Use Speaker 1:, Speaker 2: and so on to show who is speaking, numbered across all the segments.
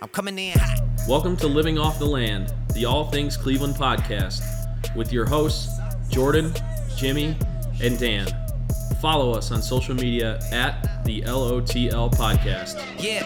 Speaker 1: I'm coming in hot.
Speaker 2: Welcome to Living Off the Land, the All Things Cleveland podcast, with your hosts, Jordan, Jimmy, and Dan. Follow us on social media at the LOTL Podcast.
Speaker 1: Yeah,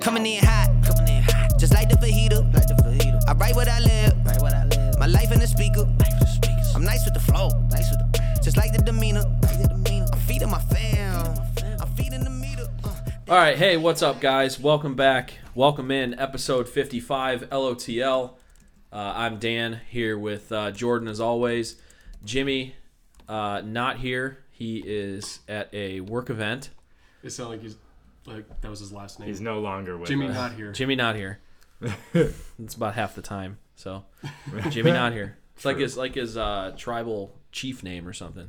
Speaker 1: coming in hot. Coming in hot. Just like the fajita. Like the fajita. I write what I live. Write what I live. My life in the speaker. Life the speakers. I'm nice with the flow. Nice with the. Just like the demeanor. Like the demeanor. I'm feeding my fam. I'm feeding the meter. Uh,
Speaker 2: All right, hey, what's up, guys? Welcome back. Welcome in, episode 55, LOTL. Uh, I'm Dan here with uh, Jordan as always. Jimmy, uh, not here. He is at a work event.
Speaker 3: It sounded like he's like that was his last name.
Speaker 4: He's no longer with
Speaker 3: Jimmy
Speaker 4: us.
Speaker 3: not here.
Speaker 2: Jimmy not here. it's about half the time. So Jimmy not here. It's like his like his uh, tribal chief name or something.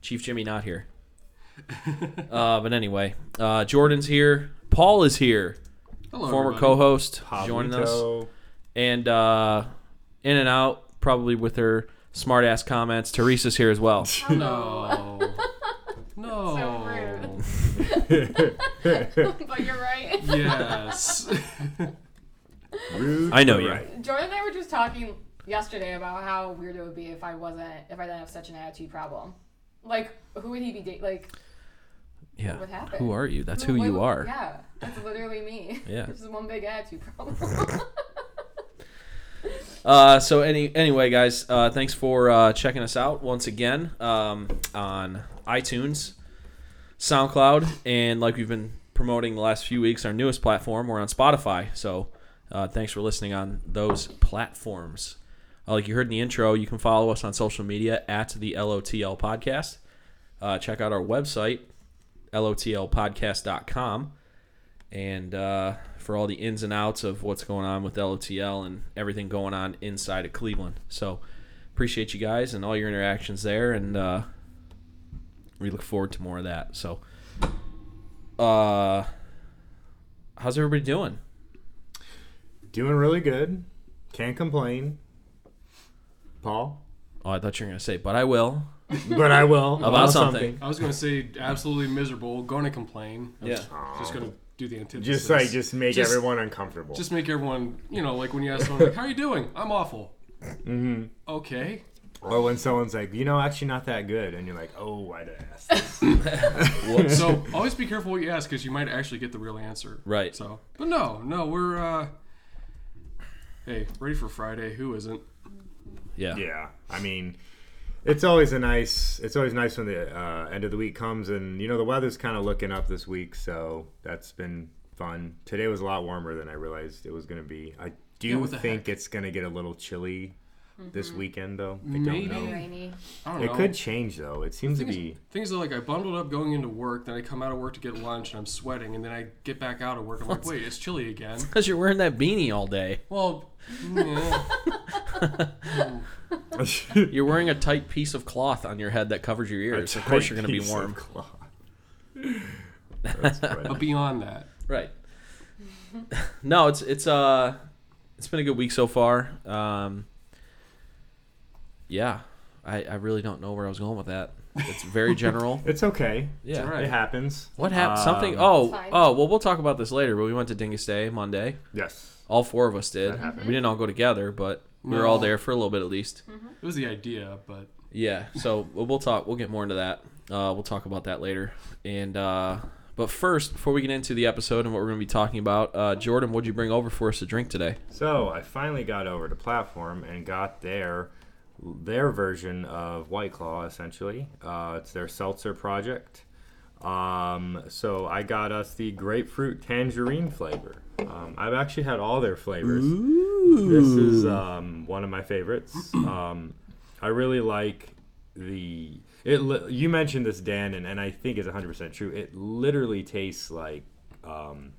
Speaker 2: Chief Jimmy not here. uh, but anyway, uh, Jordan's here. Paul is here.
Speaker 3: Hello,
Speaker 2: Former
Speaker 3: everybody.
Speaker 2: co-host joining us
Speaker 4: Pablito.
Speaker 2: and uh, in and out probably with her smart ass comments. Teresa's here as well.
Speaker 3: No. No.
Speaker 5: That's but you're right.
Speaker 3: Yes.
Speaker 4: Rude
Speaker 2: I know
Speaker 4: but
Speaker 2: you.
Speaker 5: Jordan and I were just talking yesterday about how weird it would be if I wasn't, if I didn't have such an attitude problem. Like, who would he be dating? Like,
Speaker 2: Yeah.
Speaker 5: What happened?
Speaker 2: Who are you? That's who
Speaker 5: what-
Speaker 2: you are.
Speaker 5: Yeah, that's literally me.
Speaker 2: Yeah.
Speaker 5: this is one big attitude problem.
Speaker 2: Uh, so any anyway, guys, uh, thanks for uh, checking us out once again um, on iTunes, SoundCloud, and like we've been promoting the last few weeks, our newest platform, we're on Spotify. So uh, thanks for listening on those platforms. Uh, like you heard in the intro, you can follow us on social media at the LOTL Podcast. Uh, check out our website, lotlpodcast.com and uh, for all the ins and outs of what's going on with LOTL and everything going on inside of Cleveland. So appreciate you guys and all your interactions there, and uh, we look forward to more of that. So, uh, how's everybody doing?
Speaker 4: Doing really good. Can't complain. Paul,
Speaker 2: Oh, I thought you were gonna say, but I will.
Speaker 4: but I will
Speaker 2: About something.
Speaker 3: I was gonna say absolutely miserable. Gonna complain. I was Just gonna do the antithesis.
Speaker 4: Just like just make
Speaker 3: Just-
Speaker 4: everyone uncomfortable.
Speaker 3: Just make everyone you know like when you ask someone like, how are you doing? I'm awful. Mm-hmm. Okay.
Speaker 4: or when someone's like, you know, actually not that good, and you're like, oh, why did I ask? That?
Speaker 3: So always be careful what you ask because you might actually get the real answer.
Speaker 2: Right.
Speaker 3: So, but no, no, we're uh, hey, ready for Friday? Who isn't?
Speaker 2: Yeah.
Speaker 4: yeah, I mean, it's always a nice. It's always nice when the uh, end of the week comes, and you know the weather's kind of looking up this week, so that's been fun. Today was a lot warmer than I realized it was going to be. I do
Speaker 3: Yeah, what the
Speaker 4: think
Speaker 3: heck?
Speaker 4: it's going to get a little chilly this weekend, though. I
Speaker 3: Maybe.
Speaker 4: don't know.
Speaker 5: Rainy.
Speaker 3: I don't
Speaker 4: It
Speaker 3: know.
Speaker 4: could change though. It seems to be.
Speaker 3: Things are like I bundled up going into work, then I come out of work to get lunch and I'm sweating, and then I get back out of work. I'm like, wait, it's chilly again.
Speaker 2: Because you're wearing that beanie all day.
Speaker 3: Well, yeah.
Speaker 2: You're wearing a tight piece of cloth on your head that covers your ears. Of course, you're going to be warm.
Speaker 4: That's funny.
Speaker 3: but beyond that,
Speaker 2: Right. no, it's it's uh it's been a good week so far. Um Yeah. I, I really don't know where I was going with that. It's very general.
Speaker 4: it's okay.
Speaker 2: yeah.
Speaker 3: all right.
Speaker 4: It happens.
Speaker 2: What happened? Something
Speaker 4: Um,
Speaker 2: oh
Speaker 5: It's fine.
Speaker 2: oh well we'll talk about this later, but we went to Dingus Day Monday.
Speaker 4: Yes.
Speaker 2: All four of us did.
Speaker 4: That happened.
Speaker 2: We didn't all go together, but we were all
Speaker 3: No.
Speaker 2: there for a little bit at least.
Speaker 5: Mm-hmm.
Speaker 3: it was the idea, but
Speaker 2: Yeah, so we'll we'll talk. We'll get more into that. Uh, we'll talk about that later. And uh, but first, before we get into the episode and what we're going to be talking about, uh, Jordan, what'd you bring over for us to drink today?
Speaker 4: So I finally got over to Platform and got their their version of White Claw. Essentially, uh, it's their seltzer project. Um, so I got us the grapefruit tangerine flavor. Um, I've actually had all their flavors. This is um, one of my favorites. Um, I really like the it. Li- you mentioned this, Dan, and, and I think is 100% true. It literally tastes like um,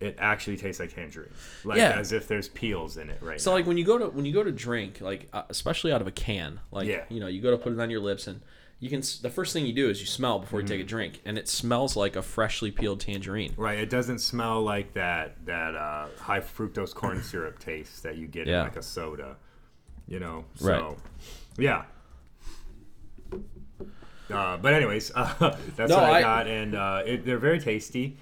Speaker 4: it actually tastes like tangerine, like
Speaker 2: Yeah.
Speaker 4: as if there's peels in it right
Speaker 2: So
Speaker 4: now.
Speaker 2: like when you go to when you go to drink, like uh, especially out of a can, like
Speaker 4: Yeah.
Speaker 2: you know, you go to put it on your lips and you can s- the first thing you do is you smell before you take
Speaker 4: Mm-hmm.
Speaker 2: a drink and it smells like a freshly peeled tangerine.
Speaker 4: Right, it doesn't smell like that that uh, high fructose corn syrup taste that you get
Speaker 2: Yeah.
Speaker 4: in like a soda, you know. So,
Speaker 2: Right.
Speaker 4: yeah. Uh, but anyways, uh, that's
Speaker 2: No,
Speaker 4: what I,
Speaker 2: I-
Speaker 4: got, and uh, it, they're very tasty.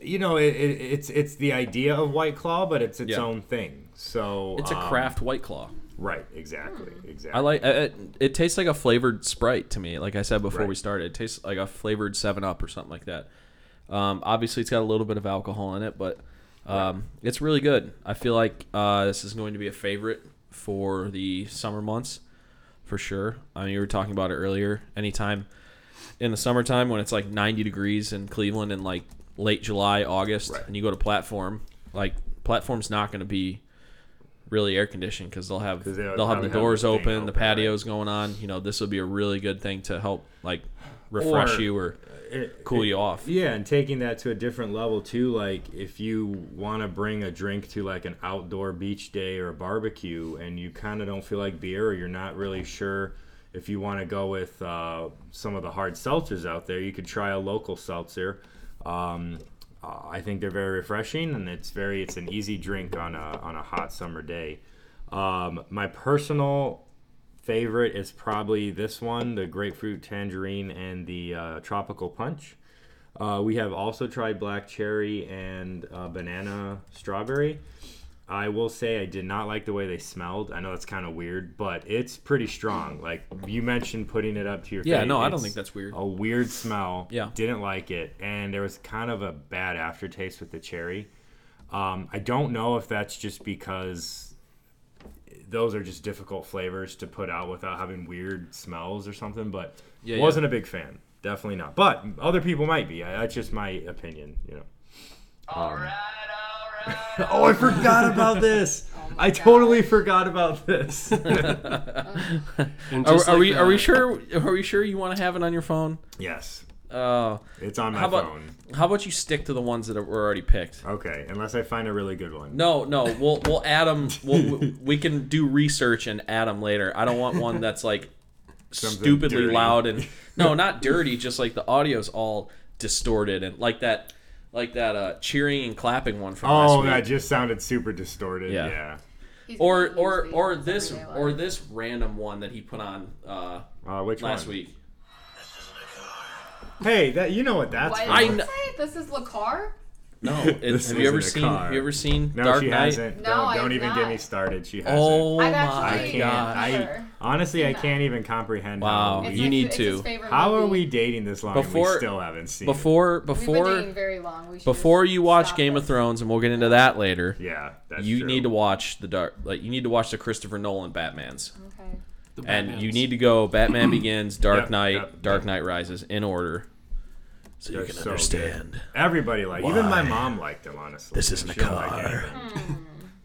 Speaker 4: you know, it, it, it's it's the idea of White Claw, but it's its
Speaker 2: Yeah.
Speaker 4: own thing. So
Speaker 2: It's a
Speaker 4: um,
Speaker 2: craft White Claw.
Speaker 4: right? Exactly, exactly.
Speaker 2: I like uh, it, it. Tastes like a flavored Sprite to me. Like I said before we
Speaker 4: Right.
Speaker 2: started, it tastes like a flavored Seven Up or something like that. Um, obviously, it's got a little bit of alcohol in it, but um, it's really good. I feel like uh, this is going to be a favorite for the summer months for sure. I mean, you were talking about it earlier. Anytime in the summertime when it's like 90 degrees in Cleveland in like late July, August,
Speaker 4: Right.
Speaker 2: and you go to platform, like platform's not going to be really air conditioned because they'll have
Speaker 4: 'Cause
Speaker 2: they'll,
Speaker 4: they'll
Speaker 2: have
Speaker 4: probably
Speaker 2: the
Speaker 4: have the
Speaker 2: doors
Speaker 4: thing
Speaker 2: open, the
Speaker 4: open, right.
Speaker 2: patios going on. You know, this would be a really good thing to help like refresh
Speaker 4: Or-
Speaker 2: you or
Speaker 4: It-
Speaker 2: cool
Speaker 4: it-
Speaker 2: you off.
Speaker 4: Yeah, and taking that to a different level too. Like if you want to bring a drink to like an outdoor beach day or a barbecue, and you kind of don't feel like beer, or you're not really sure if you want to go with uh, some of the hard seltzers out there, you could try a local seltzer. Um, uh, I think they're very refreshing, and it's very it's an easy drink on a on a hot summer day. Um, my personal favorite is probably this one the grapefruit tangerine and the uh, tropical punch uh, we have also tried black cherry and uh, banana strawberry i will say i did not like the way they smelled i know that's kind of weird but it's pretty strong like you mentioned putting it up to your
Speaker 2: Yeah,
Speaker 4: face
Speaker 2: no, I don't
Speaker 4: It's
Speaker 2: think that's weird.
Speaker 4: a weird smell
Speaker 2: Yeah.
Speaker 4: didn't like it and there was kind of a bad aftertaste with the cherry um, i don't know if that's just because those are just difficult flavors to put out without having weird smells or something. But
Speaker 2: Yeah,
Speaker 4: wasn't a big fan. Definitely not. But other people might be. I, that's just my opinion. You know.
Speaker 2: Um,
Speaker 4: Oh, I forgot about this.
Speaker 5: Oh
Speaker 4: I totally forgot about this.
Speaker 3: And
Speaker 2: Are,
Speaker 3: just
Speaker 2: are
Speaker 3: like uh,
Speaker 2: we are we
Speaker 3: that-
Speaker 2: sure are we sure you want to have it on your phone?
Speaker 4: yes,
Speaker 2: Uh,
Speaker 4: it's on my
Speaker 2: how about
Speaker 4: phone.
Speaker 2: how about you stick to the ones that were already picked?
Speaker 4: Okay, unless I find a really good one.
Speaker 2: No, no, we'll we'll add them. We'll, we can do research and add them later. I don't want one that's like stupidly
Speaker 4: dirty.
Speaker 2: loud and no, not dirty. Just like the audio's all distorted and like that, like that uh, cheering and clapping one from
Speaker 4: Oh,
Speaker 2: last
Speaker 4: that
Speaker 2: week.
Speaker 4: just sounded super distorted.
Speaker 2: Yeah.
Speaker 4: Yeah.
Speaker 5: He's
Speaker 2: Or
Speaker 5: gonna use
Speaker 2: or or
Speaker 5: these in his
Speaker 2: this
Speaker 5: everyday
Speaker 2: or
Speaker 5: life.
Speaker 2: this random one that he put on uh,
Speaker 4: Uh, which
Speaker 2: last
Speaker 4: one?
Speaker 2: week.
Speaker 4: Hey, that you know what that's.
Speaker 5: Why
Speaker 4: from.
Speaker 2: I
Speaker 5: did you
Speaker 2: kn-
Speaker 5: say this is Lacar?
Speaker 2: No, it,
Speaker 4: This
Speaker 2: have you ever
Speaker 4: isn't a
Speaker 2: seen?
Speaker 4: car.
Speaker 2: Have you ever seen
Speaker 4: No,
Speaker 2: Dark
Speaker 4: she
Speaker 2: Knight?
Speaker 4: hasn't.
Speaker 5: No,
Speaker 4: don't
Speaker 5: I
Speaker 4: don't
Speaker 5: have
Speaker 4: even
Speaker 5: not.
Speaker 4: get me started. She hasn't.
Speaker 2: Oh
Speaker 5: I've
Speaker 2: my
Speaker 5: actually-
Speaker 4: I
Speaker 2: god!
Speaker 4: can't. I
Speaker 5: Sure.
Speaker 4: honestly, I
Speaker 5: Not.
Speaker 4: can't even comprehend.
Speaker 2: Wow.
Speaker 4: How
Speaker 5: It's
Speaker 4: we,
Speaker 2: You
Speaker 5: his-
Speaker 2: need
Speaker 5: it's his
Speaker 2: to.
Speaker 5: favorite
Speaker 4: how are
Speaker 5: movie.
Speaker 4: we dating this long?
Speaker 2: Before-
Speaker 4: and we still haven't seen. it?
Speaker 2: Before
Speaker 5: We've been
Speaker 2: before
Speaker 5: dating very long. We should
Speaker 2: before
Speaker 5: just
Speaker 2: you watch
Speaker 5: stop
Speaker 2: Game of
Speaker 5: this.
Speaker 2: Thrones, and we'll get into that later.
Speaker 4: Yeah, that's
Speaker 2: you
Speaker 4: true.
Speaker 2: need to watch the dark like you need to watch the christopher nolan batmans
Speaker 5: Okay.
Speaker 3: the
Speaker 2: and you
Speaker 3: Batmans.
Speaker 2: need to go batman begins dark
Speaker 4: Yep,
Speaker 2: knight
Speaker 4: yep,
Speaker 2: dark
Speaker 4: yep.
Speaker 2: knight rises in order so
Speaker 4: They're
Speaker 2: you can
Speaker 4: so good.
Speaker 2: understand
Speaker 4: Everybody liked. Even my mom liked them. Honestly,
Speaker 2: this isn't a
Speaker 4: She don't like
Speaker 2: car
Speaker 4: anything.
Speaker 5: Hmm,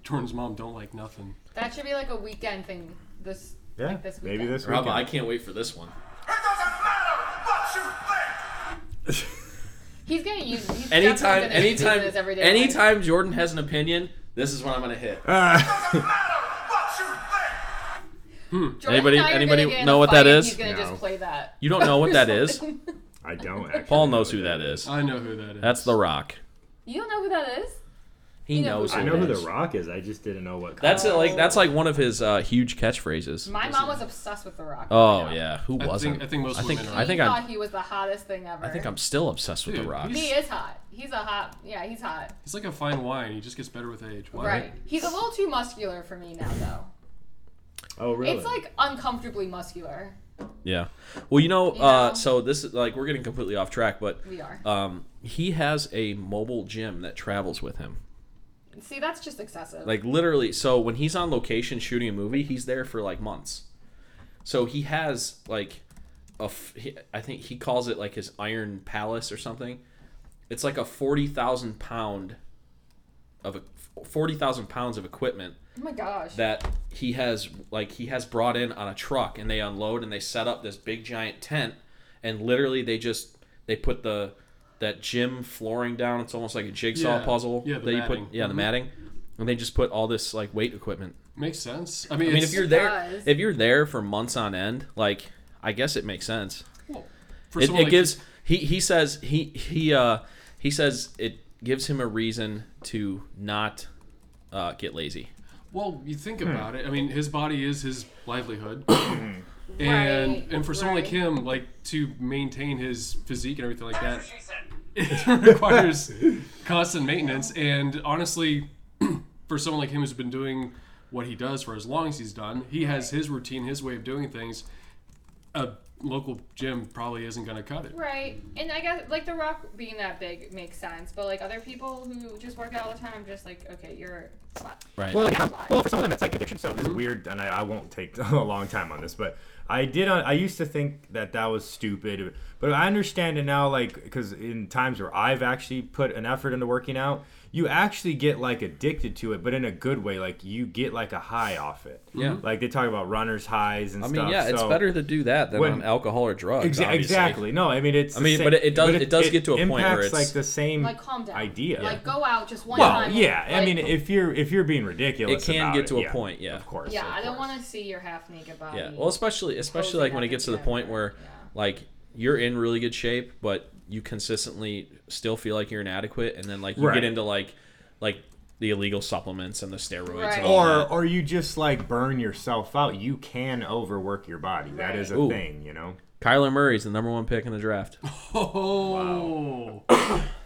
Speaker 3: Jordan's mom don't like nothing.
Speaker 5: That should be like a weekend thing. This
Speaker 4: Yeah,
Speaker 5: like this weekend.
Speaker 4: maybe this
Speaker 2: Rob,
Speaker 4: weekend.
Speaker 2: i can't wait for this one
Speaker 6: It doesn't matter what you think.
Speaker 5: He's gonna use. He's
Speaker 2: anytime
Speaker 5: definitely gonna use these in
Speaker 2: anytime
Speaker 5: his everyday life.
Speaker 2: anytime jordan has an opinion this is when i'm gonna hit
Speaker 6: Doesn't matter what you think.
Speaker 5: Jordan
Speaker 2: Anybody-
Speaker 5: and I are gonna
Speaker 2: anybody
Speaker 5: get in
Speaker 2: know
Speaker 5: a
Speaker 2: what
Speaker 5: fight
Speaker 2: that
Speaker 5: and
Speaker 2: is?
Speaker 5: He's gonna just
Speaker 4: No.
Speaker 5: play that.
Speaker 2: you don't know what that is
Speaker 4: I don't. Actually
Speaker 2: paul knows who that is
Speaker 3: I know who that is.
Speaker 2: that's the rock
Speaker 5: You don't know who that is?
Speaker 2: he
Speaker 5: You know
Speaker 2: knows
Speaker 5: who
Speaker 2: who
Speaker 4: I
Speaker 5: it
Speaker 4: know
Speaker 2: it
Speaker 4: who the
Speaker 2: is.
Speaker 4: Rock is. I just didn't know what.
Speaker 2: that's it like that's like one of his uh, huge catchphrases
Speaker 5: My mom was obsessed with The Rock.
Speaker 2: oh yeah who
Speaker 3: I
Speaker 2: wasn't
Speaker 3: think, I think most
Speaker 2: I think-
Speaker 3: women
Speaker 2: I
Speaker 3: are.
Speaker 5: I
Speaker 2: think
Speaker 5: think
Speaker 2: I'm-
Speaker 5: thought he was the hottest thing ever.
Speaker 2: I think i'm still obsessed with the
Speaker 3: Dude,
Speaker 2: rock
Speaker 3: he's-
Speaker 5: He is hot. He's a hot. Yeah, he's hot.
Speaker 3: He's like a fine wine. He just gets better with age. Why?
Speaker 5: Right. He's a little too muscular for me now, though.
Speaker 4: Oh really?
Speaker 5: It's like uncomfortably muscular.
Speaker 2: Yeah. Well, you know,
Speaker 5: You
Speaker 2: Uh,
Speaker 5: know?
Speaker 2: so this is like we're getting completely off track, but
Speaker 5: We are.
Speaker 2: um, he has a mobile gym that travels with him.
Speaker 5: See, that's just excessive.
Speaker 2: Like literally, so when he's on location shooting a movie, he's there for like months. So he has like a, f- he- I think he calls it like his iron palace or something. It's like a forty thousand pound of a forty thousand pounds of equipment
Speaker 5: oh my gosh.
Speaker 2: that he has like he has brought in on a truck and they unload and they set up this big giant tent and literally they just they put the that gym flooring down it's almost like a jigsaw
Speaker 3: Yeah.
Speaker 2: puzzle
Speaker 3: Yeah, the
Speaker 2: that you
Speaker 3: matting.
Speaker 2: put yeah the
Speaker 3: Mhm.
Speaker 2: matting and they just put all this like weight equipment
Speaker 3: Makes sense. I mean,
Speaker 2: i mean
Speaker 3: it's,
Speaker 2: if you're there
Speaker 5: does.
Speaker 2: if you're there for months on end like i guess it makes sense
Speaker 3: well, for
Speaker 2: it,
Speaker 3: someone
Speaker 2: it
Speaker 3: like-
Speaker 2: gives he he says he he uh he says it gives him a reason to not uh, get lazy
Speaker 3: Well, you think
Speaker 2: Hmm.
Speaker 3: about it. I mean, his body is his livelihood, and and for someone like
Speaker 5: right.
Speaker 3: him, like to maintain his physique and everything like that, it requires constant maintenance. And honestly, for someone like him who's been doing what he does for as long as he's done, he has his routine, his way of doing things. A local gym probably isn't going to cut it.
Speaker 5: Right. And I guess like The Rock being that big makes sense, but like other people who just work out all the time, I'm just like, okay, you're a slut.
Speaker 2: Right.
Speaker 4: Well, yeah, well, for some of them, it's like addiction. So it's weird, and I, I won't take a long time on this, but I did. uh, I used to think that that was stupid, but I understand it now. Like, because in times where I've actually put an effort into working out, you actually get like addicted to it, but in a good way. Like, you get like a high off it.
Speaker 2: Yeah.
Speaker 4: Like they talk about runners highs and
Speaker 2: Mm-hmm. I
Speaker 4: stuff.
Speaker 2: mean, yeah, it's
Speaker 4: so-
Speaker 2: better to do that than
Speaker 4: when-
Speaker 2: on alcohol or drugs.
Speaker 4: Exa-
Speaker 2: obviously.
Speaker 4: exactly. No, I mean it's.
Speaker 2: I
Speaker 4: the
Speaker 2: mean,
Speaker 4: same-
Speaker 2: but it- it does-
Speaker 4: but
Speaker 2: it does get to a point where
Speaker 4: impacts,
Speaker 2: it's-
Speaker 4: like the same
Speaker 5: Like calm down.
Speaker 4: Hmm. idea.
Speaker 5: Like go out just one
Speaker 4: well,
Speaker 5: time.
Speaker 4: yeah. I
Speaker 5: Like,
Speaker 4: mean, if you're if you're being ridiculous,
Speaker 2: It can
Speaker 4: about
Speaker 2: get to a
Speaker 4: yeah,
Speaker 2: point, yeah.
Speaker 4: Of course.
Speaker 5: yeah,
Speaker 4: of
Speaker 5: I don't
Speaker 4: course.
Speaker 5: want to see your half naked body.
Speaker 2: Yeah. Well, especially especially like when it gets to the point where
Speaker 5: Yeah.
Speaker 2: like you're in really good shape, but you consistently still feel like you're inadequate, and then like you
Speaker 4: Right.
Speaker 2: get into like like the illegal supplements and the steroids.
Speaker 5: Right.
Speaker 2: And all
Speaker 4: or
Speaker 2: that.
Speaker 4: or you just like burn yourself out. You can overwork your body. That is a
Speaker 2: Ooh.
Speaker 4: thing, you know.
Speaker 2: Kyler Murray's the number one pick in the draft.
Speaker 3: Oh,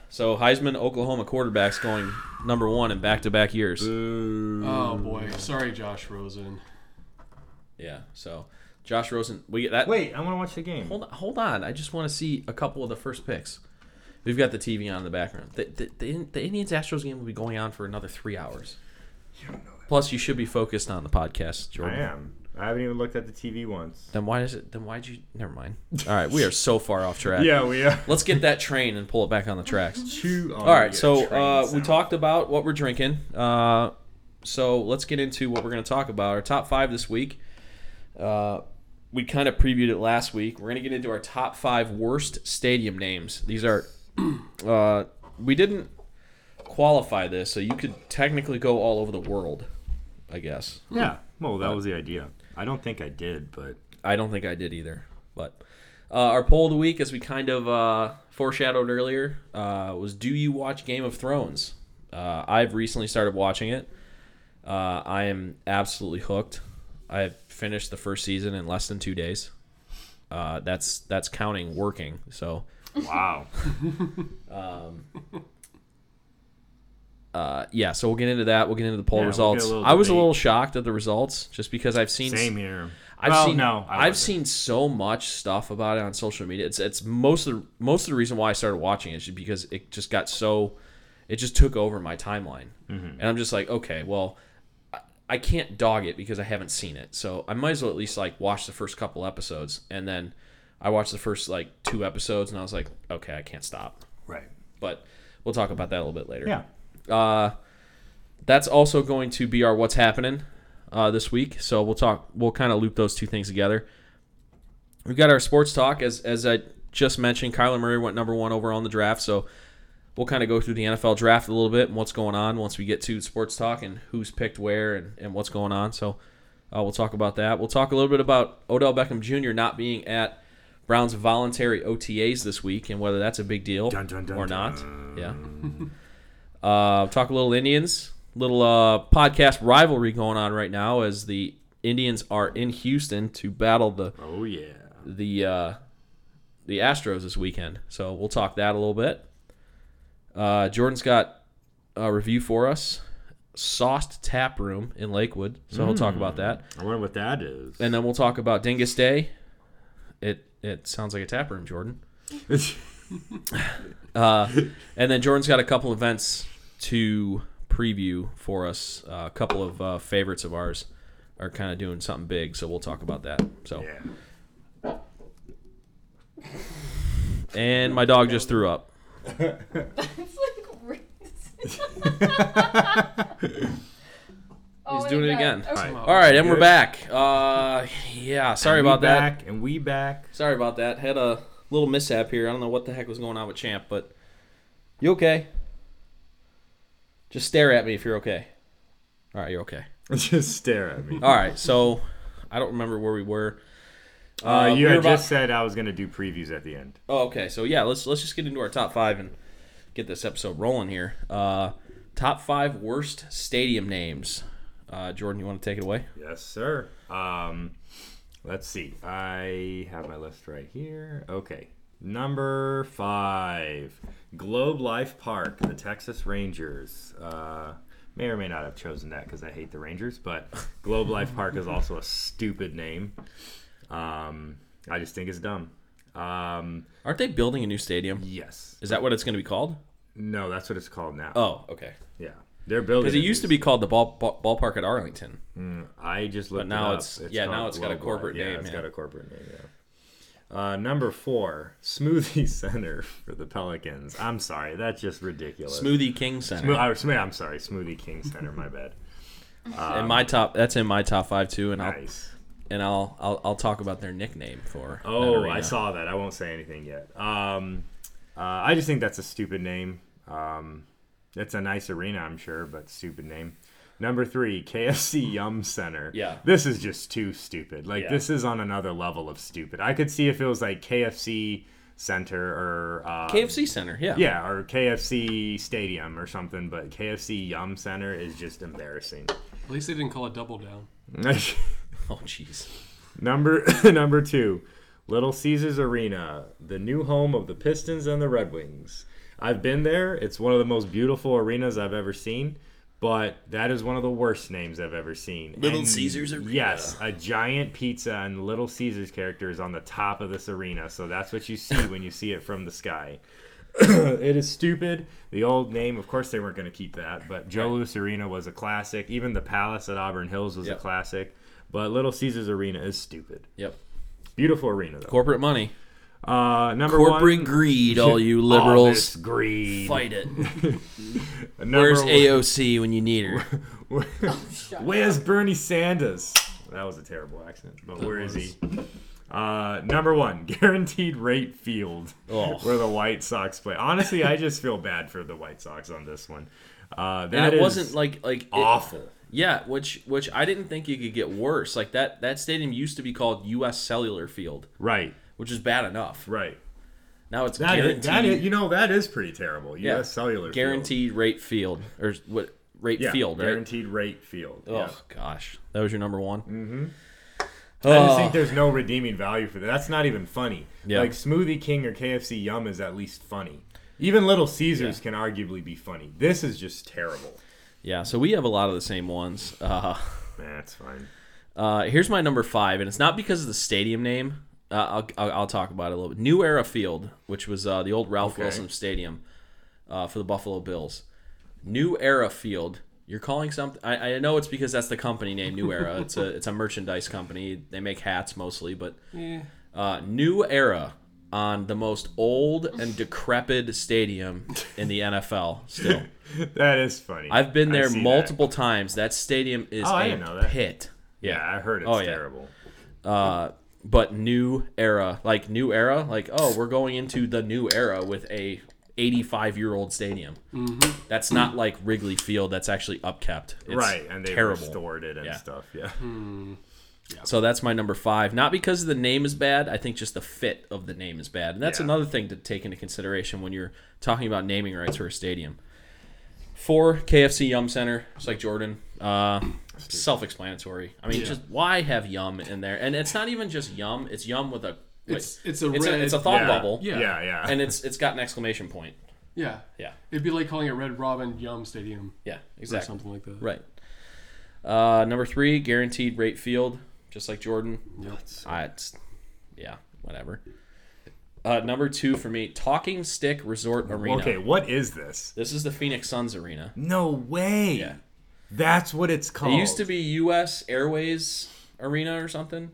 Speaker 2: So Heisman Oklahoma quarterbacks going number one in back to back years.
Speaker 3: oh boy.
Speaker 2: Mm.
Speaker 3: Sorry, Josh Rosen.
Speaker 2: Yeah. So Josh Rosen, we get that.
Speaker 4: Wait, I want to watch the game.
Speaker 2: Hold on, hold on. I just want to see a couple of the first picks. We've got the TV on in the background. The, the, the, the Indians Astros game will be going on for another three hours. Plus, you should be focused on the podcast,
Speaker 4: I
Speaker 2: Jordan.
Speaker 4: am. I haven't even looked at the TV once.
Speaker 2: Then why does it? Then why'd you? Never mind. All right, we are so far off track.
Speaker 4: Yeah, we are.
Speaker 2: Let's get that train and pull it back on the tracks.
Speaker 4: Two.
Speaker 2: All right, so uh, we talked about what we're drinking. Uh, so let's get into what we're going to talk about. Our top five this week. Uh, we kind of previewed it last week. We're going to get into our top five worst stadium names. These are. Uh, we didn't qualify this, so you could technically go all over the world, I guess.
Speaker 4: Yeah. Well, that was the idea. I don't think I did, but
Speaker 2: I don't think I did either. But uh, our poll of the week, as we kind of uh, foreshadowed earlier, uh, was Do you watch Game of Thrones? Uh, I've recently started watching it. Uh, I am absolutely hooked. I finished the first season in less than two days. Uh, that's that's counting working. So
Speaker 4: wow.
Speaker 2: uh, yeah, so we'll get into that. We'll get into the poll
Speaker 4: Yeah, we'll get a
Speaker 2: results.
Speaker 4: little
Speaker 2: I was a
Speaker 4: debate.
Speaker 2: little shocked at the results just because I've seen
Speaker 4: Same here.
Speaker 2: I've
Speaker 4: well,
Speaker 2: seen
Speaker 4: no. I
Speaker 2: I've
Speaker 4: wasn't.
Speaker 2: seen so much stuff about it on social media. It's it's most of the, most of the reason why I started watching it is just because it just got so it just took over my timeline,
Speaker 4: Mm-hmm.
Speaker 2: and I'm just like, okay, well, I, I can't dog it because I haven't seen it, so I might as well at least like watch the first couple episodes, and then I watched the first like two episodes, and I was like, okay, I can't stop,
Speaker 4: Right.
Speaker 2: but we'll talk about that a little bit later.
Speaker 4: Yeah.
Speaker 2: Uh, that's also going to be our what's happening uh, this week. So we'll talk. We'll kind of loop those two things together. We've got our sports talk. As as I just mentioned, Kyler Murray went number one overall in the draft. So we'll kind of go through the NFL draft a little bit and what's going on once we get to sports talk and who's picked where and, and what's going on. So uh, we'll talk about that. We'll talk a little bit about Odell Beckham Jr. not being at Brown's voluntary OTAs this week and whether that's a big deal
Speaker 4: Dun, dun, dun,
Speaker 2: or not. Yeah. Uh, talk a little Indians, little uh, podcast rivalry going on right now as the Indians are in Houston to battle the
Speaker 4: Oh yeah.
Speaker 2: the uh, the Astros this weekend. So we'll talk that a little bit. Uh, Jordan's got a review for us, Sauced Tap Room in Lakewood. So we'll talk about that,
Speaker 4: I wonder what that is.
Speaker 2: and then we'll talk about Dingus Day. It it sounds like a tap room, Jordan. And then Jordan's got a couple events to preview for us. Uh, a couple of uh, favorites of ours are kind of doing something big, so we'll talk about that. So,
Speaker 4: yeah.
Speaker 2: and my dog just threw up.
Speaker 5: It's like racist. Oh
Speaker 2: He's
Speaker 5: my
Speaker 2: doing it
Speaker 5: God.
Speaker 2: again.
Speaker 5: Okay.
Speaker 4: Alright.
Speaker 2: All right, and we're
Speaker 4: Good.
Speaker 2: back. Uh, yeah, sorry about
Speaker 4: we
Speaker 2: that.
Speaker 4: Back and we back.
Speaker 2: Sorry about that. Had a little mishap here. I don't know what the heck was going on with Champ, but you okay? Just stare at me if you're okay. All right, you're okay.
Speaker 4: Just stare at me.
Speaker 2: All right, so I don't remember where we were.
Speaker 4: Uh, you
Speaker 2: we
Speaker 4: had
Speaker 2: were about-
Speaker 4: just said I was going to do previews at the end.
Speaker 2: Oh, okay. So yeah, let's let's just get into our top five and get this episode rolling here. Uh, top five worst stadium names. Uh, Jordan, you want to take it away?
Speaker 4: Yes, sir. Um, let's see. I have my list right here. Okay. Number five Globe Life Park, the Texas Rangers. Uh, may or may not have chosen that because I hate the Rangers, but Globe Life Park is also a stupid name. Um, I just think it's dumb. Um,
Speaker 2: Aren't they building a new stadium?
Speaker 4: yes.
Speaker 2: Is that what it's going to be called?
Speaker 4: No, that's what it's called now.
Speaker 2: Oh, okay.
Speaker 4: Yeah. They're building.
Speaker 2: Because it used to be called the ball, ball, ballpark at Arlington.
Speaker 4: I just looked.
Speaker 2: now
Speaker 4: it up.
Speaker 2: it's- yeah, now
Speaker 4: called
Speaker 2: it's got a
Speaker 4: Globe
Speaker 2: corporate
Speaker 4: Life.
Speaker 2: name,
Speaker 4: Yeah, it's
Speaker 2: yeah.
Speaker 4: got a corporate name. Yeah. Uh, number four, Smoothie Center for the Pelicans. I'm sorry, that's just ridiculous.
Speaker 2: Smoothie King Center.
Speaker 4: Smo- I- Smo- I'm sorry, Smoothie King Center. My bad.
Speaker 2: in my top, that's in my top five too, and I'll
Speaker 4: Nice.
Speaker 2: and I'll, I'll I'll talk about their nickname for. that
Speaker 4: Oh, I
Speaker 2: arena.
Speaker 4: saw that. I won't say anything yet. Um, uh, I just think that's a stupid name. Um, it's a nice arena, I'm sure, but stupid name. Number three, KFC Yum Center.
Speaker 2: Yeah.
Speaker 4: This is just too stupid. Like,
Speaker 2: Yeah.
Speaker 4: this is on another level of stupid. I could see if it was like KFC Center or. Uh,
Speaker 2: KFC Center. Yeah.
Speaker 4: yeah, or KFC Stadium or something, but KFC Yum Center is just embarrassing.
Speaker 3: At least they didn't call it double down.
Speaker 2: Oh, jeez.
Speaker 4: Number number two, Little Caesars Arena, the new home of the Pistons and the Red Wings. I've been there. It's one of the most beautiful arenas I've ever seen, but that is one of the worst names I've ever seen.
Speaker 2: Little Caesars Arena.
Speaker 4: Yes, a giant pizza and Little Caesars characters on the top of this arena. So that's what you see when you see it from the sky. it is stupid. The old name, of course, they weren't going to keep that, but Joe Louis Arena was a classic. Even the Palace at Auburn Hills was
Speaker 2: Yep.
Speaker 4: a classic. But Little Caesars Arena is stupid.
Speaker 2: Yep.
Speaker 4: Beautiful arena though.
Speaker 2: Corporate money.
Speaker 4: Uh, number
Speaker 2: Corporate
Speaker 4: one,
Speaker 2: greed, all you
Speaker 4: all
Speaker 2: liberals.
Speaker 4: this greed.
Speaker 2: Fight it.
Speaker 4: Number
Speaker 2: Where's
Speaker 4: one-
Speaker 2: AOC when you need her?
Speaker 4: Where's Bernie Sanders? That was a terrible accent, but where is he? Uh, number one, guaranteed rate field,
Speaker 2: Oh.
Speaker 4: where the White Sox play. Honestly, I just feel bad for the White Sox on this one. Uh, that
Speaker 2: And it
Speaker 4: is
Speaker 2: wasn't like like it-
Speaker 4: awful.
Speaker 2: yeah, which which I didn't think you could get worse. Like that that stadium used to be called U.S. Cellular Field,
Speaker 4: right,
Speaker 2: which is bad enough.
Speaker 4: right.
Speaker 2: Now it's
Speaker 4: That is,
Speaker 2: guaranteed.
Speaker 4: that is, you know, that is pretty terrible. U.S.
Speaker 2: yeah,
Speaker 4: Cellular Field.
Speaker 2: guaranteed rate field or what rate
Speaker 4: yeah,
Speaker 2: field, right?
Speaker 4: Guaranteed rate field.
Speaker 2: Oh
Speaker 4: yeah. Mm.
Speaker 2: gosh, that was your number one. Mm-hmm.
Speaker 4: I just think there's no redeeming value for that. That's not even funny.
Speaker 2: Yeah.
Speaker 4: Like Smoothie King or KFC Yum is at least funny. Even Little Caesars can arguably be funny. This is just terrible.
Speaker 2: yeah, so we have a lot of the same ones. Uh,
Speaker 4: That's fine.
Speaker 2: uh, here's my number five, and it's not because of the stadium name. Uh, I'll, I'll, I'll talk about it a little bit. New Era Field, which was uh, the old Ralph
Speaker 4: Okay.
Speaker 2: Wilson Stadium uh, for the Buffalo Bills. New Era Field. You're calling something. I, I know it's because that's the company name, New Era. it's a it's a merchandise company. They make hats mostly, but
Speaker 3: Yeah.
Speaker 2: uh, new era on the most old and decrepit stadium in the NFL. Still,
Speaker 4: That is funny.
Speaker 2: I've been
Speaker 4: I
Speaker 2: there
Speaker 4: see that.
Speaker 2: multiple times. That stadium is
Speaker 4: Oh, I didn't know
Speaker 2: a
Speaker 4: that.
Speaker 2: pit.
Speaker 4: Yeah, I heard it's
Speaker 2: Oh, yeah.
Speaker 4: terrible.
Speaker 2: Uh, but new era, like new era, like oh, we're going into the new era with a 85 year old stadium.
Speaker 4: Mm-hmm.
Speaker 2: That's not like Wrigley Field. That's actually upkept. It's
Speaker 4: right, and they
Speaker 2: terrible.
Speaker 4: restored it and
Speaker 2: Yeah.
Speaker 4: stuff. Yeah.
Speaker 2: So that's my number five. Not because the name is bad. I think just the fit of the name is bad. And that's
Speaker 4: Yeah.
Speaker 2: another thing to take into consideration when you're talking about naming rights for a stadium. Four KFC Yum Center, just like Jordan. Uh, Self explanatory. I mean, just why have Yum in there? And it's not even just Yum, it's Yum with a. like,
Speaker 3: It's- it's a
Speaker 2: it's a,
Speaker 3: red-
Speaker 2: it's a thought
Speaker 4: yeah.
Speaker 2: bubble.
Speaker 4: Yeah,
Speaker 3: Yeah.
Speaker 4: yeah.
Speaker 2: And it's it's got an exclamation point.
Speaker 3: Yeah.
Speaker 2: Yeah.
Speaker 3: It'd be like calling it Red Robin Yum Stadium
Speaker 2: Yeah,
Speaker 3: or
Speaker 2: exactly.
Speaker 3: something like that.
Speaker 2: Right. Uh, number three, guaranteed rate field, just like Jordan. I, it's, yeah, whatever. Uh, number two for me, Talking Stick Resort Arena.
Speaker 4: okay, what is this?
Speaker 2: This is the Phoenix Suns Arena.
Speaker 4: No way.
Speaker 2: Yeah.
Speaker 4: That's what it's called.
Speaker 2: It used to be U.S. Airways Arena or something.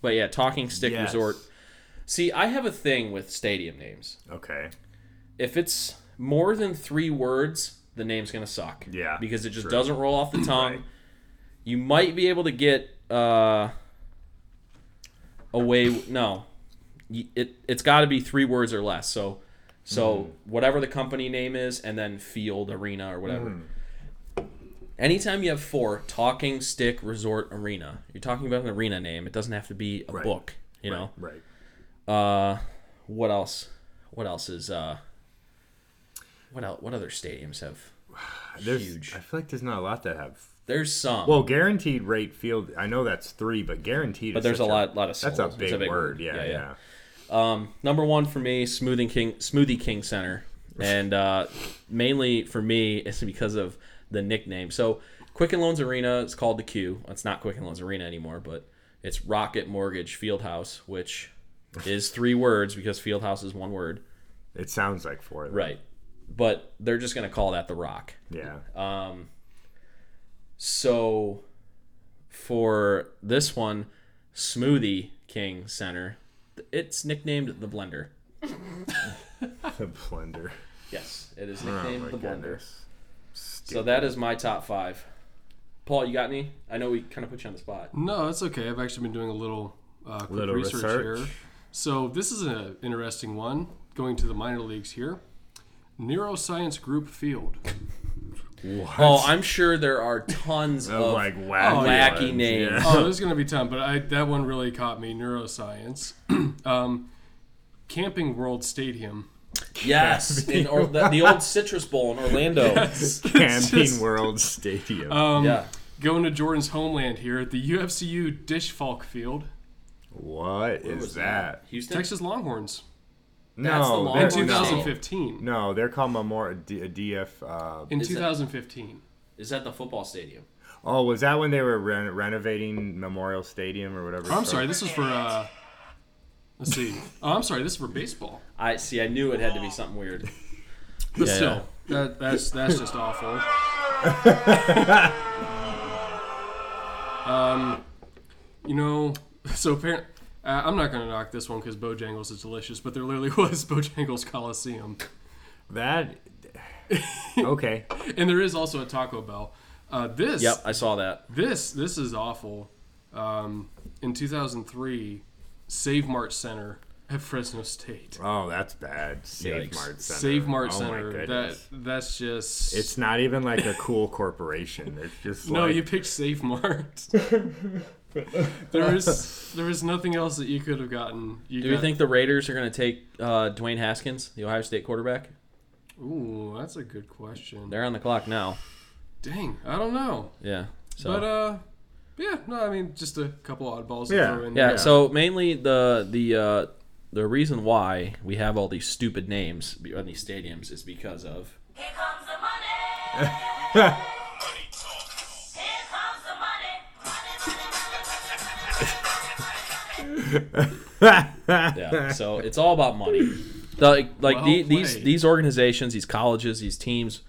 Speaker 2: But yeah, Talking Stick
Speaker 4: Yes.
Speaker 2: Resort. See, I have a thing with stadium names.
Speaker 4: Okay.
Speaker 2: If it's more than three words, the name's going to suck.
Speaker 4: Yeah,
Speaker 2: Because it just
Speaker 4: true.
Speaker 2: doesn't roll off the tongue.
Speaker 4: Right.
Speaker 2: You might be able to get uh, away. No, Y- it it's got to be three words or less. So, so
Speaker 4: Hmm.
Speaker 2: whatever the company name is, and then field arena or whatever.
Speaker 4: Hmm.
Speaker 2: Anytime you have four talking stick resort arena, you're talking about an arena name. It doesn't have to be a
Speaker 4: Right.
Speaker 2: book. You know.
Speaker 4: Right.
Speaker 2: Uh, what else? What else is uh? What else? What other stadiums have?
Speaker 4: There's,
Speaker 2: Huge.
Speaker 4: I feel like there's not a lot that have
Speaker 2: There's some.
Speaker 4: Well, guaranteed rate field. I know that's three, but guaranteed.
Speaker 2: But
Speaker 4: is
Speaker 2: there's
Speaker 4: such
Speaker 2: a lot- lot of
Speaker 4: That's
Speaker 2: syllables.
Speaker 4: a
Speaker 2: It's
Speaker 4: big,
Speaker 2: a big
Speaker 4: word.
Speaker 2: word.
Speaker 4: Yeah,
Speaker 2: Yeah,
Speaker 4: yeah,
Speaker 2: yeah. Number one for me, Smoothie King, Smoothie King Center and uh, mainly for me, it's because of the nickname. So Quicken Loans Arena is called the Q. It's not Quicken Loans Arena anymore, but it's Rocket Mortgage Fieldhouse, which is three words because Fieldhouse is one word,
Speaker 4: It sounds like four. though.
Speaker 2: right? But they're just gonna call that the Rock.
Speaker 4: Yeah.
Speaker 2: So for this one, Smoothie King Center, it's nicknamed the Blender.
Speaker 4: the blender.
Speaker 2: Yes, it is
Speaker 4: Oh
Speaker 2: nicknamed
Speaker 4: my
Speaker 2: the Blender.
Speaker 4: goodness.
Speaker 2: So that is my top five. Paul, you got any? I know we kind of put you on the spot.
Speaker 3: No, that's okay. I've actually been doing a little, uh, quick
Speaker 4: Little
Speaker 3: research,
Speaker 4: research.
Speaker 3: here. So this is an interesting one. Going to the minor leagues here. Neuroscience Group Field.
Speaker 4: What?
Speaker 2: Oh, I'm sure there are tons
Speaker 4: Oh,
Speaker 2: of
Speaker 4: like wacky,
Speaker 2: wacky
Speaker 4: ones,
Speaker 2: names.
Speaker 4: yeah.
Speaker 3: oh, there's going to be time, but I, that one really caught me. Neuroscience. um, Camping World Stadium.
Speaker 2: yes, in or, the, the old Citrus Bowl in Orlando.
Speaker 4: Camping World Stadium.
Speaker 3: Um,
Speaker 2: yeah,
Speaker 3: Going to Jordan's homeland here at the UFCU Dish Falk Field.
Speaker 4: what is
Speaker 2: was
Speaker 4: that?
Speaker 2: Houston.
Speaker 3: Texas Longhorns.
Speaker 2: That's the
Speaker 4: No,
Speaker 2: long
Speaker 4: they're-
Speaker 3: In
Speaker 2: one.
Speaker 4: no,
Speaker 3: 2015.
Speaker 4: No, they're called Memorial D- a DF. Uh,
Speaker 3: In
Speaker 2: Is that-
Speaker 3: 2015.
Speaker 2: Is that the football stadium?
Speaker 4: oh, was that when they were ren- renovating Memorial Stadium or whatever? it's
Speaker 3: Oh, I'm
Speaker 4: called?
Speaker 3: sorry. This is for. Uh, let's see. Oh, I'm sorry. This is for baseball.
Speaker 2: I see. I knew it had to be something weird.
Speaker 3: But
Speaker 2: Yeah,
Speaker 3: still, That, that's that's just awful. um, you know, so apparently. Uh, I'm not gonna knock this one because Bojangles is delicious, but there literally was Bojangles Coliseum,
Speaker 4: That. Okay.
Speaker 3: and there is also a Taco Bell. Uh, this
Speaker 2: Yep, I saw that.
Speaker 3: This this is awful. Um, in 2003, Save Mart Center at Fresno State.
Speaker 4: Oh, that's bad. Save
Speaker 2: Yikes.
Speaker 4: Mart Center.
Speaker 3: Save Mart
Speaker 4: oh My
Speaker 3: Center. That
Speaker 4: goodness.
Speaker 3: that's just.
Speaker 4: It's not even like a cool corporation. It's just
Speaker 3: no,
Speaker 4: like,
Speaker 3: you picked Safe Mart. there is there is nothing else that you could have gotten. You
Speaker 2: Do you
Speaker 3: got-
Speaker 2: think the Raiders are going to take uh, Dwayne Haskins, the Ohio State quarterback?
Speaker 3: Ooh, that's a good question.
Speaker 2: They're on the clock now.
Speaker 3: Dang, I don't know.
Speaker 2: Yeah. So.
Speaker 3: But uh, yeah, no, I mean just a couple oddballs. to
Speaker 4: Yeah,
Speaker 3: throw in
Speaker 2: Yeah,
Speaker 3: there.
Speaker 2: So mainly the the uh, the reason why we have all these stupid names be- on these stadiums is because of
Speaker 7: Here comes the money. Here comes the money. Money, money, money, money.
Speaker 2: yeah. so it's all about money. The, like
Speaker 3: Well
Speaker 2: the, these
Speaker 3: played.
Speaker 2: these organizations, these colleges, these teams,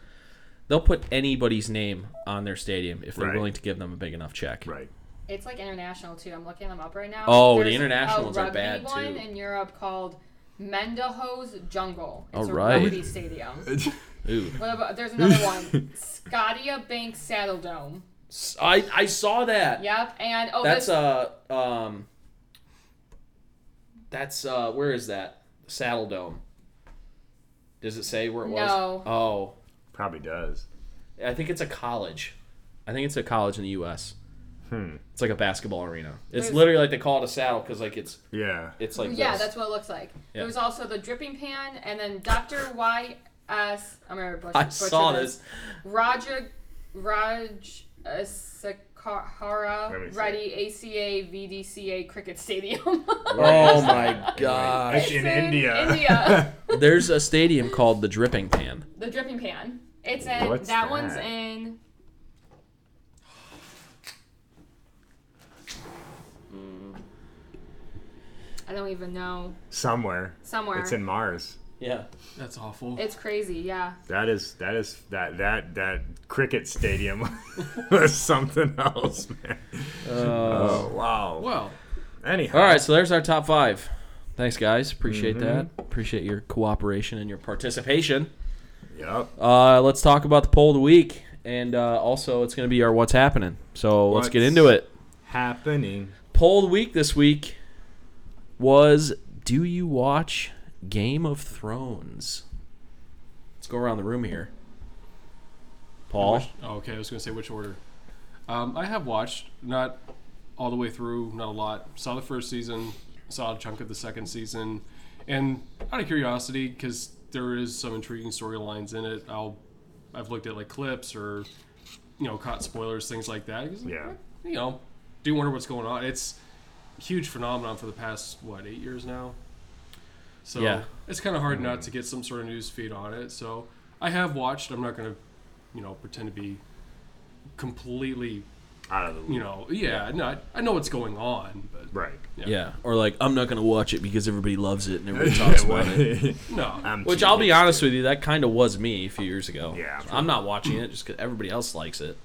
Speaker 2: they'll put anybody's name on their stadium if they're
Speaker 4: Right.
Speaker 2: willing to give them a big enough check.
Speaker 4: right.
Speaker 5: It's like international too. I'm looking them up right now.
Speaker 2: Oh, the
Speaker 5: There's
Speaker 2: international
Speaker 5: a
Speaker 2: ones are
Speaker 5: rugby
Speaker 2: bad,
Speaker 5: one
Speaker 2: too.
Speaker 5: in Europe called Mendaho's Jungle. It's
Speaker 2: All
Speaker 5: a
Speaker 2: right.
Speaker 5: rugby stadium.
Speaker 2: Ooh.
Speaker 5: What about, there's another one, Scotia Bank Saddle Dome.
Speaker 2: S- I I saw that.
Speaker 5: Yep, and oh,
Speaker 2: That's
Speaker 5: this,
Speaker 2: uh um. That's uh where is that Saddle Dome? Does it say where it was?
Speaker 5: No.
Speaker 2: Oh.
Speaker 4: Probably does.
Speaker 2: I think it's a college. I think it's a college in the U.S. It's like a basketball arena. It's
Speaker 5: There's-
Speaker 2: literally like they call it a saddle because like it's
Speaker 4: Yeah.
Speaker 2: it's like
Speaker 5: yeah,
Speaker 2: this.
Speaker 5: that's what it looks like.
Speaker 2: Yeah.
Speaker 5: There was also the dripping pan, and then Doctor Y S. I'm gonna butcher,
Speaker 2: I
Speaker 5: butcher
Speaker 2: saw this.
Speaker 5: Roger Raj uh,
Speaker 4: Let me
Speaker 5: Sakara
Speaker 4: see.
Speaker 5: Reddy ACA VDCA Cricket Stadium.
Speaker 2: Oh my gosh!
Speaker 4: It's in
Speaker 5: It's
Speaker 4: India.
Speaker 5: India.
Speaker 2: There's a stadium called the Dripping Pan.
Speaker 5: the dripping pan. It's in
Speaker 4: What's
Speaker 5: that, one's
Speaker 4: that?
Speaker 5: in.
Speaker 2: Hmm.
Speaker 5: I don't even know.
Speaker 4: Somewhere.
Speaker 5: Somewhere.
Speaker 4: It's in Mars.
Speaker 2: Yeah.
Speaker 3: that's awful.
Speaker 5: It's crazy, yeah.
Speaker 4: That is that is that that that cricket stadium was something else, man. oh wow.
Speaker 3: well,
Speaker 4: Anyhow,
Speaker 2: Uh, All right, so there's our top five. Thanks, guys. Appreciate that. Appreciate your cooperation and your participation.
Speaker 4: Yep.
Speaker 2: Uh, let's talk about the poll of the week, and uh, also it's going to be our what's happening. So let's get
Speaker 4: What's-
Speaker 2: into it.
Speaker 4: Happening.
Speaker 2: poll of the week this week was do you watch game of thrones let's go around the room here paul
Speaker 3: Oh, okay, I was going to say which order. Um, I have watched, not all the way through, not a lot. Saw the first season, saw a chunk of the second season, and out of curiosity, because there is some intriguing storylines in it, I'll I've looked at like clips or you know caught spoilers, things like that. 'cause,
Speaker 4: Yeah.
Speaker 3: you know, do wonder what's going on. It's a huge phenomenon for the past what eight years now. So
Speaker 2: Yeah.
Speaker 3: it's kind of hard not to get some sort of news feed on it. So I have watched. I'm not going to, you know, pretend to be completely,
Speaker 4: Out of the
Speaker 3: you know, yeah, no, I, I know what's going on, but
Speaker 4: right.
Speaker 2: Yeah, or like I'm not gonna watch it because everybody loves it and everybody talks about it.
Speaker 3: no,
Speaker 4: I'm
Speaker 2: Which
Speaker 4: too
Speaker 2: I'll be
Speaker 4: hipster.
Speaker 2: honest with you, that kind of was me a few years ago.
Speaker 4: Yeah,
Speaker 2: So I'm not watching it just because everybody else likes it.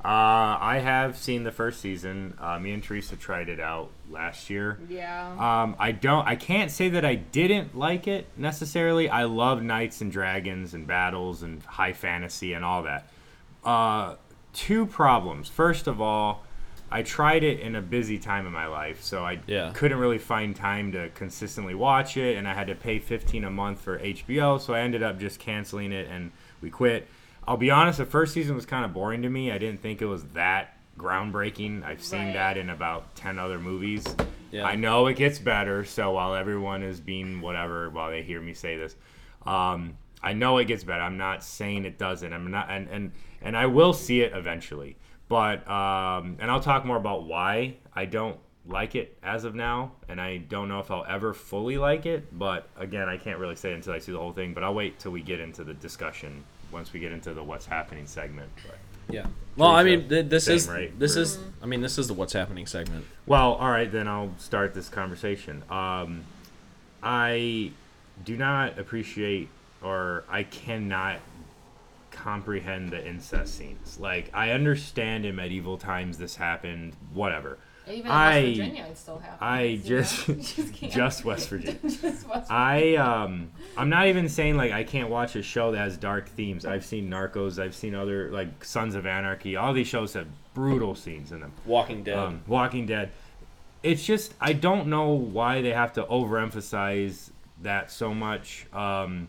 Speaker 4: Uh, I have seen the first season. Uh, me and Teresa tried it out last year.
Speaker 5: Yeah.
Speaker 4: Um, I don't. I can't say that I didn't like it necessarily. I love knights and dragons and battles and high fantasy and all that. Uh, two problems. First of all, I tried it in a busy time in my life, so I
Speaker 2: Yeah.
Speaker 4: couldn't really find time to consistently watch it, and I had to pay 15 a month for HBO, so I ended up just canceling it and we quit. I'll be honest, the first season was kind of boring to me. I didn't think it was that groundbreaking. I've seen
Speaker 5: Right.
Speaker 4: that in about 10 other movies.
Speaker 2: Yeah.
Speaker 4: I know it gets better, so while everyone is being whatever while they hear me say this, um, I know it gets better. I'm not saying it doesn't. I'm not, and and and I will see it eventually. But um, and I'll talk more about why I don't like it as of now, and I don't know if I'll ever fully like it. But again, I can't really say until I see the whole thing. But I'll wait till we get into the discussion once we get into the what's happening segment. But.
Speaker 2: Yeah. Well, I
Speaker 4: Teresa,
Speaker 2: mean, th- this
Speaker 4: same,
Speaker 2: is
Speaker 4: right?
Speaker 2: this
Speaker 4: Or-
Speaker 2: is I mean, this is the what's happening segment.
Speaker 4: Well, all right, then I'll start this conversation. Um, I do not appreciate, or I cannot comprehend the incest scenes. Like, I understand in medieval times this happened, whatever.
Speaker 5: Even in
Speaker 4: I-
Speaker 5: West Virginia, it still happens.
Speaker 4: I
Speaker 5: you know?
Speaker 4: just-
Speaker 5: can't.
Speaker 4: just West Virginia.
Speaker 5: Just West Virginia.
Speaker 4: I um I'm not even saying like I can't watch a show that has dark themes. I've seen Narcos, I've seen other like Sons of Anarchy. All these shows have brutal scenes in them.
Speaker 2: Walking Dead.
Speaker 4: um, Walking Dead. It's just I don't know why they have to overemphasize that so much. Um,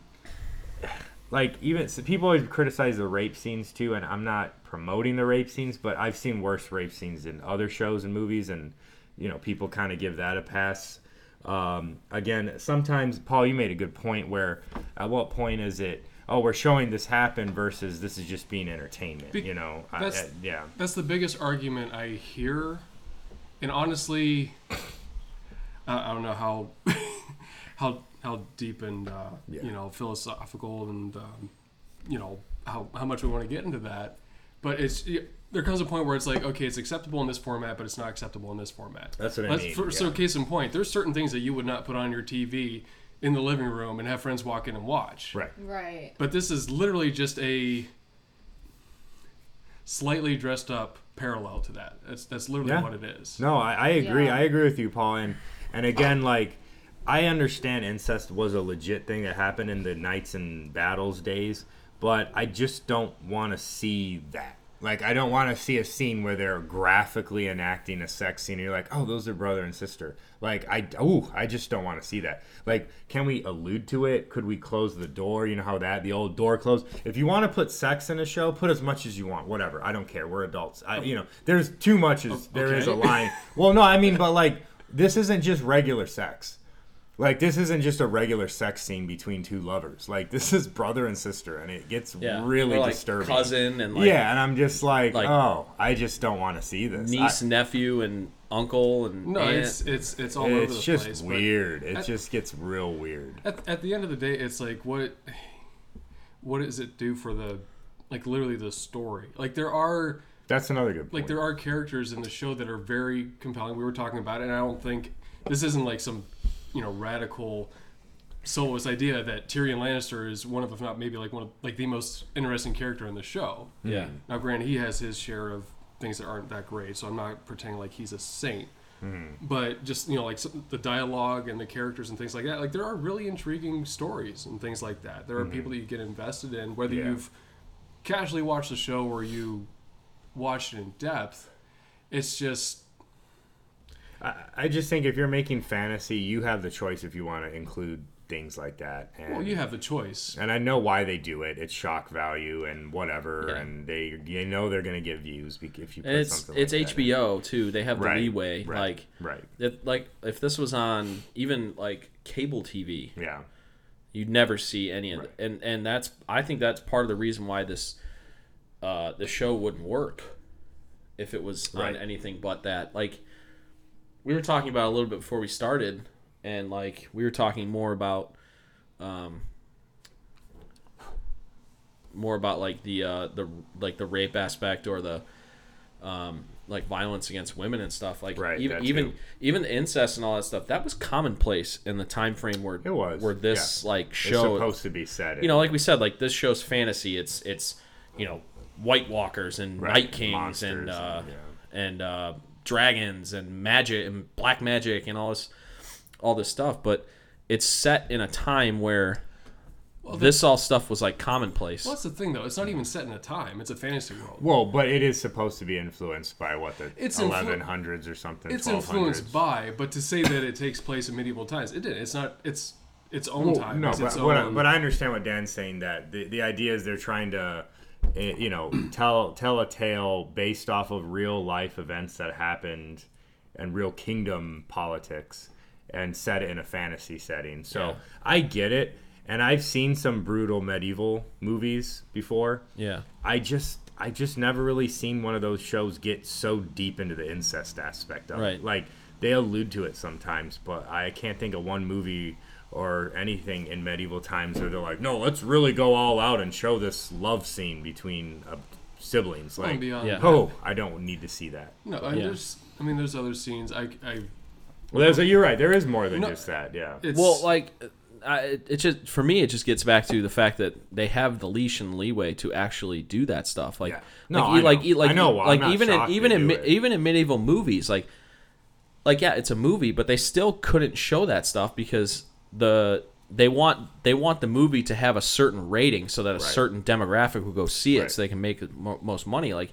Speaker 4: like even so people always criticize the rape scenes too, and I'm not promoting the rape scenes, but I've seen worse rape scenes in other shows and movies, and you know people kind of give that a pass. Um, again, sometimes Paul, you made a good point where at what point is it? Oh, we're showing this happen versus this is just being entertainment.
Speaker 3: Be-
Speaker 4: you know, I-
Speaker 3: that's-
Speaker 4: I- yeah.
Speaker 3: That's the biggest argument I hear, and honestly, I I don't know how how how deep and uh, you know philosophical and um, you know how how much we want to get into that, but it's. y there comes a point where it's like, okay, it's acceptable in this format, but it's not acceptable in this format.
Speaker 4: That's what I
Speaker 3: Let's-
Speaker 4: mean,
Speaker 3: for- So,
Speaker 4: yeah.
Speaker 3: case in point, there's certain things that you would not put on your TV in the living room and have friends walk in and watch.
Speaker 4: Right.
Speaker 5: Right.
Speaker 3: But this is literally just a slightly dressed up parallel to that. That's that's literally
Speaker 4: Yeah.
Speaker 3: what it is.
Speaker 4: No, I, I agree.
Speaker 5: Yeah.
Speaker 4: I agree with you, Paul. And and again, like I understand incest was a legit thing that happened in the knights and battles days, but I just don't want to see that. Like I don't want to see a scene where they're graphically enacting a sex scene. And you're like, oh, those are brother and sister. Like I, oh, I just don't want to see that. Like, can we allude to it? Could we close the door? You know how that the old door closed. If you want to put sex in a show, put as much as you want. Whatever. I don't care. We're adults. I, you know, there's too much. Is, There is a
Speaker 3: okay.
Speaker 4: line. Well, no, I mean, but like, this isn't just regular sex. Like this isn't just a regular sex scene between two lovers. Like this is brother and sister, and it gets
Speaker 2: Yeah.
Speaker 4: really
Speaker 2: Or, like,
Speaker 4: disturbing.
Speaker 2: cousin and, like-
Speaker 4: yeah, and I'm just like,
Speaker 2: Like-
Speaker 4: oh, I just don't want to see this.
Speaker 2: Niece,
Speaker 4: I-
Speaker 2: nephew, and uncle, and
Speaker 3: No,
Speaker 2: aunt.
Speaker 3: it's it's it's all over the
Speaker 4: it's just
Speaker 3: place. but
Speaker 4: weird. It
Speaker 3: I-
Speaker 4: just gets real weird.
Speaker 3: At, at the end of the day, it's like what what does it do for the like literally the story? Like there are
Speaker 4: That's another good point.
Speaker 3: like there are characters in the show that are very compelling. We were talking about it, and I don't think this isn't like some you know radical soloist idea that Tyrion Lannister is one of, if not maybe like one of like the most interesting character in the show.
Speaker 4: Hmm.
Speaker 2: yeah.
Speaker 4: Mm,
Speaker 3: Now, granted, he has his share of things that aren't that great, so I'm not pretending like he's a saint.
Speaker 4: Hmm.
Speaker 3: But just you know, like some, the dialogue and the characters and things like that. Like there are really intriguing stories and things like that. There are people that you get invested in, whether
Speaker 4: Hmm. Yeah.
Speaker 3: you've casually watched the show or you watched it in depth. It's just
Speaker 4: I just think if you're making fantasy, you have the choice if you want to include things like that. And,
Speaker 3: well, you have the choice.
Speaker 4: and I know why they do it. It's shock value and whatever, and they you know they're gonna get views bec- if you put
Speaker 2: And it's
Speaker 4: something
Speaker 2: it's
Speaker 4: like that in.
Speaker 2: HBO too. They have the
Speaker 4: Right,
Speaker 2: leeway.
Speaker 4: right,
Speaker 2: Like
Speaker 4: right.
Speaker 2: If, like if this was on even like cable TV,
Speaker 4: Yeah.
Speaker 2: you'd never see any of
Speaker 4: Right.
Speaker 2: it. And and that's I think that's part of the reason why this uh the show wouldn't work if it was on
Speaker 4: Right.
Speaker 2: anything but that. Like we were talking about a little bit before we started and like we were talking more about um more about like the uh the like the rape aspect or the um like violence against women and stuff like
Speaker 4: Right,
Speaker 2: even
Speaker 4: that
Speaker 2: even
Speaker 4: too.
Speaker 2: even the incest and all that stuff that was commonplace in the time frame where
Speaker 4: It was,
Speaker 2: where this
Speaker 4: yeah.
Speaker 2: like
Speaker 4: It's
Speaker 2: show
Speaker 4: supposed to be said.
Speaker 2: you know, like we said, like this show's fantasy. It's it's you know White Walkers and
Speaker 4: Right,
Speaker 2: Night Kings and
Speaker 4: monsters
Speaker 2: uh,
Speaker 4: and- yeah.
Speaker 2: and uh, dragons and magic and black magic and all this all this stuff. But it's set in a time where this all stuff was like commonplace.
Speaker 3: Well, that's the thing, though. It's not even set in a time. It's a fantasy world.
Speaker 4: Hmm. Well, but it is supposed to be influenced by what the
Speaker 3: It's influ-
Speaker 4: 1100s or something.
Speaker 3: it's
Speaker 4: 1200s.
Speaker 3: influenced by, but to say that it takes place in medieval times, it did. It's not. It's its own
Speaker 4: Well,
Speaker 3: time.
Speaker 4: No,
Speaker 3: it's
Speaker 4: but,
Speaker 3: its
Speaker 4: but, I,
Speaker 3: own-
Speaker 4: but I understand what Dan's saying. That the, the idea is they're trying to, eh, you know, tell tell a tale based off of real life events that happened, and real kingdom politics, and set it in a fantasy setting. So
Speaker 2: Yeah.
Speaker 4: I get it, and I've seen some brutal medieval movies before.
Speaker 2: yeah,
Speaker 4: I just I just never really seen one of those shows get so deep into the incest aspect of
Speaker 2: Right.
Speaker 4: it. Like they allude to it sometimes, but I can't think of one movie or anything in medieval times where they're like, "No, let's really go all out and show this love scene between uh, siblings."
Speaker 3: and
Speaker 4: Like,
Speaker 3: beyond.
Speaker 2: Yeah.
Speaker 4: oh, I don't need to see that.
Speaker 3: No, I,
Speaker 2: Yeah.
Speaker 3: there's. I mean, there's other scenes. I. I
Speaker 4: Well, there's a, you're right. There is more than
Speaker 3: No.
Speaker 4: just that. Yeah.
Speaker 3: it's,
Speaker 2: well, like. I, it- it just for me, it just gets back to the fact that they have the leash and leeway to actually do that stuff. Like,
Speaker 4: Yeah. No,
Speaker 2: like,
Speaker 4: I
Speaker 2: e- like,
Speaker 4: know.
Speaker 2: e- like,
Speaker 4: I know.
Speaker 2: e-
Speaker 4: I'm
Speaker 2: like
Speaker 4: not
Speaker 2: even in,
Speaker 4: shocked
Speaker 2: even
Speaker 4: they
Speaker 2: in
Speaker 4: do
Speaker 2: me-
Speaker 4: it.
Speaker 2: even in medieval movies, like, like yeah, it's a movie, but they still couldn't show that stuff because the they want they want the movie to have a certain rating so that a certain demographic will go see it,
Speaker 4: Right.
Speaker 2: so they can make the mo- most money. Like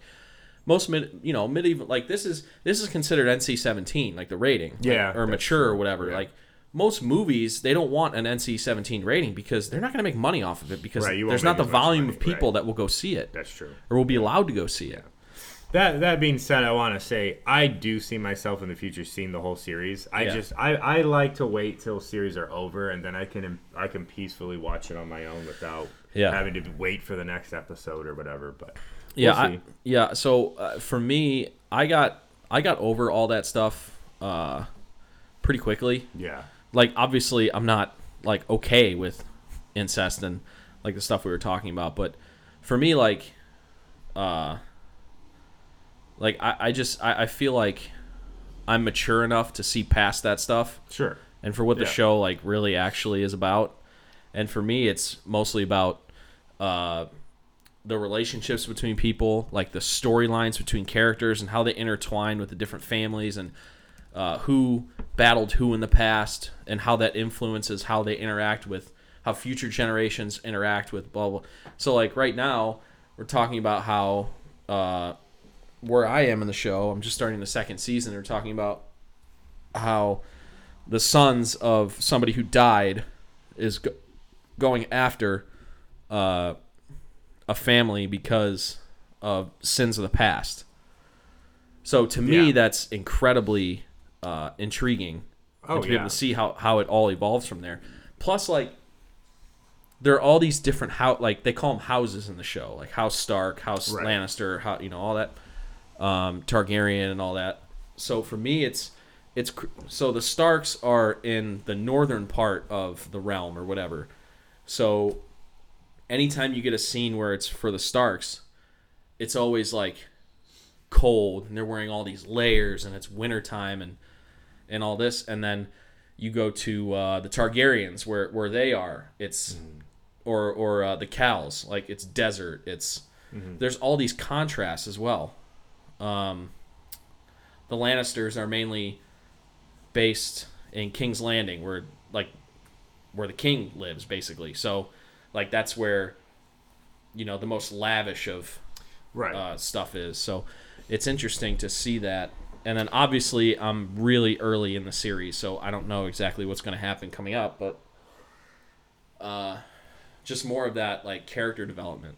Speaker 2: most mid, you know, medieval like this is this is considered NC seventeen, like the rating, like,
Speaker 4: Yeah,
Speaker 2: or
Speaker 4: that's
Speaker 2: mature or whatever.
Speaker 4: Yeah.
Speaker 2: Like most movies, they don't want an NC seventeen rating because they're not going to make money off of it because
Speaker 4: Right, you won't
Speaker 2: there's not
Speaker 4: make
Speaker 2: the
Speaker 4: as much
Speaker 2: volume
Speaker 4: money,
Speaker 2: of people
Speaker 4: right.
Speaker 2: that will go see it
Speaker 4: That's true.
Speaker 2: or will be allowed to go see it.
Speaker 4: That that being said, I want to say I do see myself in the future seeing the whole series. I
Speaker 2: Yeah.
Speaker 4: just I, I like to wait till series are over and then I can I can peacefully watch it on my own without
Speaker 2: Yeah.
Speaker 4: having to wait for the next episode or whatever. But
Speaker 2: yeah,
Speaker 4: we'll
Speaker 2: I,
Speaker 4: see.
Speaker 2: yeah. So uh, for me, I got I got over all that stuff uh, pretty quickly.
Speaker 4: yeah,
Speaker 2: Like obviously, I'm not like okay with incest and like the stuff we were talking about, but for me, like, uh, like I, I just I, I feel like I'm mature enough to see past that stuff
Speaker 4: sure.
Speaker 2: and for what the
Speaker 4: Yeah.
Speaker 2: show like really actually is about. And for me, it's mostly about uh, the relationships between people, like the storylines between characters and how they intertwine with the different families and uh, who battled who in the past and how that influences how they interact with how future generations interact with blah blah. So like right now, we're talking about how. Uh, where I am in the show, I'm just starting the second season. They're talking about how the sons of somebody who died is go- going after uh, a family because of sins of the past. So to me,
Speaker 4: Yeah.
Speaker 2: that's incredibly uh, intriguing
Speaker 4: Oh,
Speaker 2: and to be
Speaker 4: yeah.
Speaker 2: able to see how, how it all evolves from there. Plus, like there are all these different how like they call them houses in the show, like House Stark, House
Speaker 4: Right.
Speaker 2: Lannister, how you know all that um, Targaryen and all that. So for me, it's it's cr- so the Starks are in the northern part of the realm or whatever. So anytime you get a scene where it's for the Starks, it's always like cold and they're wearing all these layers and it's wintertime and and all this and then you go to uh, the Targaryens where where they are it's or or uh, the cows like it's desert it's there's all these contrasts as well um, the Lannisters are mainly based in King's Landing, where like where the king lives, basically. So, like that's where you know the most lavish of
Speaker 4: Right.
Speaker 2: uh, stuff is. So, it's interesting to see that. And then obviously, I'm really early in the series, so I don't know exactly what's going to happen coming up, but uh, just more of that like character development.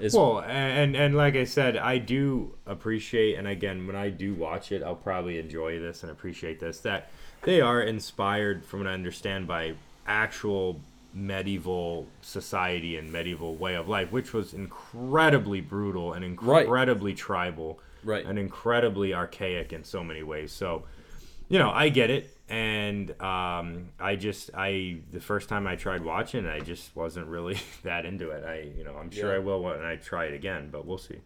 Speaker 2: Is
Speaker 4: well, and and like I said, I do appreciate, and again, when I do watch it, I'll probably enjoy this and appreciate this that they are inspired, from what I understand, by actual medieval society and medieval way of life, which was incredibly brutal and incredibly tribal,
Speaker 2: Right.
Speaker 4: and incredibly archaic in so many ways. So you know, I get it, and um, I just I the first time I tried watching, it, I just wasn't really that into it. I you know I'm sure
Speaker 2: Yeah.
Speaker 4: I will when I try it again, but we'll see.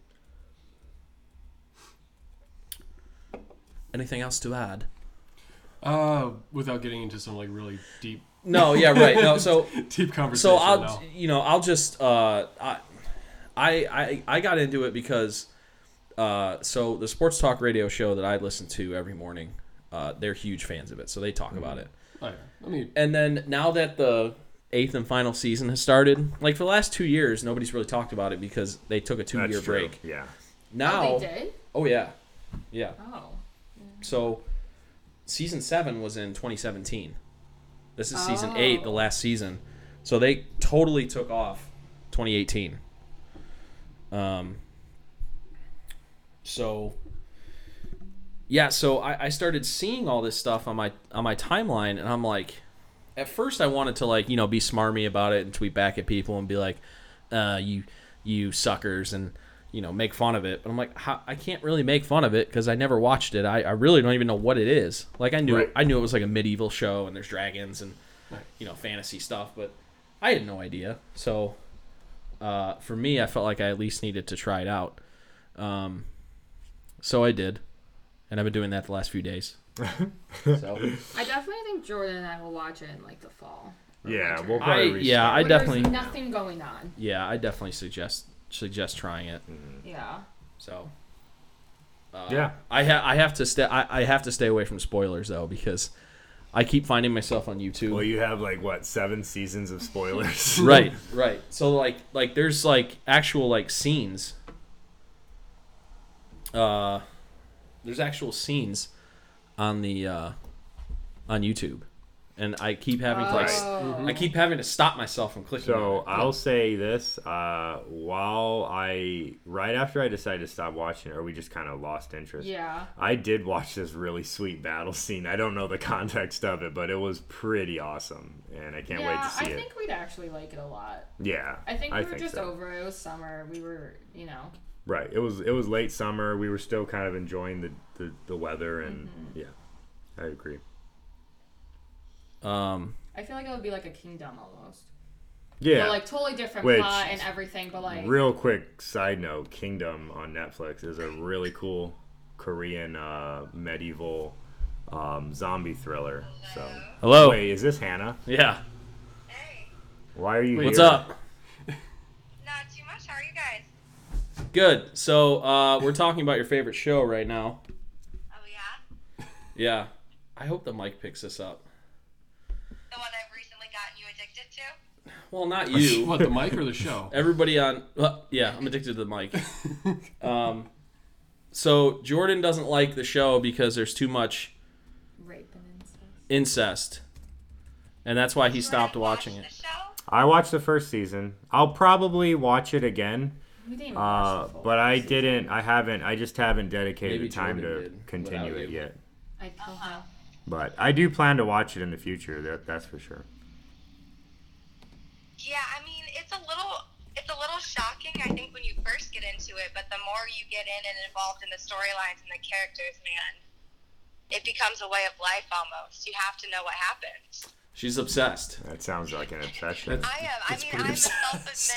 Speaker 2: Anything else to add?
Speaker 3: Uh, without getting into some like really deep,
Speaker 2: No, yeah, right. No, so
Speaker 3: deep conversation.
Speaker 2: so I'll
Speaker 3: now.
Speaker 2: you know I'll just uh, I, I I I got into it because uh, so the sports talk radio show that I listen to every morning, uh, they're huge fans of it, so they talk about it.
Speaker 3: Oh, yeah. I mean,
Speaker 2: And then now that the eighth and final season has started, like for the last two years, nobody's really talked about it because they took a two
Speaker 4: That's
Speaker 2: year
Speaker 4: true.
Speaker 2: break.
Speaker 4: Yeah.
Speaker 2: Now,
Speaker 5: Oh, they did?
Speaker 2: oh yeah, yeah.
Speaker 5: Oh.
Speaker 2: So season seven was in 2017. This is season eight, the last season. So they totally took off 2018. Um. So. Yeah, so I, I started seeing all this stuff on my on my timeline, and I'm like, at first I wanted to like you know be smarmy about it and tweet back at people and be like, uh, you you suckers and you know make fun of it. But I'm like, how, I can't really make fun of it because I never watched it. I, I really don't even know what it is. Like I knew
Speaker 4: Right.
Speaker 2: I knew it was like a medieval show and there's dragons and you know fantasy stuff, but I had no idea. So uh, for me, I felt like I at least needed to try it out. Um, so I did, and I've been doing that the last few days. so.
Speaker 5: I definitely think Jordan and I will watch it in like the fall.
Speaker 4: Yeah. We'll
Speaker 2: I,
Speaker 4: probably
Speaker 2: yeah, I
Speaker 5: When there's
Speaker 2: definitely
Speaker 5: nothing going on.
Speaker 2: yeah, I definitely suggest suggest trying it.
Speaker 5: Yeah.
Speaker 2: So
Speaker 4: Yeah.
Speaker 2: I ha- I have to stay I-, I have to stay away from spoilers though because I keep finding myself on YouTube.
Speaker 4: Well, you have like what seven seasons of spoilers.
Speaker 2: right, right. So like like there's like actual like scenes. Uh, there's actual scenes on the uh, on YouTube, and I keep having to like, s-
Speaker 5: Oh.
Speaker 2: I keep having to stop myself from clicking. on
Speaker 4: So
Speaker 2: it.
Speaker 4: I'll say this: uh, while I, right after I decided to stop watching, it, or we just kind of lost interest.
Speaker 5: Yeah.
Speaker 4: I did watch this really sweet battle scene. I don't know the context of it, but it was pretty awesome, and I can't
Speaker 5: yeah,
Speaker 4: wait to see
Speaker 5: I
Speaker 4: it.
Speaker 5: think we'd actually like it a lot.
Speaker 4: yeah,
Speaker 5: I think we were just
Speaker 4: so.
Speaker 5: over it. It was summer. We were, you know.
Speaker 4: Right. It was it was late summer. We were still kind of enjoying the the, the weather, and
Speaker 5: Mm-hmm.
Speaker 4: yeah, I agree.
Speaker 2: um,
Speaker 5: I feel like it would be like a kingdom almost.
Speaker 4: Yeah.
Speaker 5: But like totally different
Speaker 4: Which-
Speaker 5: plot and everything, but like
Speaker 4: Real quick side note: Kingdom on Netflix is a really cool Korean uh, medieval um, zombie thriller. So
Speaker 2: hello,
Speaker 4: wait, is this Hannah?
Speaker 2: yeah,
Speaker 8: Hey,
Speaker 4: Why are you?
Speaker 2: what's
Speaker 4: here?
Speaker 2: up?
Speaker 8: not too much. How are you guys?
Speaker 2: Good. So uh, we're talking about your favorite show right now.
Speaker 8: Oh yeah,
Speaker 2: Yeah. I hope the mic picks this up.
Speaker 8: the one I've recently gotten you addicted to.
Speaker 2: Well, not you.
Speaker 3: what the mic or the show?
Speaker 2: Everybody on. uh, yeah, I'm addicted to the mic. Um, so Jordan doesn't like the show because there's too much
Speaker 5: rape and incest.
Speaker 2: incest, and that's why he
Speaker 8: You
Speaker 2: stopped
Speaker 8: already
Speaker 2: watching
Speaker 8: watched
Speaker 2: it.
Speaker 8: The show?
Speaker 4: I watched the first season. I'll probably watch it again,
Speaker 5: We didn't even watch
Speaker 4: uh,
Speaker 5: the full
Speaker 4: but I
Speaker 5: season.
Speaker 4: didn't. I haven't. I just haven't dedicated
Speaker 2: Maybe
Speaker 4: the time
Speaker 2: Jordan
Speaker 4: to
Speaker 2: did,
Speaker 4: continue
Speaker 2: without
Speaker 4: it
Speaker 2: you.
Speaker 4: yet.
Speaker 5: I'd kill him.
Speaker 4: But I do plan to watch it in the future. That that's for sure.
Speaker 8: Yeah, I mean it's a little it's a little shocking. I think when you first get into it, but the more you get in and involved in the storylines and the characters, man, it becomes a way of life almost. You have to know what happens.
Speaker 2: She's obsessed.
Speaker 4: That sounds like an obsession.
Speaker 8: I uh, am. I
Speaker 2: It's
Speaker 8: mean,
Speaker 2: pretty
Speaker 8: I'm
Speaker 2: obsessed.
Speaker 8: a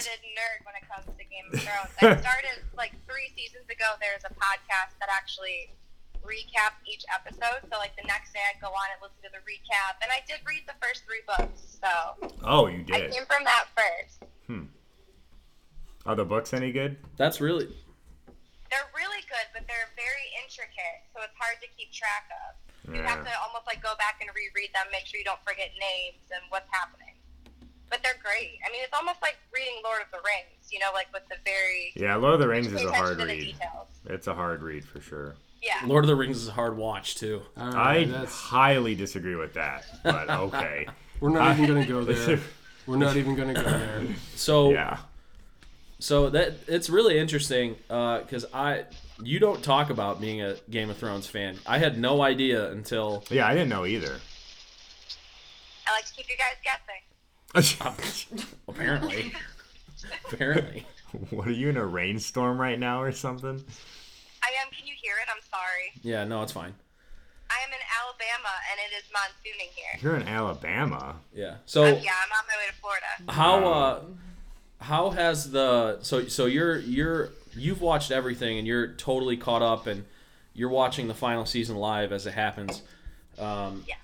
Speaker 8: self-admitted nerd when it comes to Game of Thrones. I started like three seasons ago. There's a podcast that actually recaps each episode. So like the next day, I'd go on and listen to the recap. And I did read the first three books, so
Speaker 4: oh, you
Speaker 8: I
Speaker 4: did.
Speaker 8: came from that first.
Speaker 4: Are the books any good?
Speaker 2: That's really.
Speaker 8: They're really good, but they're very intricate, so it's hard to keep track of. You have to
Speaker 4: Yeah.
Speaker 8: almost like go back and reread them, make sure you don't forget names and what's happening. But they're great. I mean, it's almost like reading Lord of the Rings, you know, like with the very
Speaker 4: Yeah, Lord of the Rings is
Speaker 8: Pay
Speaker 4: a
Speaker 8: attention
Speaker 4: hard
Speaker 8: to the
Speaker 4: read.
Speaker 8: details.
Speaker 4: It's a hard read for sure.
Speaker 8: Yeah.
Speaker 2: Lord of the Rings is a hard watch too.
Speaker 3: All right,
Speaker 4: I
Speaker 3: that's,
Speaker 4: highly disagree with that, but okay.
Speaker 3: we're not even gonna go there. We're not even gonna go there.
Speaker 2: So
Speaker 4: yeah.
Speaker 2: So that it's really interesting because I you don't talk about being a Game of Thrones fan. I had no idea until
Speaker 4: Yeah, I didn't know either.
Speaker 8: I like to keep you guys guessing.
Speaker 2: apparently, apparently.
Speaker 4: what are you in a rainstorm right now or something?
Speaker 8: I am. Can you hear it? I'm sorry.
Speaker 2: Yeah, no, it's fine.
Speaker 8: I am in Al- Alabama, and it is monsooning here.
Speaker 4: You're in Alabama.
Speaker 2: Yeah. So
Speaker 8: Yeah, I'm on my way to Florida.
Speaker 2: how uh how has the so so you're you're you've watched everything and you're totally caught up and you're watching the final season live as it happens. Um,
Speaker 8: Yeah.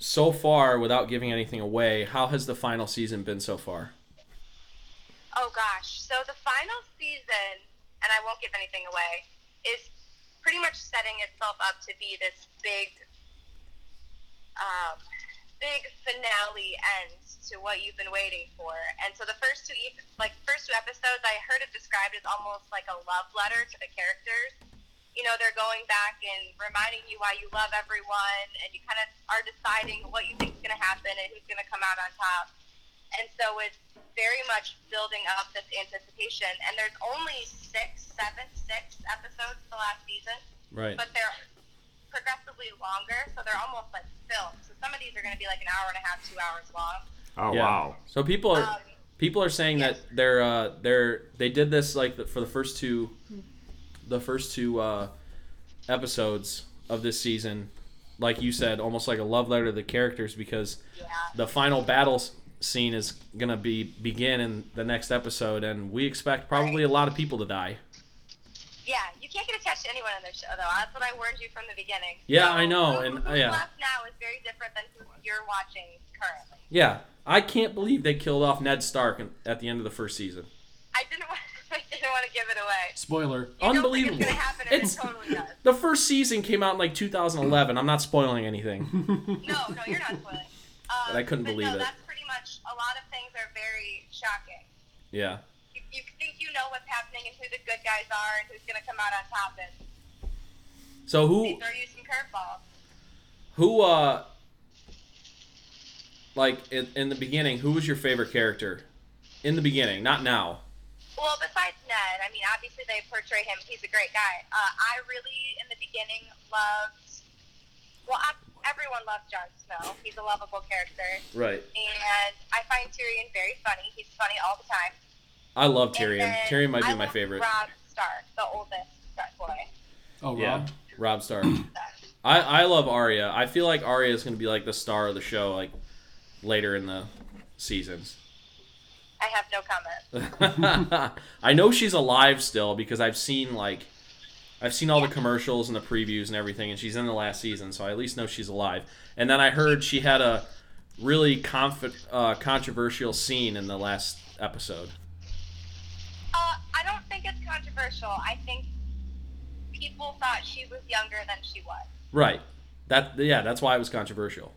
Speaker 2: So far, without giving anything away, how has the final season been so far?
Speaker 8: Oh gosh. So the final season, and I won't give anything away, is pretty much setting itself up to be this big, um, big finale end to what you've been waiting for. And so the first two, ep- like first two episodes, I heard it described as almost like a love letter to the characters. You know, they're going back and reminding you why you love everyone, and you kind of are deciding what you think is going to happen and who's going to come out on top. And so it's very much building up this anticipation. And there's only six, seven, six episodes the last season,
Speaker 2: Right.
Speaker 8: but they're progressively longer, so they're almost like films. So some of these are going to be like an hour and a half, two hours long.
Speaker 4: Oh
Speaker 2: Yeah.
Speaker 4: wow.
Speaker 2: So people are
Speaker 8: Um,
Speaker 2: people are saying that they're uh, they're they did this like the, for the first two the first two uh, episodes of this season, like you said, almost like a love letter to the characters because
Speaker 8: Yeah.
Speaker 2: the final battle s- scene is gonna be begin in the next episode, and we expect probably a lot of people to die.
Speaker 8: Yeah, you can't get attached to anyone on this show, though. That's what I warned you from the beginning.
Speaker 2: Yeah, I know,
Speaker 8: who-
Speaker 2: and-
Speaker 8: who's
Speaker 2: yeah.
Speaker 8: left now is very different than who you're watching currently.
Speaker 2: Yeah, I can't believe they killed off Ned Stark in, at the end of the first season.
Speaker 8: I didn't want, I didn't want to give it away.
Speaker 3: Spoiler.
Speaker 8: You don't
Speaker 2: Unbelievable.
Speaker 8: Think it's gonna happen, and
Speaker 2: It's-
Speaker 8: it totally does.
Speaker 2: The first season came out in like 2011. I'm not spoiling anything.
Speaker 8: No, no, you're not spoiling. Um,
Speaker 2: But I couldn't
Speaker 8: but
Speaker 2: believe
Speaker 8: no,
Speaker 2: it.
Speaker 8: That's pretty much a lot of things are very shocking.
Speaker 2: yeah.
Speaker 8: You, you think you know what's happening and who the good guys are and who's going to come out on top, and
Speaker 2: So
Speaker 8: they
Speaker 2: who
Speaker 8: throw you some curveballs.
Speaker 2: who uh like in, in the beginning, who was your favorite character? In the beginning, not now.
Speaker 8: Well, besides Ned, I mean, obviously they portray him. He's a great guy. Uh, I really, in the beginning, loved. Well, I, everyone loves Jon Snow. He's a lovable character,
Speaker 2: Right.
Speaker 8: and I find Tyrion very funny. He's funny all the time.
Speaker 2: I love
Speaker 8: And
Speaker 2: Tyrion.
Speaker 8: then
Speaker 2: Tyrion might be
Speaker 8: I
Speaker 2: my
Speaker 8: love
Speaker 2: favorite.
Speaker 8: Rob Stark, the oldest Stark boy.
Speaker 3: Oh,
Speaker 2: Yeah.
Speaker 3: Rob.
Speaker 2: Rob Stark. I, I love Arya. I feel like Arya is going to be like the star of the show like later in the seasons.
Speaker 8: I have no comment.
Speaker 2: I know she's alive still because I've seen like I've seen all the commercials and the previews and everything and she's in the last season, so I at least know she's alive. And then I heard she had a really conf- uh, controversial scene in the last episode.
Speaker 8: Uh, I don't think it's controversial. I think people thought she was younger than she was.
Speaker 2: Right. That yeah, that's why it was controversial.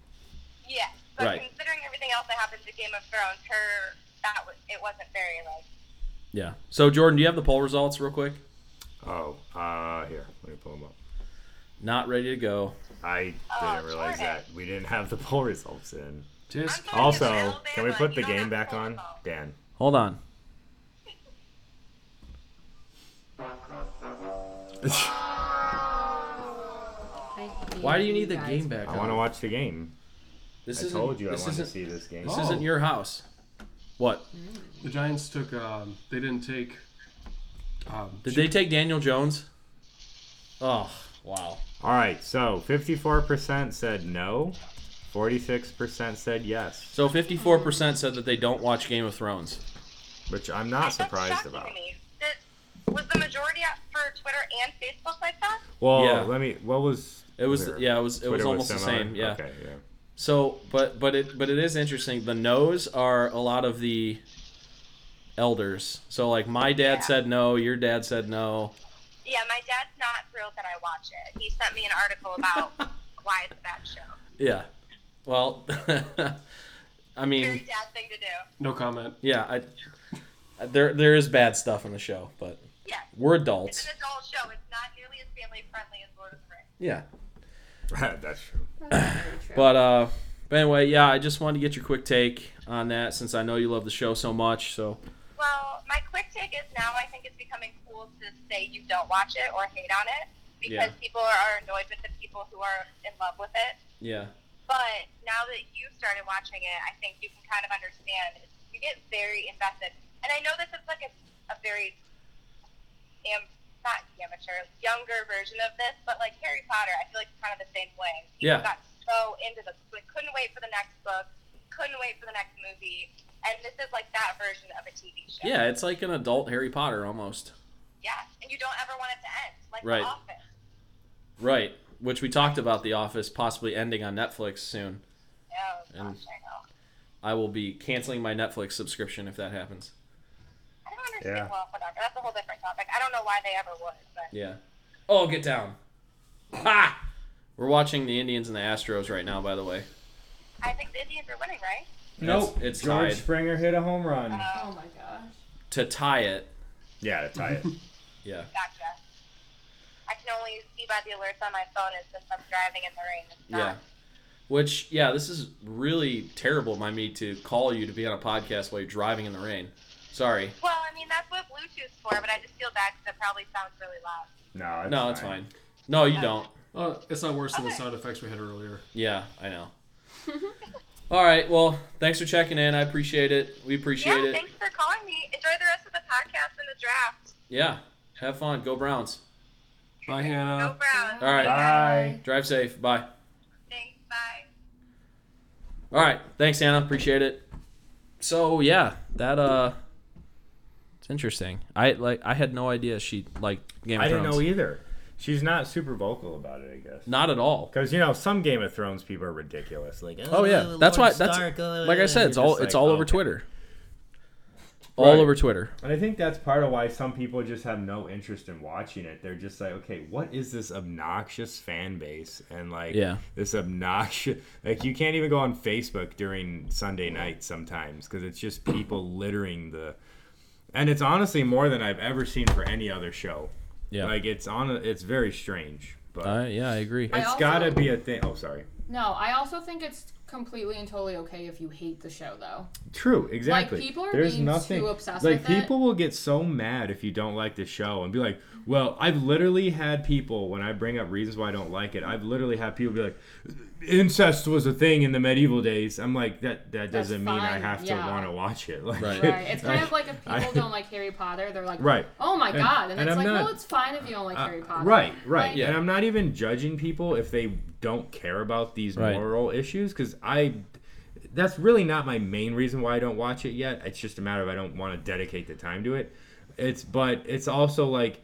Speaker 8: Yeah, but
Speaker 2: Right.
Speaker 8: considering everything else that happened to Game of Thrones, her that was it wasn't very like.
Speaker 2: Yeah. So Jordan, do you have the poll results real quick?
Speaker 4: Oh, uh, here. Let me pull them up.
Speaker 2: Not ready to go.
Speaker 4: I
Speaker 8: Oh,
Speaker 4: didn't realize
Speaker 8: Jordan.
Speaker 4: that we didn't have the poll results in.
Speaker 3: Tisk.
Speaker 8: I'm sorry,
Speaker 4: Also,
Speaker 8: Alabama,
Speaker 4: can we put
Speaker 8: you
Speaker 4: the
Speaker 8: don't
Speaker 4: game
Speaker 8: have
Speaker 4: back
Speaker 8: poll
Speaker 4: on,
Speaker 8: results.
Speaker 4: Dan?
Speaker 2: Hold on.
Speaker 5: I
Speaker 2: Why do
Speaker 5: hate
Speaker 2: you need the
Speaker 5: guys.
Speaker 2: game back?
Speaker 4: I want to watch the game.
Speaker 2: um, This
Speaker 4: I
Speaker 2: isn't-
Speaker 4: told you I
Speaker 2: this
Speaker 4: wanted to
Speaker 2: isn't-
Speaker 4: see this game.
Speaker 2: This
Speaker 3: Oh.
Speaker 2: isn't your house. What?
Speaker 3: The Giants took. Um, they didn't take. Um,
Speaker 2: Did they take Daniel Jones? Oh, wow.
Speaker 4: All right, so 54% said no, 46% said yes,
Speaker 2: So 54% said that they don't watch Game of Thrones.
Speaker 4: which I'm not
Speaker 8: That's
Speaker 4: surprised
Speaker 8: shocking
Speaker 4: about.
Speaker 8: To me. Did, was the majority at- for Twitter and Facebook like that?
Speaker 4: Well,
Speaker 2: Yeah.
Speaker 4: let me. What was?
Speaker 2: It was-
Speaker 4: here?
Speaker 2: yeah, it was- it was almost the
Speaker 4: similar?
Speaker 2: same, yeah.
Speaker 4: Okay. Yeah.
Speaker 2: So, but but it but it is interesting. The no's are a lot of the elders. So like my dad
Speaker 8: Yeah.
Speaker 2: said no, your dad said no.
Speaker 8: Yeah, my dad's not thrilled that I watch it. He sent me an article about why it's a bad show.
Speaker 2: Yeah. Well, I
Speaker 8: Very
Speaker 2: mean,
Speaker 8: dad thing to do.
Speaker 3: no comment.
Speaker 2: yeah, I there there is bad stuff in the show, but
Speaker 8: Yes,
Speaker 2: we're
Speaker 8: it's
Speaker 2: adults.
Speaker 8: an adult show. It's not nearly as family friendly as Lord of the Rings.
Speaker 2: Yeah.
Speaker 4: That's true.
Speaker 2: But uh, but anyway, yeah, I just wanted to get your quick take on that since I know you love the show so much. So
Speaker 8: Well, my quick take is now I think it's becoming cool to say you don't watch it or hate on it because
Speaker 2: Yeah.
Speaker 8: people are annoyed with the people who are in love with it.
Speaker 2: yeah,
Speaker 8: But now that you started watching it, I think you can kind of understand. It's- You get very invested, and I know this is like a, a very am, not amateur, younger version of this, but like Harry Potter, I feel like it's kind of the same way. People
Speaker 2: Yeah.
Speaker 8: got so so into this. I couldn't wait for the next book. Couldn't wait for the next movie. And this is like that version of a TV show.
Speaker 2: Yeah, it's like an adult Harry Potter almost.
Speaker 8: Yes, and you don't ever want it to end, like
Speaker 2: Right.
Speaker 8: The Office.
Speaker 2: Right. Which we talked about The Office possibly ending on Netflix soon.
Speaker 8: Oh
Speaker 2: And-
Speaker 8: gosh, I know.
Speaker 2: I will be canceling my Netflix subscription if that happens.
Speaker 8: I don't understand.
Speaker 4: Yeah.
Speaker 8: Well, whatever. That's a whole different topic. I don't know why they ever would, but
Speaker 2: Yeah. Oh, get down. Ha! We're watching the Indians and the Astros right now, by the way.
Speaker 8: I think the Indians are winning, right?
Speaker 2: Nope. It's, it's
Speaker 4: George
Speaker 2: tied.
Speaker 4: Springer hit a home run.
Speaker 8: Uh,
Speaker 5: Oh my gosh.
Speaker 2: To tie it.
Speaker 4: Yeah, to tie it.
Speaker 2: Yeah.
Speaker 8: Gotcha. I can only see by the alerts on my phone is since I'm driving in the rain. It's
Speaker 2: Yeah.
Speaker 8: not.
Speaker 2: Which, yeah, this is really terrible by me to call you to be on a podcast while you're driving in the rain. Sorry.
Speaker 8: Well, I mean that's what Bluetooth's for, but I just feel bad because it probably sounds really loud.
Speaker 4: No, it's
Speaker 2: No,
Speaker 4: fine.
Speaker 2: it's fine. No, you don't.
Speaker 3: Uh, it's not worse than the
Speaker 8: Okay.
Speaker 3: sound effects we had earlier.
Speaker 2: Yeah, I know. All right. Well, thanks for checking in. I appreciate it. We appreciate
Speaker 8: yeah.
Speaker 2: it.
Speaker 8: Thanks for calling me. Enjoy the rest of the podcast and the draft.
Speaker 2: Yeah. Have fun. Go Browns.
Speaker 3: Bye,
Speaker 8: Go
Speaker 3: Hannah.
Speaker 8: Browns.
Speaker 2: All right.
Speaker 4: Bye.
Speaker 2: Drive safe. Bye.
Speaker 8: Thanks. Bye.
Speaker 2: All right. Thanks, Anna. Appreciate it. So yeah, that uh, it's interesting. I like I had no idea she liked Game of
Speaker 4: I didn't
Speaker 2: Thrones.
Speaker 4: know either. She's not super vocal about it, I guess.
Speaker 2: Not at all.
Speaker 4: Because you know some Game of Thrones people are ridiculous. Like, oh,
Speaker 2: Oh yeah, that's why.
Speaker 4: Lord
Speaker 2: That's
Speaker 4: Stark, uh,
Speaker 2: like I said. It's
Speaker 4: you're
Speaker 2: all
Speaker 4: just
Speaker 2: it's
Speaker 4: like,
Speaker 2: all over
Speaker 4: okay.
Speaker 2: Twitter. All
Speaker 4: Right.
Speaker 2: over Twitter.
Speaker 4: And I think that's part of why some people just have no interest in watching it. They're just like, okay, what is this obnoxious fan base? And like,
Speaker 2: Yeah.
Speaker 4: this obnoxious, like, you can't even go on Facebook during Sunday night sometimes because it's just people littering the. And it's honestly more than I've ever seen for any other show.
Speaker 2: Yeah.
Speaker 4: Like, it's on. A, it's very strange, but
Speaker 2: Uh, yeah, I agree.
Speaker 5: I
Speaker 4: it's
Speaker 5: also-
Speaker 4: gotta be a thing. Oh, sorry.
Speaker 5: No, I also think it's completely and totally okay if you hate the show, though.
Speaker 4: True, exactly.
Speaker 5: people are being too obsessed
Speaker 4: like
Speaker 5: with it.
Speaker 4: people will get so mad if you don't like the show and be like, "Well, I've literally had people when I bring up reasons why I don't like it. I've literally had people be like, incest was a thing in the medieval days." I'm like, that that
Speaker 5: That's
Speaker 4: doesn't mean I
Speaker 5: fine,
Speaker 4: have
Speaker 5: yeah.
Speaker 4: to want to watch it. Like,
Speaker 2: Right.
Speaker 5: Right. It's kind of like if
Speaker 4: I-
Speaker 5: people don't like Harry Potter, they're like,
Speaker 4: Right.
Speaker 5: oh my
Speaker 4: And-
Speaker 5: god. And,
Speaker 4: and
Speaker 5: it's
Speaker 4: I'm
Speaker 5: like,
Speaker 4: not-
Speaker 5: well, it's fine if you don't like Harry Potter.
Speaker 4: Right, right.
Speaker 5: Like-
Speaker 2: Yeah.
Speaker 4: And I'm not even judging people if they don't care about these
Speaker 2: Right.
Speaker 4: moral issues because I. That's really not my main reason why I don't watch it yet. It's just a matter of I don't want to dedicate the time to it. It's but it's also like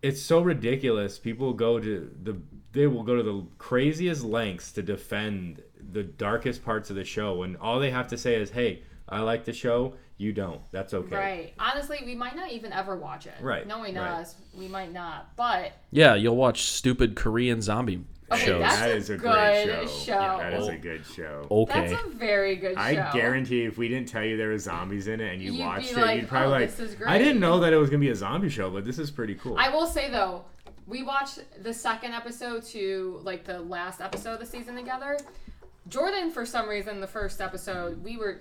Speaker 4: it's so ridiculous. People go to the they will go to the craziest lengths to defend the darkest parts of the show when all they have to say is, "Hey, I like the show. You don't. That's okay."
Speaker 5: Right. Honestly, we might not even ever watch it.
Speaker 4: Right,
Speaker 5: Knowing
Speaker 4: right.
Speaker 5: us, we might not. But
Speaker 2: Yeah, you'll watch stupid Korean zombie
Speaker 5: Okay,
Speaker 2: shows.
Speaker 5: that's-
Speaker 4: That
Speaker 5: a
Speaker 4: is a
Speaker 5: good
Speaker 4: great show.
Speaker 5: show.
Speaker 4: that is a good show.
Speaker 2: okay.
Speaker 5: that's a very good show.
Speaker 4: I guarantee if we didn't tell you there were zombies in it and you
Speaker 5: You'd be
Speaker 4: watched it,
Speaker 5: like,
Speaker 4: you'd probably
Speaker 5: "Oh,
Speaker 4: like,
Speaker 5: this is
Speaker 4: I didn't
Speaker 5: great."
Speaker 4: know that it was gonna be a zombie show, but this is pretty cool.
Speaker 5: I will say though, we watched the second episode to like the last episode of the season together. Jordan, for some reason, the first episode we were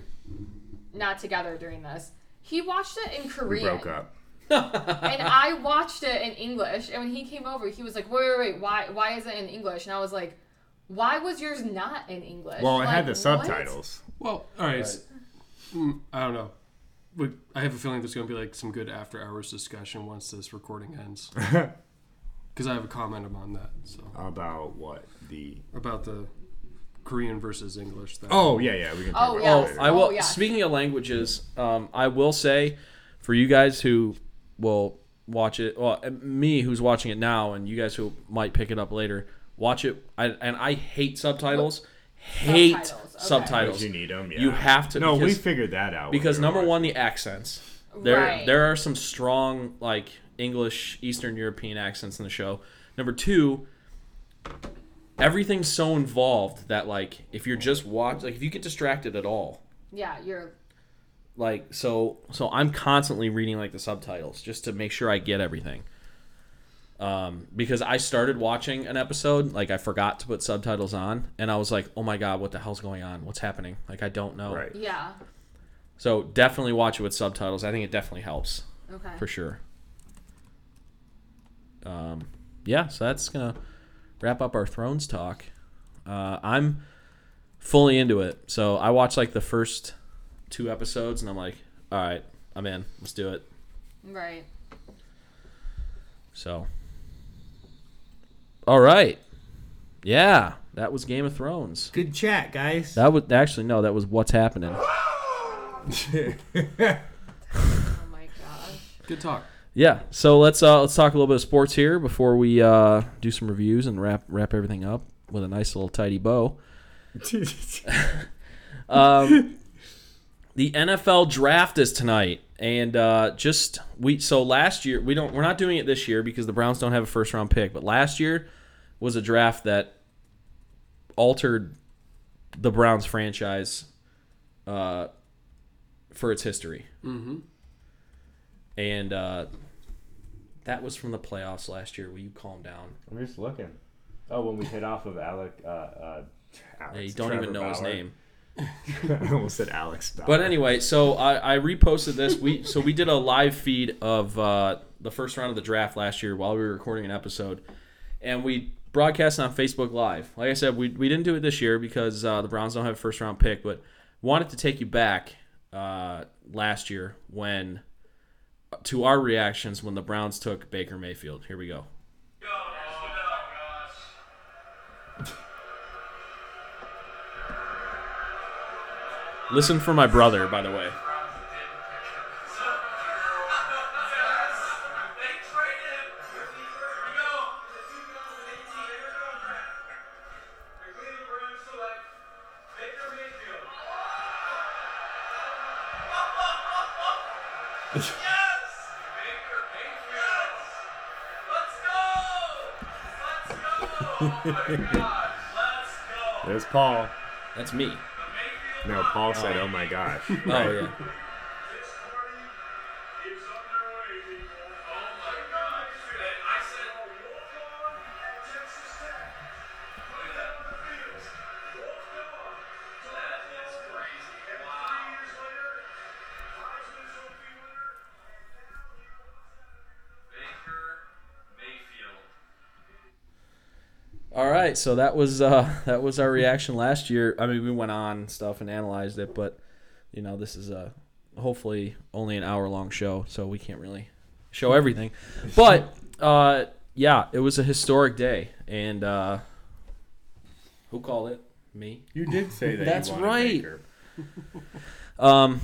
Speaker 5: not together during this. He watched it in
Speaker 4: we
Speaker 5: Korean,
Speaker 4: broke up.
Speaker 5: and I watched it in English. And when he came over, he was like, "Wait, wait, wait, why, why is it in English?" And I was like, "Why was yours not in English?"
Speaker 4: Well,
Speaker 5: like,
Speaker 4: I had the
Speaker 5: what?
Speaker 4: subtitles.
Speaker 3: Well, all right. s- mm, I don't know. But I have a feeling there's going to be like some good after hours discussion once this recording ends. Because I have a comment on that. So
Speaker 4: About what the?
Speaker 3: about the Korean versus English. Thing.
Speaker 4: Oh yeah, yeah. We can talk
Speaker 5: Oh,
Speaker 4: about
Speaker 5: yeah.
Speaker 4: that
Speaker 2: Oh,
Speaker 4: later.
Speaker 2: I will.
Speaker 5: Oh, yeah.
Speaker 2: Speaking of languages, um, I will say for you guys who will watch it, well, and me who's watching it now, and you guys who might pick it up later, watch it. I, and I hate subtitles. Hate
Speaker 5: Subtitles,
Speaker 2: subtitles.
Speaker 5: okay.
Speaker 4: But you need them. Yeah.
Speaker 2: You have to.
Speaker 4: No, we
Speaker 2: because-
Speaker 4: figured that out. when
Speaker 2: because
Speaker 4: we were
Speaker 2: number
Speaker 4: watching.
Speaker 2: one, the accents. There,
Speaker 5: Right.
Speaker 2: there are some strong like English, Eastern European accents in the show. Number two, everything's so involved that like if you're just watch, like if you get distracted at all,
Speaker 5: Yeah, you're
Speaker 2: like so, so I'm constantly reading like the subtitles just to make sure I get everything. Um, because I started watching an episode, like I forgot to put subtitles on, and I was like, "Oh my god, what the hell's going on? What's happening? Like I don't know."
Speaker 4: Right.
Speaker 5: yeah.
Speaker 2: So definitely watch it with subtitles. I think it definitely helps
Speaker 5: Okay.
Speaker 2: for sure. Um, yeah, so that's gonna wrap up our Thrones talk. Uh, I'm fully into it, so I watched like the first two episodes, and I'm like, all right, I'm in. Let's do it.
Speaker 5: Right.
Speaker 2: So, all right, yeah, That was Game of Thrones.
Speaker 4: Good chat, guys.
Speaker 2: That was actually no. That was what's happening.
Speaker 5: Oh my gosh.
Speaker 3: Good talk.
Speaker 2: Yeah. So let's uh, let's talk a little bit of sports here before we uh, do some reviews and wrap wrap everything up with a nice little tidy bow. Um, the NFL draft is tonight, and uh, just we so last year we don't we're not doing it this year because the Browns don't have a first round pick. But last year was a draft that altered the Browns franchise uh, for its history, mm-hmm. and uh, that was from the playoffs last year. Will you calm down?
Speaker 4: I'm just looking. Oh, when we hit off of Alec, uh, uh, Alex
Speaker 2: Yeah, you don't
Speaker 4: Trevor
Speaker 2: even know his
Speaker 4: Bauer.
Speaker 2: name.
Speaker 4: I almost said Alex. Bauer.
Speaker 2: But anyway, so I, I reposted this. We so we did a live feed of uh, the first round of the draft last year while we were recording an episode, and we broadcast on Facebook Live. Like I said, we, we didn't do it this year because uh, the Browns don't have a first round pick, but wanted to take you back uh, last year when to our reactions when the Browns took Baker Mayfield. Here we go. Listen for my brother, by the way.
Speaker 4: There's Paul.
Speaker 2: That's me.
Speaker 4: No, Paul said, "Oh my gosh."
Speaker 2: Oh yeah. All right, so that was uh, that was our reaction last year. I mean, we went on and stuff and analyzed it, but you know, this is a hopefully only an hour long show, so we can't really show everything. But uh, yeah, it was a historic day, and uh, who called it? Me.
Speaker 4: You did say that.
Speaker 2: That's right. Um,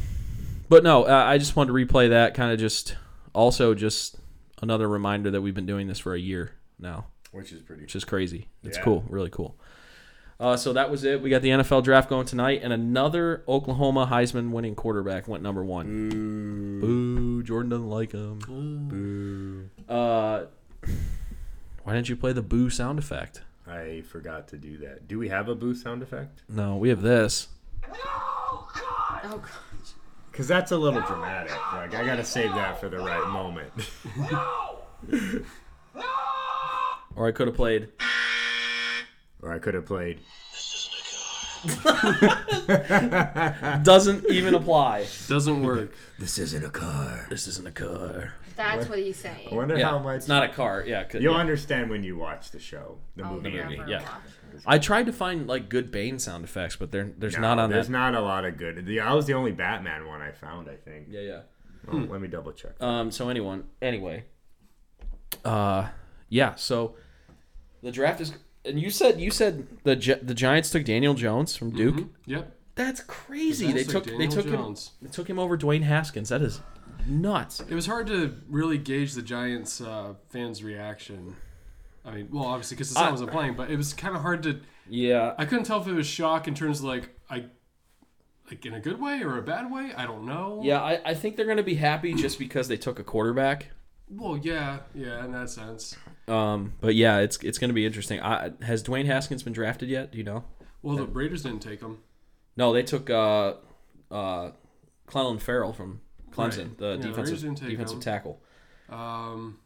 Speaker 2: but no, uh, I just wanted to replay that. Kind of just also just another reminder that we've been doing this for a year now
Speaker 4: which is pretty.
Speaker 2: which is crazy. It's
Speaker 4: Yeah.
Speaker 2: cool, really cool. Uh, so that was it. We got the NFL draft going tonight, and another Oklahoma Heisman winning quarterback went number one. Boo, Jordan doesn't like him. Boo. Uh, why didn't you play the boo sound effect?
Speaker 4: I forgot to do that. Do we have a boo sound effect?
Speaker 2: No, we have this.
Speaker 5: Oh god.
Speaker 4: Because that's a little dramatic. Like I gotta save that for the right moment.
Speaker 2: Or I could have played.
Speaker 4: or I could have played.
Speaker 2: Doesn't even apply.
Speaker 3: Doesn't work.
Speaker 4: This isn't a car.
Speaker 2: this isn't a car.
Speaker 5: That's what he's
Speaker 4: I
Speaker 5: saying.
Speaker 4: wonder
Speaker 2: Yeah,
Speaker 4: how much.
Speaker 2: it's not a car. Yeah, 'cause-
Speaker 4: You'll
Speaker 2: yeah.
Speaker 4: understand when you watch the show, the
Speaker 5: I'll
Speaker 4: movie.
Speaker 5: never
Speaker 2: movie, yeah.
Speaker 5: watch.
Speaker 2: I tried to find like good Bane sound effects, but there, there's not on
Speaker 4: there's
Speaker 2: that.
Speaker 4: not a lot of good. The, I was the only Batman one I found. I think.
Speaker 2: yeah, yeah.
Speaker 4: Oh, let me double check.
Speaker 2: Um, so anyone, anyway, uh, yeah. So the draft is, and you said you said the Gi- the Giants took Daniel Jones from Duke.
Speaker 3: Yep.
Speaker 2: Mm-hmm. That's crazy.
Speaker 3: That's
Speaker 2: they
Speaker 3: like
Speaker 2: took they
Speaker 3: Daniel
Speaker 2: took
Speaker 3: Jones.
Speaker 2: him they took him over Dwayne Haskins. That is nuts.
Speaker 3: It was hard to really gauge the Giants uh, fans' reaction. I mean, well, obviously because the
Speaker 2: I-
Speaker 3: sound wasn't playing, but it was kind of hard to.
Speaker 2: Yeah,
Speaker 3: I couldn't tell if it was shock in terms of like I, like in a good way or a bad way. I don't know.
Speaker 2: yeah. I, I think they're gonna be happy just because they took a quarterback.
Speaker 3: Well, yeah, yeah, in that sense.
Speaker 2: Um, but yeah, it's it's gonna be interesting. I, has Dwayne Haskins been drafted yet? Do you know?
Speaker 3: Well, the Raiders didn't take him.
Speaker 2: No, they took uh, uh, Clellan Farrell from Clemson,
Speaker 3: Right.
Speaker 2: the
Speaker 3: Yeah, the
Speaker 2: defensive
Speaker 3: Raiders didn't take
Speaker 2: defensive
Speaker 3: him.
Speaker 2: tackle.
Speaker 3: Um,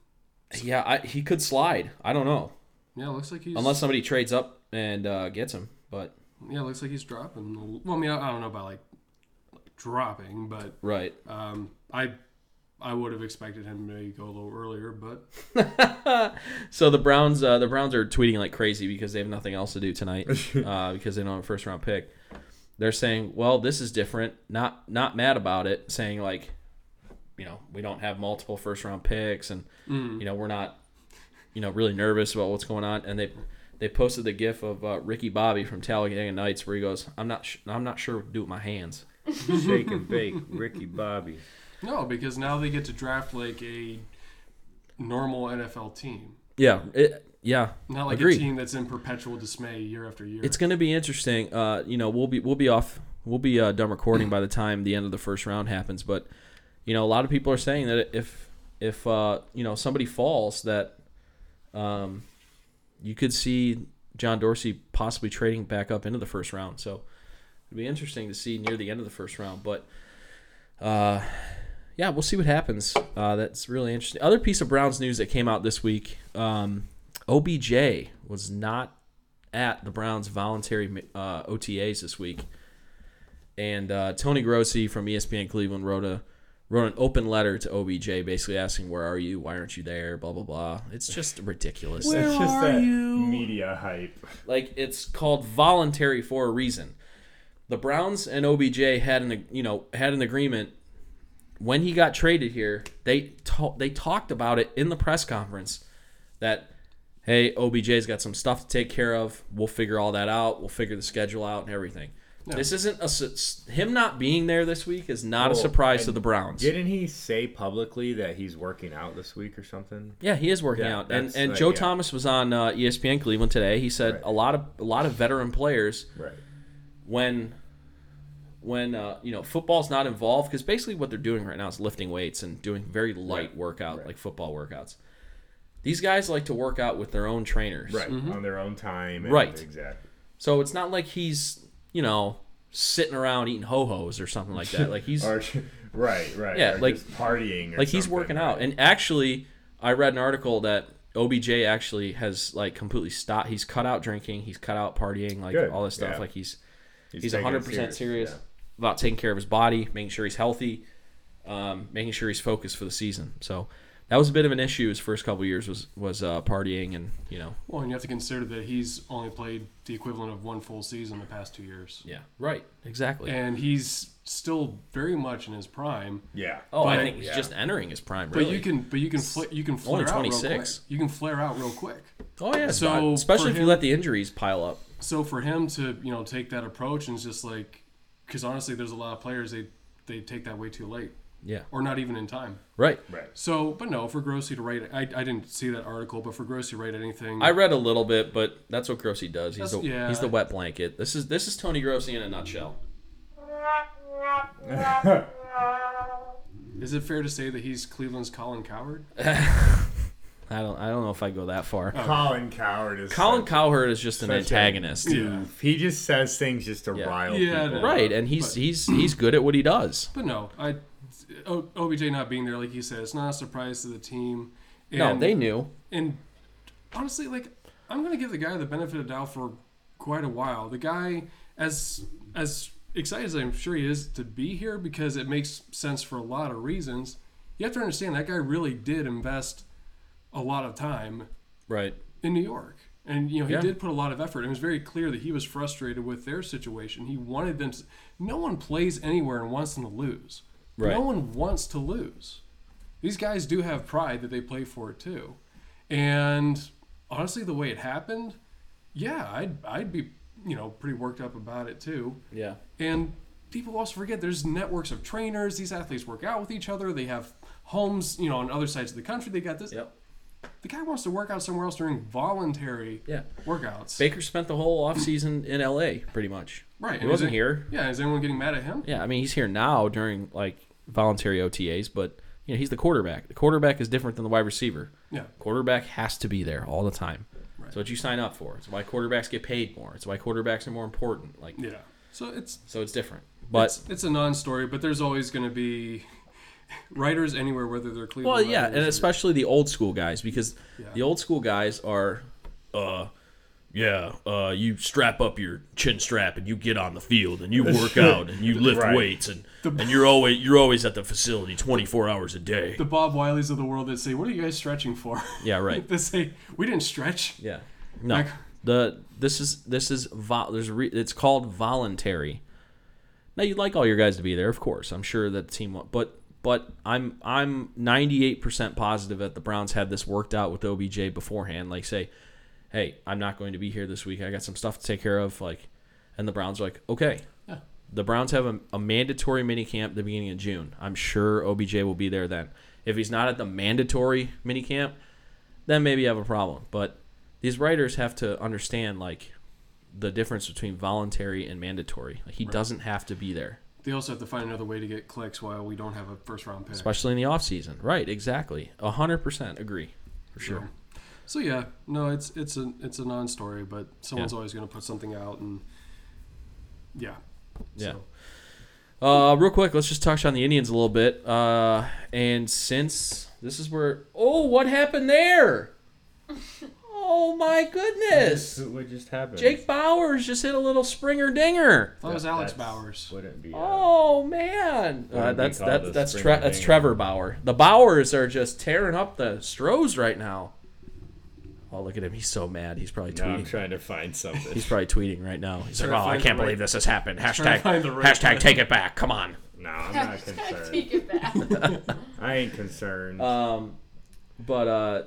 Speaker 2: Yeah, I, he could slide. I don't know.
Speaker 3: yeah, looks like he's
Speaker 2: Unless somebody trades up and uh, gets him. But
Speaker 3: yeah, looks like he's dropping. a little- Well, I mean, I, I don't know about like dropping, but
Speaker 2: right.
Speaker 3: um, I I would have expected him to go a little earlier, but
Speaker 2: So the Browns, uh, the Browns are tweeting like crazy because they have nothing else to do tonight uh, because they don't have a first round pick. They're saying, "Well, this is different." Not not mad about it. Saying like, you know, we don't have multiple first round picks, and you know, we're not, you know, really nervous about what's going on. And they they posted the gif of uh, Ricky Bobby from Talladega Nights where he goes, "I'm not, sh- I'm not sure what to do with my hands."
Speaker 4: Shake and bake, Ricky Bobby.
Speaker 3: No, because now they get to draft like a normal NFL team,
Speaker 2: Yeah, it, yeah.
Speaker 3: not like
Speaker 2: Agreed.
Speaker 3: a team that's in perpetual dismay year after year.
Speaker 2: It's going to be interesting. Uh, you know, we'll be we'll be off. We'll be uh, done recording by the time the end of the first round happens. But you know, a lot of people are saying that if if uh, you know somebody falls, that um, you could see John Dorsey possibly trading back up into the first round. So it'd be interesting to see near the end of the first round. But uh, yeah, we'll see what happens. Uh, that's really interesting. Other piece of Browns news that came out this week: um, OBJ was not at the Browns voluntary uh, OTAs this week, and uh, Tony Grossi from ESPN Cleveland wrote a wrote an open letter to OBJ, basically asking, "Where are you? Why aren't you there?" Blah blah blah. It's just ridiculous.
Speaker 4: it's just that media hype.
Speaker 2: Like it's called voluntary for a reason. The Browns and OBJ had an you know had an agreement when he got traded here. They ta- they talked about it in the press conference that hey OBJ's got some stuff to take care of. We'll figure all that out. We'll figure the schedule out and everything. This isn't a su- him not being there this week is not a
Speaker 4: Well,
Speaker 2: surprise
Speaker 4: Oh, and
Speaker 2: to the Browns.
Speaker 4: Didn't he say publicly that he's working out this week or something?
Speaker 2: Yeah, he is working
Speaker 4: Yeah,
Speaker 2: out. And
Speaker 4: that's
Speaker 2: and
Speaker 4: the
Speaker 2: Joe
Speaker 4: idea.
Speaker 2: Thomas was on uh, ESPN Cleveland today. He said
Speaker 4: Right.
Speaker 2: a lot of a lot of veteran players
Speaker 4: Right.
Speaker 2: when when uh, you know football's not involved because basically what they're doing right now is lifting weights and doing very light workout like football workouts. These guys like to work out with their own trainers,
Speaker 4: Right. On their own time. and-
Speaker 2: Mm-hmm. Right.
Speaker 4: Exactly.
Speaker 2: So it's not like he's you know sitting around eating ho hos or something like that. Like he's
Speaker 4: Or, right, right.
Speaker 2: Yeah,
Speaker 4: or
Speaker 2: like-
Speaker 4: just partying. Or
Speaker 2: like he's
Speaker 4: something,
Speaker 2: working
Speaker 4: right?
Speaker 2: out and actually i read an article that obj actually has like completely stopped he's cut out drinking he's cut out partying like
Speaker 4: Good,
Speaker 2: all this stuff
Speaker 4: yeah.
Speaker 2: like he's he's,
Speaker 4: taking it
Speaker 2: 100% serious,
Speaker 4: yeah.
Speaker 2: about taking care of his body making sure he's healthy um, making sure he's focused for the season so that was a bit of an issue his first couple years was was uh, partying and you know
Speaker 3: well, and you have to consider that he's only played the equivalent of one full season the past two years,
Speaker 2: yeah right exactly
Speaker 3: and he's still very much in his prime.
Speaker 4: Yeah.
Speaker 2: oh i
Speaker 3: but-
Speaker 2: think he's
Speaker 4: yeah.
Speaker 2: just entering his prime
Speaker 3: But
Speaker 2: really
Speaker 3: you can, but you can, fl- you can flare
Speaker 2: only
Speaker 3: out real
Speaker 2: 26.
Speaker 3: quick. You can flare out real quick.
Speaker 2: oh yeah
Speaker 3: So,
Speaker 2: so
Speaker 3: for
Speaker 2: especially if you
Speaker 3: him-
Speaker 2: let the injuries pile up
Speaker 3: so for him to you know take that approach and just like because honestly there's a lot of players they they take that way too late
Speaker 2: yeah
Speaker 3: or not even in time
Speaker 2: right
Speaker 4: Right.
Speaker 3: so but no for grossi to write i, I didn't see that article but for grossi to write anything
Speaker 2: I read a little bit, but that's what Grossi does. He's the
Speaker 3: That's- yeah.
Speaker 2: he's the wet blanket. This is this is Tony Grossi in a nutshell.
Speaker 3: is it fair to say that he's cleveland's colin coward
Speaker 2: I don't I don't know if I go that far.
Speaker 4: Colin Coward is.
Speaker 2: Colin
Speaker 4: such-
Speaker 2: Cowherd is just an
Speaker 4: such a-
Speaker 2: antagonist,
Speaker 3: yeah
Speaker 4: He just says things just to
Speaker 2: Yeah.
Speaker 4: rile
Speaker 3: Yeah,
Speaker 4: people.
Speaker 3: no.
Speaker 2: right? And he's he's he's good at what he does.
Speaker 3: but no i O- obj not being there like you said it's not a surprise to the team and,
Speaker 2: No, they knew.
Speaker 3: and honestly, like I'm gonna give the guy the benefit of doubt for quite a while. The guy, as as excited as I'm sure he is to be here, because it makes sense for a lot of reasons. You have to understand that guy really did invest a lot of time
Speaker 2: Right.
Speaker 3: in New York. And you know he
Speaker 2: Yeah.
Speaker 3: did put a lot of effort. and It was very clear that he was frustrated with their situation. He wanted them. To, no one plays anywhere and wants them to lose.
Speaker 2: Right.
Speaker 3: No one wants to lose. These guys do have pride that they play for it too. And honestly, the way it happened, yeah, I'd I'd be you know pretty worked up about it too.
Speaker 2: Yeah.
Speaker 3: And people also forget there's networks of trainers. These athletes work out with each other. They have homes, you know, on other sides of the country. They got this.
Speaker 2: Yep.
Speaker 3: The guy wants to work out somewhere else during voluntary
Speaker 2: Yeah.
Speaker 3: workouts.
Speaker 2: Baker spent the whole offseason in LA pretty much.
Speaker 3: right.
Speaker 2: He
Speaker 3: and is
Speaker 2: wasn't
Speaker 3: it-
Speaker 2: here.
Speaker 3: Yeah. Is anyone getting mad at him?
Speaker 2: Yeah, I mean he's here now during like voluntary OTAs, but you know, he's the quarterback. The quarterback is different than the wide receiver.
Speaker 3: Yeah.
Speaker 2: Quarterback has to be there all the time. It's what you sign up for. It's why quarterbacks get paid more. It's why quarterbacks are more important. Like
Speaker 3: Yeah. So it's
Speaker 2: so it's different. But
Speaker 3: it's, it's a non-story, but there's always going to be writers anywhere, whether they're Cleveland.
Speaker 2: well, yeah,
Speaker 3: writers
Speaker 2: and
Speaker 3: or-
Speaker 2: especially the old school guys because
Speaker 3: Yeah.
Speaker 2: the old school guys are uh yeah, uh, you strap up your chin strap and you get on the field and you work out and you lift
Speaker 4: Right.
Speaker 2: weights and, and you're always you're always at the facility 24 hours a day.
Speaker 3: the Bob Wileys of the world that say, "What are you guys stretching for?"
Speaker 2: Yeah, right.
Speaker 3: they say, "We didn't stretch."
Speaker 2: Yeah. No.
Speaker 3: Like-
Speaker 2: the this is this is vo- there's re- it's called voluntary. Now you'd like all your guys to be there, of course. I'm sure that the team, wa- but but I'm I'm 98% positive that the Browns had this worked out with OBJ beforehand. Like say, hey, I'm not going to be here this week. I got some stuff to take care of. Like, and the Browns are like, okay. The Browns have a, a mandatory mini camp the beginning of June. I'm sure OBJ will be there then. If he's not at the mandatory mini camp, then maybe you have a problem. But these writers have to understand like the difference between voluntary and mandatory. Like he doesn't have to be there,
Speaker 3: They also have to find another way to get clicks while we don't have a first round pick.
Speaker 2: especially in the off season. Right? Exactly. hundred percent agree. For sure.
Speaker 3: So yeah, no, it's it's a it's a non-story, but someone's always going to put something out, and yeah,
Speaker 2: Yeah.
Speaker 3: So-
Speaker 2: Uh, real quick, let's just touch on the Indians a little bit. Uh, and since this is where, oh, what happened there? Oh my goodness!
Speaker 4: What just happened?
Speaker 2: Jake Bowers just hit a little springer dinger.
Speaker 3: that was Alex Bowers.
Speaker 4: Wouldn't be.
Speaker 2: Oh man,
Speaker 4: What
Speaker 2: uh,
Speaker 4: do we
Speaker 2: that's
Speaker 4: call
Speaker 2: that's
Speaker 4: the
Speaker 2: that's
Speaker 4: springer
Speaker 2: tre- that's
Speaker 4: dinger?
Speaker 2: Trevor Bauer. The Bowers are just tearing up the Strohs right now. Oh, look at him! He's so mad. He's probably
Speaker 4: no, I'm
Speaker 2: tweeting.
Speaker 4: trying to find something.
Speaker 2: He's probably tweeting right now. He's like,
Speaker 3: Trying
Speaker 2: "Oh,
Speaker 3: to
Speaker 2: I
Speaker 3: find
Speaker 2: can't
Speaker 3: the
Speaker 2: believe
Speaker 3: right-
Speaker 2: this has happened."
Speaker 3: trying
Speaker 2: Hashtag
Speaker 3: to find the right
Speaker 2: hashtag
Speaker 3: one.
Speaker 2: take it back. Come on.
Speaker 4: no, I'm not concerned.
Speaker 5: Take it back.
Speaker 4: I ain't concerned.
Speaker 2: Uh, But uh,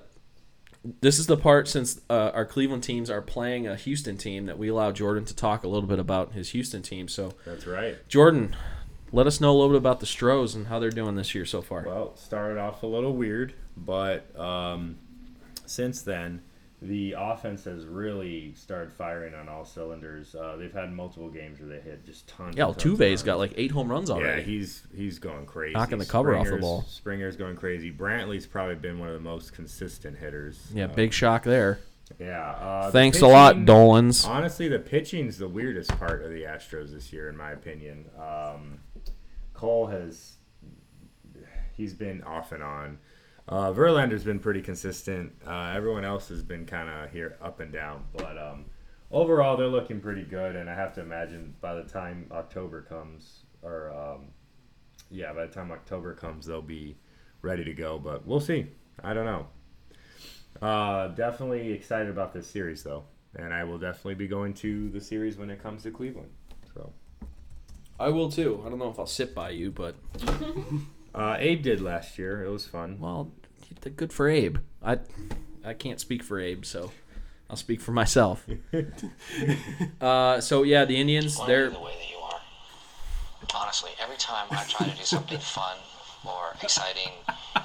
Speaker 2: this is the part since uh, our Cleveland teams are playing a Houston team that we allow Jordan to talk a little bit about his Houston team. So,
Speaker 4: That's right.
Speaker 2: Jordan, let us know a little bit about the Stros and how they're doing this year so far.
Speaker 4: Well, started off a little weird, but um, since then, the offense has really started firing on all cylinders. Uh, they've had multiple games where they hit just tons.
Speaker 2: yeah,
Speaker 4: and tons of
Speaker 2: Altuve's
Speaker 4: runs.
Speaker 2: got like eight home runs
Speaker 4: Yeah,
Speaker 2: already.
Speaker 4: he's he's going crazy.
Speaker 2: Knocking the cover off the ball.
Speaker 4: Springer's going crazy. Brantley's probably been one of the most consistent hitters.
Speaker 2: yeah,
Speaker 4: Uh,
Speaker 2: big shock there.
Speaker 4: Yeah. Uh, the
Speaker 2: Thanks a lot,
Speaker 4: pitching-
Speaker 2: Dolans.
Speaker 4: Honestly, the pitching's the weirdest part of the Astros this year, in my opinion. Um, Cole has he's been off and on. Uh, Verlander's been pretty consistent. Uh, everyone else has been kind of here up and down, but um, overall they're looking pretty good. And I have to imagine by the time October comes, or um, yeah, by the time October comes, they'll be ready to go. But we'll see. I don't know. Uh, definitely excited about this series though, and I will definitely be going to the series when it comes to Cleveland. So
Speaker 2: I will too. I don't know if I'll sit by you, but
Speaker 4: uh, Abe did last year. It was fun.
Speaker 2: well, good for Abe. I I can't speak for Abe, so I'll speak for myself. uh, so yeah, the Indians
Speaker 9: Why are
Speaker 2: they're
Speaker 9: you the way that you are. Honestly, every time I try to do something fun or exciting,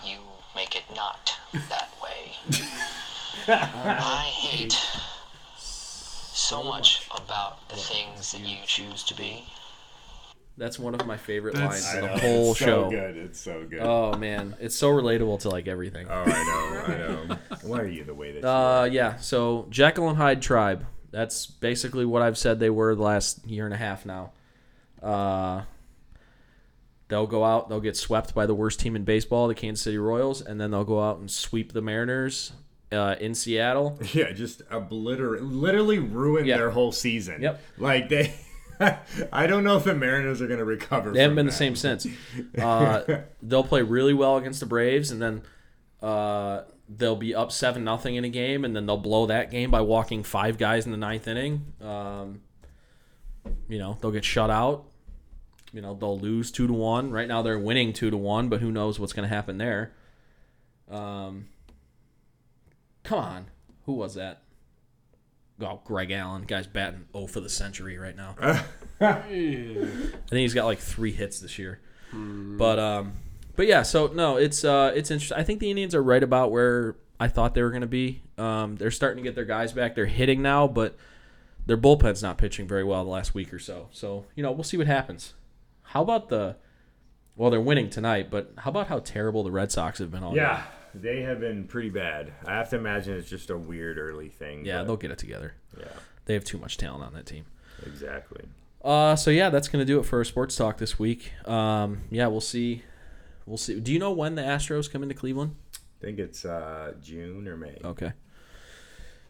Speaker 9: you make it not that way. I hate so much about the things that you choose to be.
Speaker 2: that's one of my favorite
Speaker 3: That's-
Speaker 2: lines
Speaker 4: I
Speaker 2: of the
Speaker 4: know,
Speaker 2: whole
Speaker 4: it's
Speaker 2: show.
Speaker 4: So good. It's so good.
Speaker 2: Oh man, it's so relatable to like everything.
Speaker 4: Oh, I know, I know. Why are you the way that you are?
Speaker 2: Uh, yeah. So Jekyll and Hyde tribe. That's basically what I've said they were the last year and a half now. Uh, they'll go out, they'll get swept by the worst team in baseball, the Kansas City Royals, and then they'll go out and sweep the Mariners uh, in Seattle.
Speaker 4: Yeah, just obliterate, literally ruin
Speaker 2: Yeah.
Speaker 4: their whole season.
Speaker 2: Yep.
Speaker 4: Like they, I don't know if the Mariners are going to recover.
Speaker 2: They haven't
Speaker 4: from
Speaker 2: been the
Speaker 4: that.
Speaker 2: same since. Uh, they'll play really well against the Braves, and then uh, they'll be up seven nothing in a game, and then they'll blow that game by walking five guys in the ninth inning. Um, you know they'll get shut out. You know they'll lose two to one. Right now they're winning two to one, but who knows what's going to happen there? Um, come on, who was that? Oh, Greg Allen, guy's batting 0 for the century right now. I think he's got like three hits this year. But um, but yeah. So no, it's uh, it's interesting. I think the Indians are right about where I thought they were going to be. Um, they're starting to get their guys back. They're hitting now, but their bullpen's not pitching very well the last week or so. So you know, we'll see what happens. How about the? Well, they're winning tonight, but how about how terrible the Red Sox have been all
Speaker 4: Yeah,
Speaker 2: year?
Speaker 4: they have been pretty bad. I have to imagine it's just a weird early thing.
Speaker 2: Yeah,
Speaker 4: but-
Speaker 2: they'll get it together.
Speaker 4: yeah,
Speaker 2: They have too much talent on that team.
Speaker 4: exactly.
Speaker 2: Uh, so yeah, that's gonna do it for our sports talk this week. Um, yeah, we'll see. We'll see. Do you know when the Astros come into Cleveland?
Speaker 4: I think it's uh, June or May.
Speaker 2: Okay.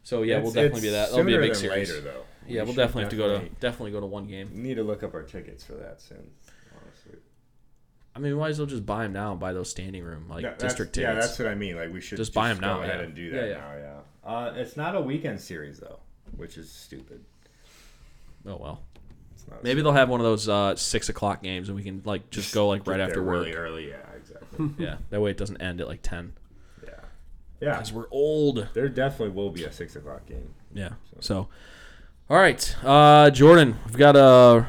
Speaker 2: So yeah, we'll
Speaker 4: It's-
Speaker 2: definitely
Speaker 4: it's
Speaker 2: be that. That'll be a
Speaker 4: sooner
Speaker 2: big
Speaker 4: than
Speaker 2: series.
Speaker 4: Later, though.
Speaker 2: yeah, we'll
Speaker 4: We should
Speaker 2: definitely have to go to
Speaker 4: definitely-
Speaker 2: definitely go to one game.
Speaker 4: we Need to look up our tickets for that soon. Honestly,
Speaker 2: I mean, we might as well just buy them now and buy those standing room like
Speaker 4: Yeah, that's-
Speaker 2: district
Speaker 4: Yeah,
Speaker 2: tickets.
Speaker 4: that's what I mean. Like we should
Speaker 2: Just buy 'em now,
Speaker 4: Go ahead
Speaker 2: yeah.
Speaker 4: and do
Speaker 2: Yeah,
Speaker 4: that
Speaker 2: yeah.
Speaker 4: now. Yeah. Uh, it's not a weekend series though, which is stupid.
Speaker 2: oh well,
Speaker 4: It's not a
Speaker 2: maybe they'll have one of those uh, six o'clock games and we can like just go like
Speaker 4: Get
Speaker 2: right
Speaker 4: there
Speaker 2: after work.
Speaker 4: Really early, yeah, exactly.
Speaker 2: Yeah, that way it doesn't end at like ten.
Speaker 4: yeah. Yeah,
Speaker 2: because we're old.
Speaker 4: there definitely will be a six o'clock game.
Speaker 2: Yeah. So, all right, uh, Jordan, we've got a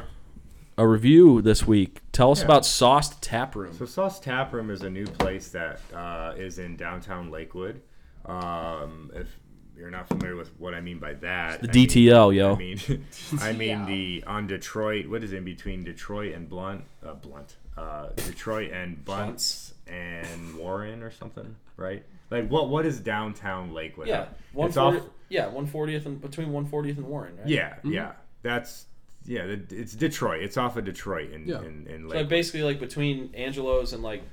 Speaker 2: a review this week. Tell us about Sauced Tap Room.
Speaker 4: So Sauce Tap Room is a new place that uh, is in downtown Lakewood. Um, if you're not familiar with what I mean by that,
Speaker 2: The
Speaker 4: I mean-
Speaker 2: DTL, yo.
Speaker 4: I mean, I mean the on Detroit. What is in between Detroit and Blunt? Uh, Blunt. Uh, Detroit and Bunts and Warren or something, right? Like what? What is downtown Lakewood?
Speaker 2: one
Speaker 4: it's off.
Speaker 2: forty. Mm-hmm. Yeah, one fortieth and between one fortieth and Warren. Right?
Speaker 4: Yeah, yeah. That's yeah. the- It's Detroit. It's off of Detroit in
Speaker 3: Yeah.
Speaker 4: in, in
Speaker 2: So like
Speaker 4: Lakewood.
Speaker 2: basically, like between Angelo's and like,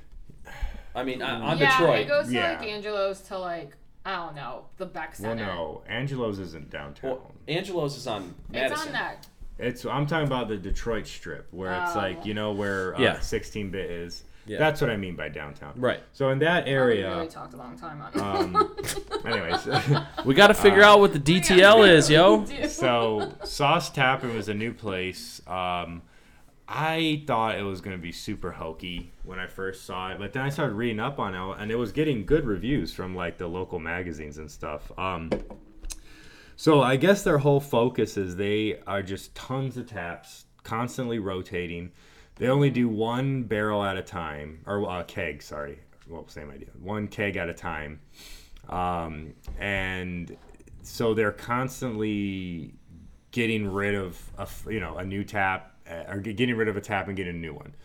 Speaker 2: I mean, on on
Speaker 5: yeah,
Speaker 2: Detroit.
Speaker 5: it goes to like
Speaker 4: Yeah.
Speaker 5: Angelo's to like I don't know the Beck
Speaker 4: well,
Speaker 5: Center.
Speaker 4: no, Angelo's isn't downtown.
Speaker 2: Well, Angelo's is on Madison.
Speaker 5: It's on that.
Speaker 4: It's I'm talking about the Detroit Strip, where it's
Speaker 5: Oh.
Speaker 4: like you know where uh,
Speaker 2: Yeah.
Speaker 4: 16-bit is.
Speaker 2: Yeah.
Speaker 4: That's what I mean by downtown.
Speaker 2: Right.
Speaker 4: So in that
Speaker 5: We
Speaker 4: area.
Speaker 5: really talked a long time on. it.
Speaker 4: um, anyways,
Speaker 2: We got to figure
Speaker 4: Uh,
Speaker 2: out what the DTL E is, yo.
Speaker 5: Dude.
Speaker 4: so Sauce Tap Room is a new place. Um, I thought it was going to be super hokey when I first saw it, but then I started reading up on it, and it was getting good reviews from like the local magazines and stuff. Um, so I guess their whole focus is they are just tons of taps, constantly rotating. They only do one barrel at a time, or uh, keg, sorry. Well, same idea. One keg at a time. Um, and so they're constantly getting rid of a f- you know a new tap uh, or ge- getting rid of a tap and getting a new one.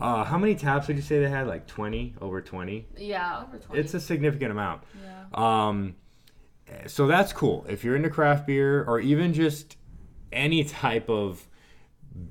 Speaker 4: Uh, how many taps would you say they had? Like twenty, over twenty.
Speaker 5: yeah, over 20.
Speaker 4: It's a significant amount. Um, so that's cool. If you're into craft beer or even just any type of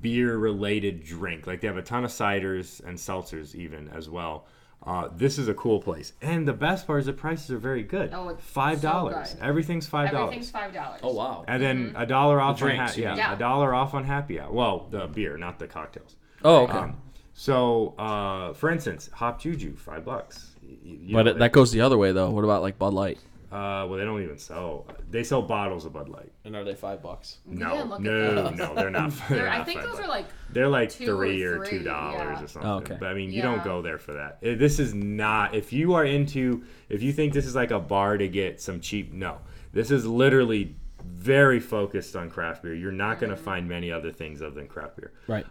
Speaker 4: beer related drink, like they have a ton of ciders and seltzers even as well. Uh, this is a cool place, and the best part is the prices are very good.
Speaker 5: Oh, it's
Speaker 4: five dollars.
Speaker 5: so good.
Speaker 4: Everything's five
Speaker 5: everything's
Speaker 4: dollars.
Speaker 5: five dollars. Mm-hmm.
Speaker 2: Oh wow.
Speaker 4: And then a dollar off on
Speaker 2: drinks,
Speaker 4: ha-
Speaker 2: you
Speaker 4: yeah,
Speaker 2: mean.
Speaker 5: Yeah.
Speaker 4: a dollar off on happy hour. Well, the beer, not the cocktails.
Speaker 2: Oh okay.
Speaker 4: Um, so, uh, for instance, Hop Juju, five bucks. Y- y- you
Speaker 2: but
Speaker 4: know,
Speaker 2: it, that goes the other way though. What about like Bud Light?
Speaker 4: uh, well, they don't even sell. They sell bottles of Bud Light.
Speaker 2: And are they five bucks?
Speaker 4: No,
Speaker 5: didn't look at
Speaker 4: no,
Speaker 5: those.
Speaker 4: no, they're not. They're
Speaker 5: There- I
Speaker 4: not
Speaker 5: think
Speaker 4: Bud
Speaker 5: those
Speaker 4: Light.
Speaker 5: are like
Speaker 4: They're like
Speaker 5: two or
Speaker 4: three or
Speaker 5: three,
Speaker 4: two dollars
Speaker 5: yeah.
Speaker 4: or something.
Speaker 2: Oh, okay.
Speaker 4: But I mean, you don't
Speaker 5: Yeah.
Speaker 4: go there for that. Uh, This is not. If you are into, if you think this is like a bar to get some cheap, no. This is literally very focused on craft beer. You're not
Speaker 5: Mm-hmm.
Speaker 4: going to find many other things other than craft beer.
Speaker 2: Right.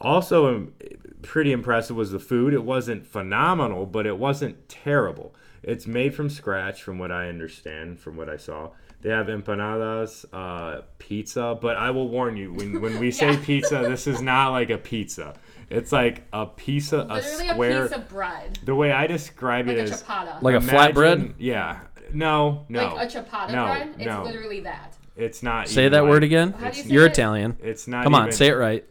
Speaker 4: Also, um, pretty impressive was the food. It wasn't phenomenal, but it wasn't terrible. It's made from scratch, from what I understand, from what I saw. They have empanadas, uh, pizza, but I will warn you when, when we say
Speaker 5: Yeah.
Speaker 4: pizza, this is not like a pizza. It's like a piece of a
Speaker 5: literally
Speaker 4: square.
Speaker 5: a piece of bread,
Speaker 4: the way I describe
Speaker 5: like
Speaker 4: it
Speaker 5: a
Speaker 4: is
Speaker 5: ciabatta,
Speaker 2: Like a flatbread?
Speaker 4: Yeah. No, no.
Speaker 5: like a ciabatta
Speaker 4: no,
Speaker 5: bread. It's
Speaker 4: no.
Speaker 5: literally that.
Speaker 4: It's not.
Speaker 2: say
Speaker 4: even
Speaker 2: that
Speaker 4: like-
Speaker 2: word again.
Speaker 5: How do you say
Speaker 2: You're
Speaker 5: it?
Speaker 2: Italian.
Speaker 4: It's not.
Speaker 2: Come on,
Speaker 4: even-
Speaker 2: say it right.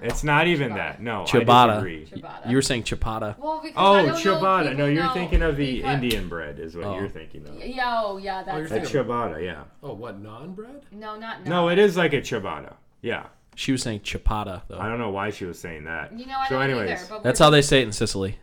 Speaker 4: It's not even that. No. I
Speaker 2: Ciabatta.
Speaker 4: disagree.
Speaker 5: Ciabatta.
Speaker 2: You were saying ciabatta.
Speaker 5: well, because I
Speaker 4: Oh,
Speaker 5: don't know if
Speaker 4: ciabatta.
Speaker 5: people
Speaker 4: No, you're
Speaker 5: know
Speaker 4: thinking of the
Speaker 5: because-
Speaker 4: Indian bread, is what
Speaker 2: Oh.
Speaker 4: you're thinking of.
Speaker 5: Yeah, Oh, yeah,
Speaker 3: you're
Speaker 5: that's
Speaker 4: A
Speaker 5: it.
Speaker 3: thinking-
Speaker 4: ciabatta, yeah.
Speaker 3: Oh, what non bread?
Speaker 5: no, not
Speaker 4: No, it is like a ciabatta. Yeah.
Speaker 2: She was saying ciabatta though.
Speaker 4: I don't know why she was saying that.
Speaker 5: You know, I
Speaker 4: so,
Speaker 5: don't
Speaker 4: anyways,
Speaker 5: either. But
Speaker 2: That's
Speaker 5: we're-
Speaker 2: how they say it in Sicily.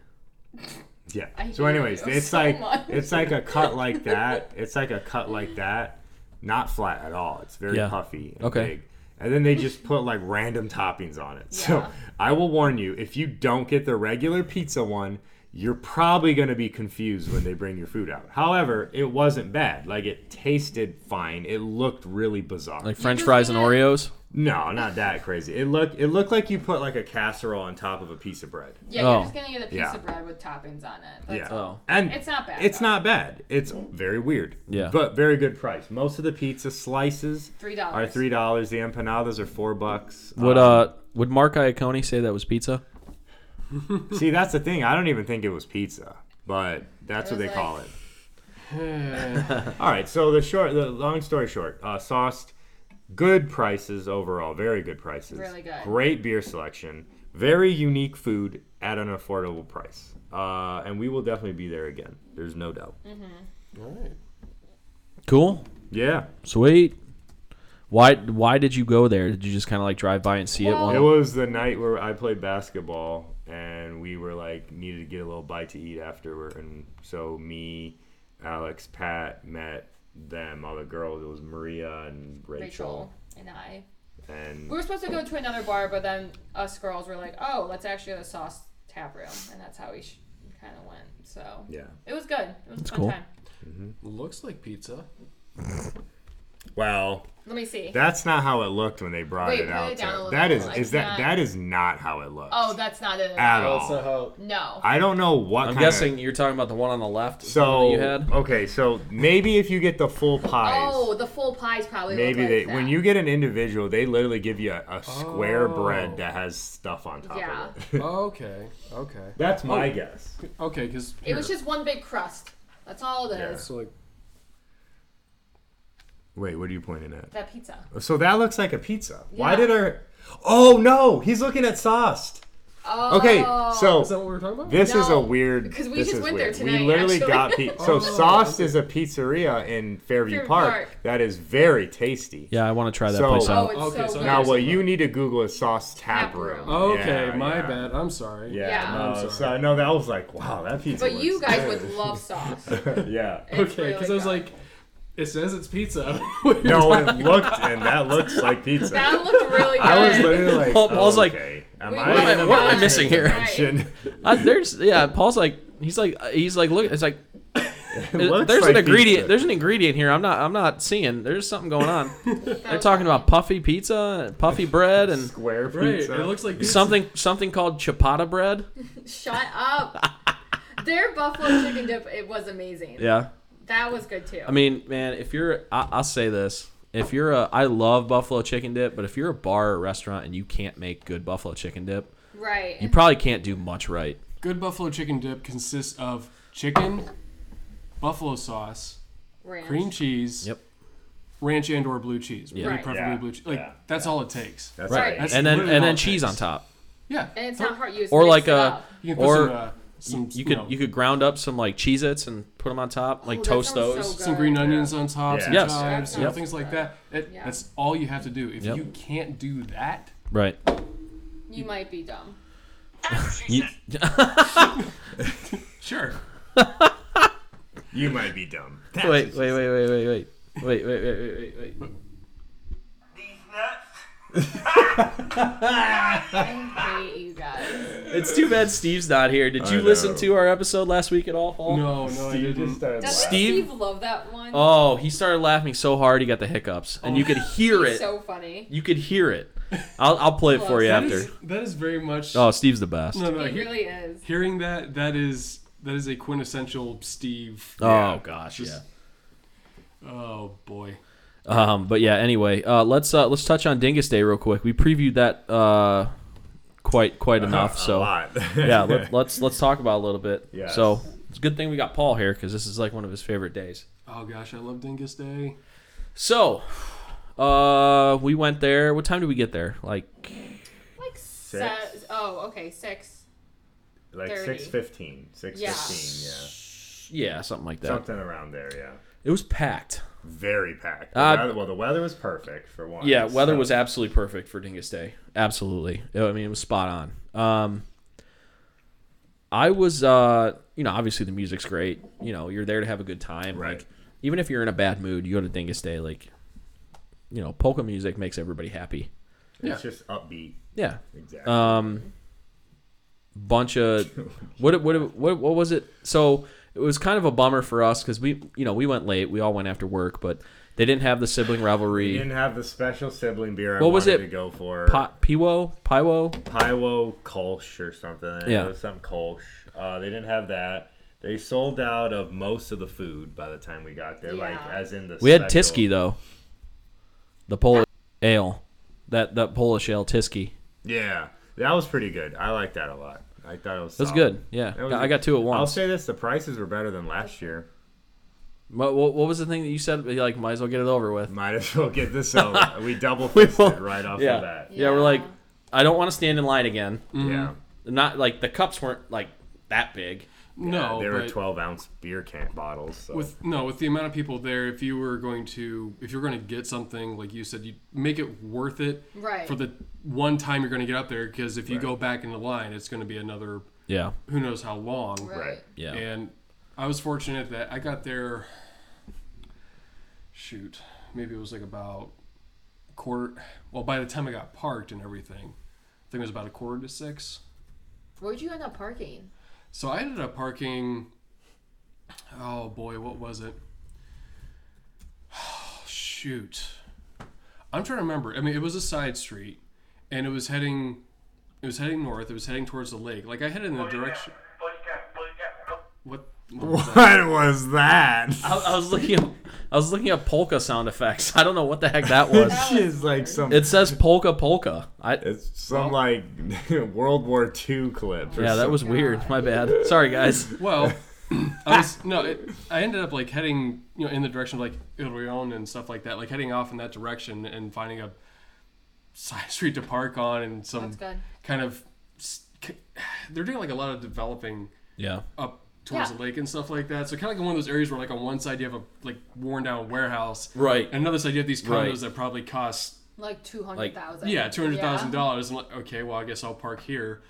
Speaker 4: yeah.
Speaker 5: I
Speaker 4: So,
Speaker 5: hate
Speaker 4: anyways,
Speaker 5: you
Speaker 4: it's
Speaker 5: so
Speaker 4: like
Speaker 5: much.
Speaker 4: it's like a cut like that. It's like a cut like that, not flat at all. It's very
Speaker 2: Yeah.
Speaker 4: puffy and
Speaker 2: Okay.
Speaker 4: big. And then they just put like random toppings on it. So
Speaker 5: Yeah.
Speaker 4: I will warn you, if you don't get the regular pizza one, you're probably going to be confused when they bring your food out. However, it wasn't bad. Like it tasted fine. It looked really bizarre.
Speaker 2: Like French
Speaker 5: just
Speaker 2: fries and
Speaker 5: said-
Speaker 2: Oreos.
Speaker 4: No, not that crazy. It looked it looked like you put like a casserole on top of a piece of bread.
Speaker 5: yeah,
Speaker 2: Oh.
Speaker 5: you're just gonna get a piece
Speaker 4: Yeah.
Speaker 5: of bread with toppings on it. That's
Speaker 4: yeah.
Speaker 5: all.
Speaker 2: all.
Speaker 4: And
Speaker 5: It's not bad,
Speaker 4: It's
Speaker 5: though.
Speaker 4: not bad. It's very weird.
Speaker 2: Yeah.
Speaker 4: But very good price. Most of the pizza slices
Speaker 5: Three
Speaker 4: are
Speaker 5: dollars.
Speaker 4: three dollars. The empanadas are four bucks.
Speaker 2: Would
Speaker 4: Um,
Speaker 2: uh would Mark Iacone say that was pizza?
Speaker 4: see that's the thing. I don't even think it was pizza. But that's what they
Speaker 5: It was
Speaker 4: call it. All right, so the short the long story short, uh sauced good prices overall, very good prices.
Speaker 5: Really good.
Speaker 4: Great beer selection, very unique food at an affordable price. Uh, and we will definitely be there again. There's no doubt.
Speaker 5: Mm.
Speaker 3: All right.
Speaker 2: Cool.
Speaker 4: Yeah.
Speaker 2: Sweet. Why why did you go there? Did you just kind of like drive by and see it
Speaker 5: Well-
Speaker 2: one?
Speaker 4: It was the night where I played basketball and we were like needed to get a little bite to eat afterward and so me, Alex, Pat met them, all the girls. It was Maria and Rachel,
Speaker 5: Rachel and I.
Speaker 4: and
Speaker 5: We were supposed to go to another bar, but then us girls were like, "Oh, let's actually go to Sauce Tap Room," and that's how we sh- kind of went. So
Speaker 4: Yeah.
Speaker 5: it was good. It was a fun
Speaker 2: cool.
Speaker 5: time.
Speaker 3: Looks like pizza.
Speaker 4: Well,
Speaker 5: Let me see.
Speaker 4: that's not how it looked when they brought
Speaker 5: Wait,
Speaker 4: it
Speaker 5: put
Speaker 4: out.
Speaker 5: it down
Speaker 4: though.
Speaker 5: a little
Speaker 4: that
Speaker 5: bit.
Speaker 4: is
Speaker 5: Like,
Speaker 4: is that
Speaker 5: not-
Speaker 4: that is not how it looks.
Speaker 5: oh, that's not it.
Speaker 4: at all.
Speaker 5: no.
Speaker 4: I don't know what.
Speaker 2: I'm
Speaker 4: kind of-
Speaker 2: guessing you're talking about the one on the left. is the one
Speaker 4: So
Speaker 2: that you had.
Speaker 4: okay, so maybe if you get the full pies,
Speaker 5: Oh, the full pies probably. look
Speaker 4: maybe
Speaker 5: like
Speaker 4: they
Speaker 5: that.
Speaker 4: when you get an individual, they literally give you a, a square
Speaker 3: Oh.
Speaker 4: bread that has stuff on top
Speaker 5: Yeah. Oh.
Speaker 4: of it.
Speaker 3: Okay, okay,
Speaker 4: That's my guess.
Speaker 3: okay. Because
Speaker 5: It was just one big crust. That's all it is.
Speaker 4: Yeah.
Speaker 3: so like
Speaker 4: Wait, what are you pointing at?
Speaker 5: That pizza.
Speaker 4: So that looks like a pizza. Why
Speaker 5: Yeah.
Speaker 4: did our? Oh no, he's looking at sauce.
Speaker 5: Oh.
Speaker 4: Okay,
Speaker 3: is that
Speaker 4: so
Speaker 3: what we were talking about?
Speaker 4: this is a
Speaker 5: No,
Speaker 4: weird.
Speaker 5: because we
Speaker 4: this
Speaker 5: just
Speaker 4: is
Speaker 5: went there
Speaker 4: weird.
Speaker 5: tonight,
Speaker 4: We literally
Speaker 5: actually.
Speaker 4: got pizza. So
Speaker 3: Oh,
Speaker 4: sauce
Speaker 3: okay.
Speaker 4: is a pizzeria in Fairview,
Speaker 5: Fairview
Speaker 4: Park.
Speaker 5: Park.
Speaker 4: That is very tasty.
Speaker 2: Yeah, I want to try that
Speaker 4: So-
Speaker 2: place
Speaker 5: Oh,
Speaker 2: out.
Speaker 5: it's
Speaker 3: Okay,
Speaker 5: so
Speaker 3: so
Speaker 5: good.
Speaker 4: Now what you need to Google is sauce tap
Speaker 5: Tap room.
Speaker 4: room.
Speaker 3: Okay,
Speaker 4: Yeah,
Speaker 3: my
Speaker 4: yeah.
Speaker 3: bad. I'm sorry.
Speaker 4: Yeah,
Speaker 5: Yeah.
Speaker 4: no,
Speaker 3: I'm sorry.
Speaker 4: so I know that was like, wow, that pizza.
Speaker 5: But you
Speaker 4: looks
Speaker 5: guys
Speaker 4: good.
Speaker 5: would love sauce.
Speaker 4: yeah.
Speaker 3: Okay, because I was like, it says it's pizza. What are you
Speaker 4: No,
Speaker 3: talking-
Speaker 4: it looked, and that looks like pizza.
Speaker 5: that looked really good.
Speaker 4: I was literally like,
Speaker 2: Paul- Paul's like,
Speaker 4: okay, am
Speaker 5: We-
Speaker 4: I
Speaker 5: what am I-
Speaker 4: in the
Speaker 5: what am I
Speaker 4: right
Speaker 5: missing here?
Speaker 4: dimension?
Speaker 2: Uh, there's yeah. Paul's like he's like uh, he's like look. It's like
Speaker 4: It looks
Speaker 2: there's
Speaker 4: like
Speaker 2: an ingredient.
Speaker 4: pizza.
Speaker 2: There's an ingredient here. I'm not. I'm not seeing. There's something going on. They're talking about puffy pizza, puffy bread, and
Speaker 4: square
Speaker 3: Right,
Speaker 4: pizza.
Speaker 3: it looks like pizza.
Speaker 2: something something called ciabatta bread.
Speaker 5: Shut up. Their buffalo chicken dip, it was amazing.
Speaker 2: Yeah.
Speaker 5: That was good too.
Speaker 2: I mean, man, if you're, I, I'll say this: if you're a, I love buffalo chicken dip, but if you're a bar or restaurant and you can't make good buffalo chicken dip,
Speaker 5: right.
Speaker 2: you probably can't do much right.
Speaker 3: Good buffalo chicken dip consists of chicken, buffalo sauce,
Speaker 5: Ranch.
Speaker 3: cream cheese,
Speaker 2: Yep.
Speaker 3: ranch and or blue cheese. Really
Speaker 5: Right.
Speaker 3: preferably
Speaker 4: Yeah,
Speaker 3: blue cheese. Like
Speaker 4: yeah,
Speaker 3: that's all it takes.
Speaker 4: That's
Speaker 5: Right.
Speaker 4: right.
Speaker 3: That's
Speaker 2: and then
Speaker 3: literally
Speaker 2: and
Speaker 3: all
Speaker 2: then
Speaker 3: it
Speaker 2: cheese
Speaker 3: takes.
Speaker 2: on top,
Speaker 3: Yeah.
Speaker 5: And it's not hard. You just
Speaker 2: or
Speaker 5: mix
Speaker 2: like
Speaker 5: it
Speaker 2: a,
Speaker 5: up.
Speaker 3: You can put
Speaker 2: or
Speaker 3: some, uh, some
Speaker 2: you
Speaker 3: you
Speaker 2: could
Speaker 3: know,
Speaker 2: you could ground up some like Cheez-Its and put them on top, like
Speaker 5: Oh, that
Speaker 2: toast
Speaker 5: sounds so
Speaker 2: those.
Speaker 5: good.
Speaker 3: some green onions on top,
Speaker 4: Yeah.
Speaker 3: some
Speaker 2: Yes.
Speaker 3: chives, you know,
Speaker 2: Yep.
Speaker 3: things like that. It,
Speaker 5: Yeah.
Speaker 3: That's all you have to do. If
Speaker 2: Yep.
Speaker 3: you can't do that,
Speaker 2: Right.
Speaker 5: You might be dumb.
Speaker 2: You-
Speaker 3: sure.
Speaker 4: You might be dumb. That's
Speaker 2: wait, wait, wait, wait, wait, wait. Wait, wait, wait, wait, wait, wait.
Speaker 6: These nuts.
Speaker 5: I hate you guys.
Speaker 2: It's too bad Steve's not here. Did you
Speaker 4: I
Speaker 2: listen
Speaker 4: know.
Speaker 2: to our episode last week at all, Paul?
Speaker 3: No, no, I didn't.
Speaker 5: Doesn't
Speaker 2: Steve-
Speaker 5: Steve, love that one?
Speaker 2: Oh, he started laughing so hard he got the hiccups, and you could hear
Speaker 5: Oh. He's
Speaker 2: it.
Speaker 5: so funny.
Speaker 2: You could hear it. I'll, I'll play it for you
Speaker 3: That
Speaker 2: after.
Speaker 3: is, that is very much.
Speaker 2: oh, Steve's the best.
Speaker 3: no, no,
Speaker 5: He
Speaker 3: he-
Speaker 5: really is.
Speaker 3: hearing that that is that is a quintessential Steve.
Speaker 2: Oh gosh, yeah.
Speaker 3: Oh boy.
Speaker 2: Um, but yeah. Anyway, uh, let's uh, let's touch on Dingus Day real quick. We previewed that uh, quite quite enough.
Speaker 4: Uh-huh. a
Speaker 2: So
Speaker 4: lot.
Speaker 2: yeah, let, let's let's talk about it a little bit. Yeah.
Speaker 4: Yes.
Speaker 2: So it's a good thing we got Paul here because this is like one of his favorite days.
Speaker 3: Oh gosh, I love Dingus Day.
Speaker 2: So, uh, we went there. What time did we get there? Like
Speaker 5: Like six. oh, okay, six.
Speaker 4: like
Speaker 5: 30.
Speaker 4: six fifteen, six fifteen,
Speaker 5: Yeah.
Speaker 4: yeah,
Speaker 2: yeah, something like that.
Speaker 4: something around there, yeah.
Speaker 2: It was packed.
Speaker 4: Very packed. The
Speaker 2: Uh,
Speaker 4: weather- well, the weather was perfect for one.
Speaker 2: Yeah, weather
Speaker 4: so-
Speaker 2: was absolutely perfect for Dingus Day. Absolutely. I mean, it was spot on. Um, I was, uh, you know, obviously the music's great. You know, you're there to have a good time.
Speaker 4: Right.
Speaker 2: Like, even if you're in a bad mood, you go to Dingus Day. Like, you know, polka music makes everybody happy.
Speaker 4: It's just upbeat.
Speaker 2: Yeah.
Speaker 4: Exactly.
Speaker 2: Um, Bunch of what what what what was it? So it was kind of a bummer for us because we you know we went late. We all went after work, but they didn't have the sibling
Speaker 4: you
Speaker 2: rivalry.
Speaker 4: didn't have the special sibling beer I
Speaker 2: What was
Speaker 4: wanted
Speaker 2: it?
Speaker 4: to go for.
Speaker 2: Pot, Piwo, Piwo.
Speaker 4: Piwo Kolsch or something.
Speaker 2: Yeah.
Speaker 4: It was some Kolsch. Uh, they didn't have that. They sold out of most of the food by the time we got there. Like
Speaker 5: Yeah.
Speaker 4: as in the
Speaker 2: We had
Speaker 4: special-
Speaker 2: Tisky though. The Polish ale. That that Polish ale Tisky.
Speaker 4: Yeah. That was pretty good. I liked that a lot. I thought it was
Speaker 2: That's
Speaker 4: solid.
Speaker 2: good. Yeah.
Speaker 4: Oh. That was
Speaker 2: I
Speaker 4: good.
Speaker 2: got two at
Speaker 4: I'll
Speaker 2: once.
Speaker 4: say this, the prices were better than last year.
Speaker 2: What, what, what was the thing that you said you like might as well get it over with?
Speaker 4: Might as well get this over. we double fisted
Speaker 2: won't-
Speaker 4: right off
Speaker 2: Yeah.
Speaker 4: the bat.
Speaker 2: yeah, we're like I don't want to stand in line again.
Speaker 4: Yeah.
Speaker 2: Not like the cups weren't like that big.
Speaker 3: No,
Speaker 4: they were
Speaker 3: but-
Speaker 4: twelve ounce beer can bottles. So.
Speaker 3: with no with the amount of people there if you were going to if you're going to get something like you said you make it worth it
Speaker 5: Right.
Speaker 3: for the one time you're going to get up there because if you go back in the line it's going to be another
Speaker 2: Yeah.
Speaker 3: who knows how long
Speaker 4: right.
Speaker 2: Yeah.
Speaker 3: and i was fortunate that i got there shoot maybe it was like about quarter well by the time i got parked and everything i think it was about a quarter to six
Speaker 5: Where'd you end up parking?
Speaker 3: So I ended up parking. Oh boy, what was it? shoot. I'm trying to remember. I mean, it was a side street, and it was heading, it was heading north. It was heading towards the lake. Like I headed in the direction. What? what was that?
Speaker 4: What was that?
Speaker 2: I, I was looking up, I was looking at polka sound effects. I don't know what the heck that was.
Speaker 4: That is like some.
Speaker 2: it says polka polka. I
Speaker 4: It's some like World War II clip. Or
Speaker 2: yeah, that was weird. My bad. Sorry guys.
Speaker 3: Well, I was no. It, I ended up like heading, you know, in the direction of like Il Rion and stuff like that. Like heading off in that direction and finding a side street to park on and some
Speaker 5: That's good.
Speaker 3: kind of. s- k- They're doing like a lot of developing
Speaker 2: Yeah.
Speaker 3: up towards
Speaker 5: Yeah.
Speaker 3: the lake and stuff like that. So kind of like one of those areas where like on one side you have a like worn down warehouse,
Speaker 2: Right.
Speaker 3: And another side you have these condos
Speaker 2: Right.
Speaker 3: that probably cost
Speaker 5: Like two hundred thousand.
Speaker 3: yeah two hundred thousand dollars. I'm like, okay, well I guess I'll park here,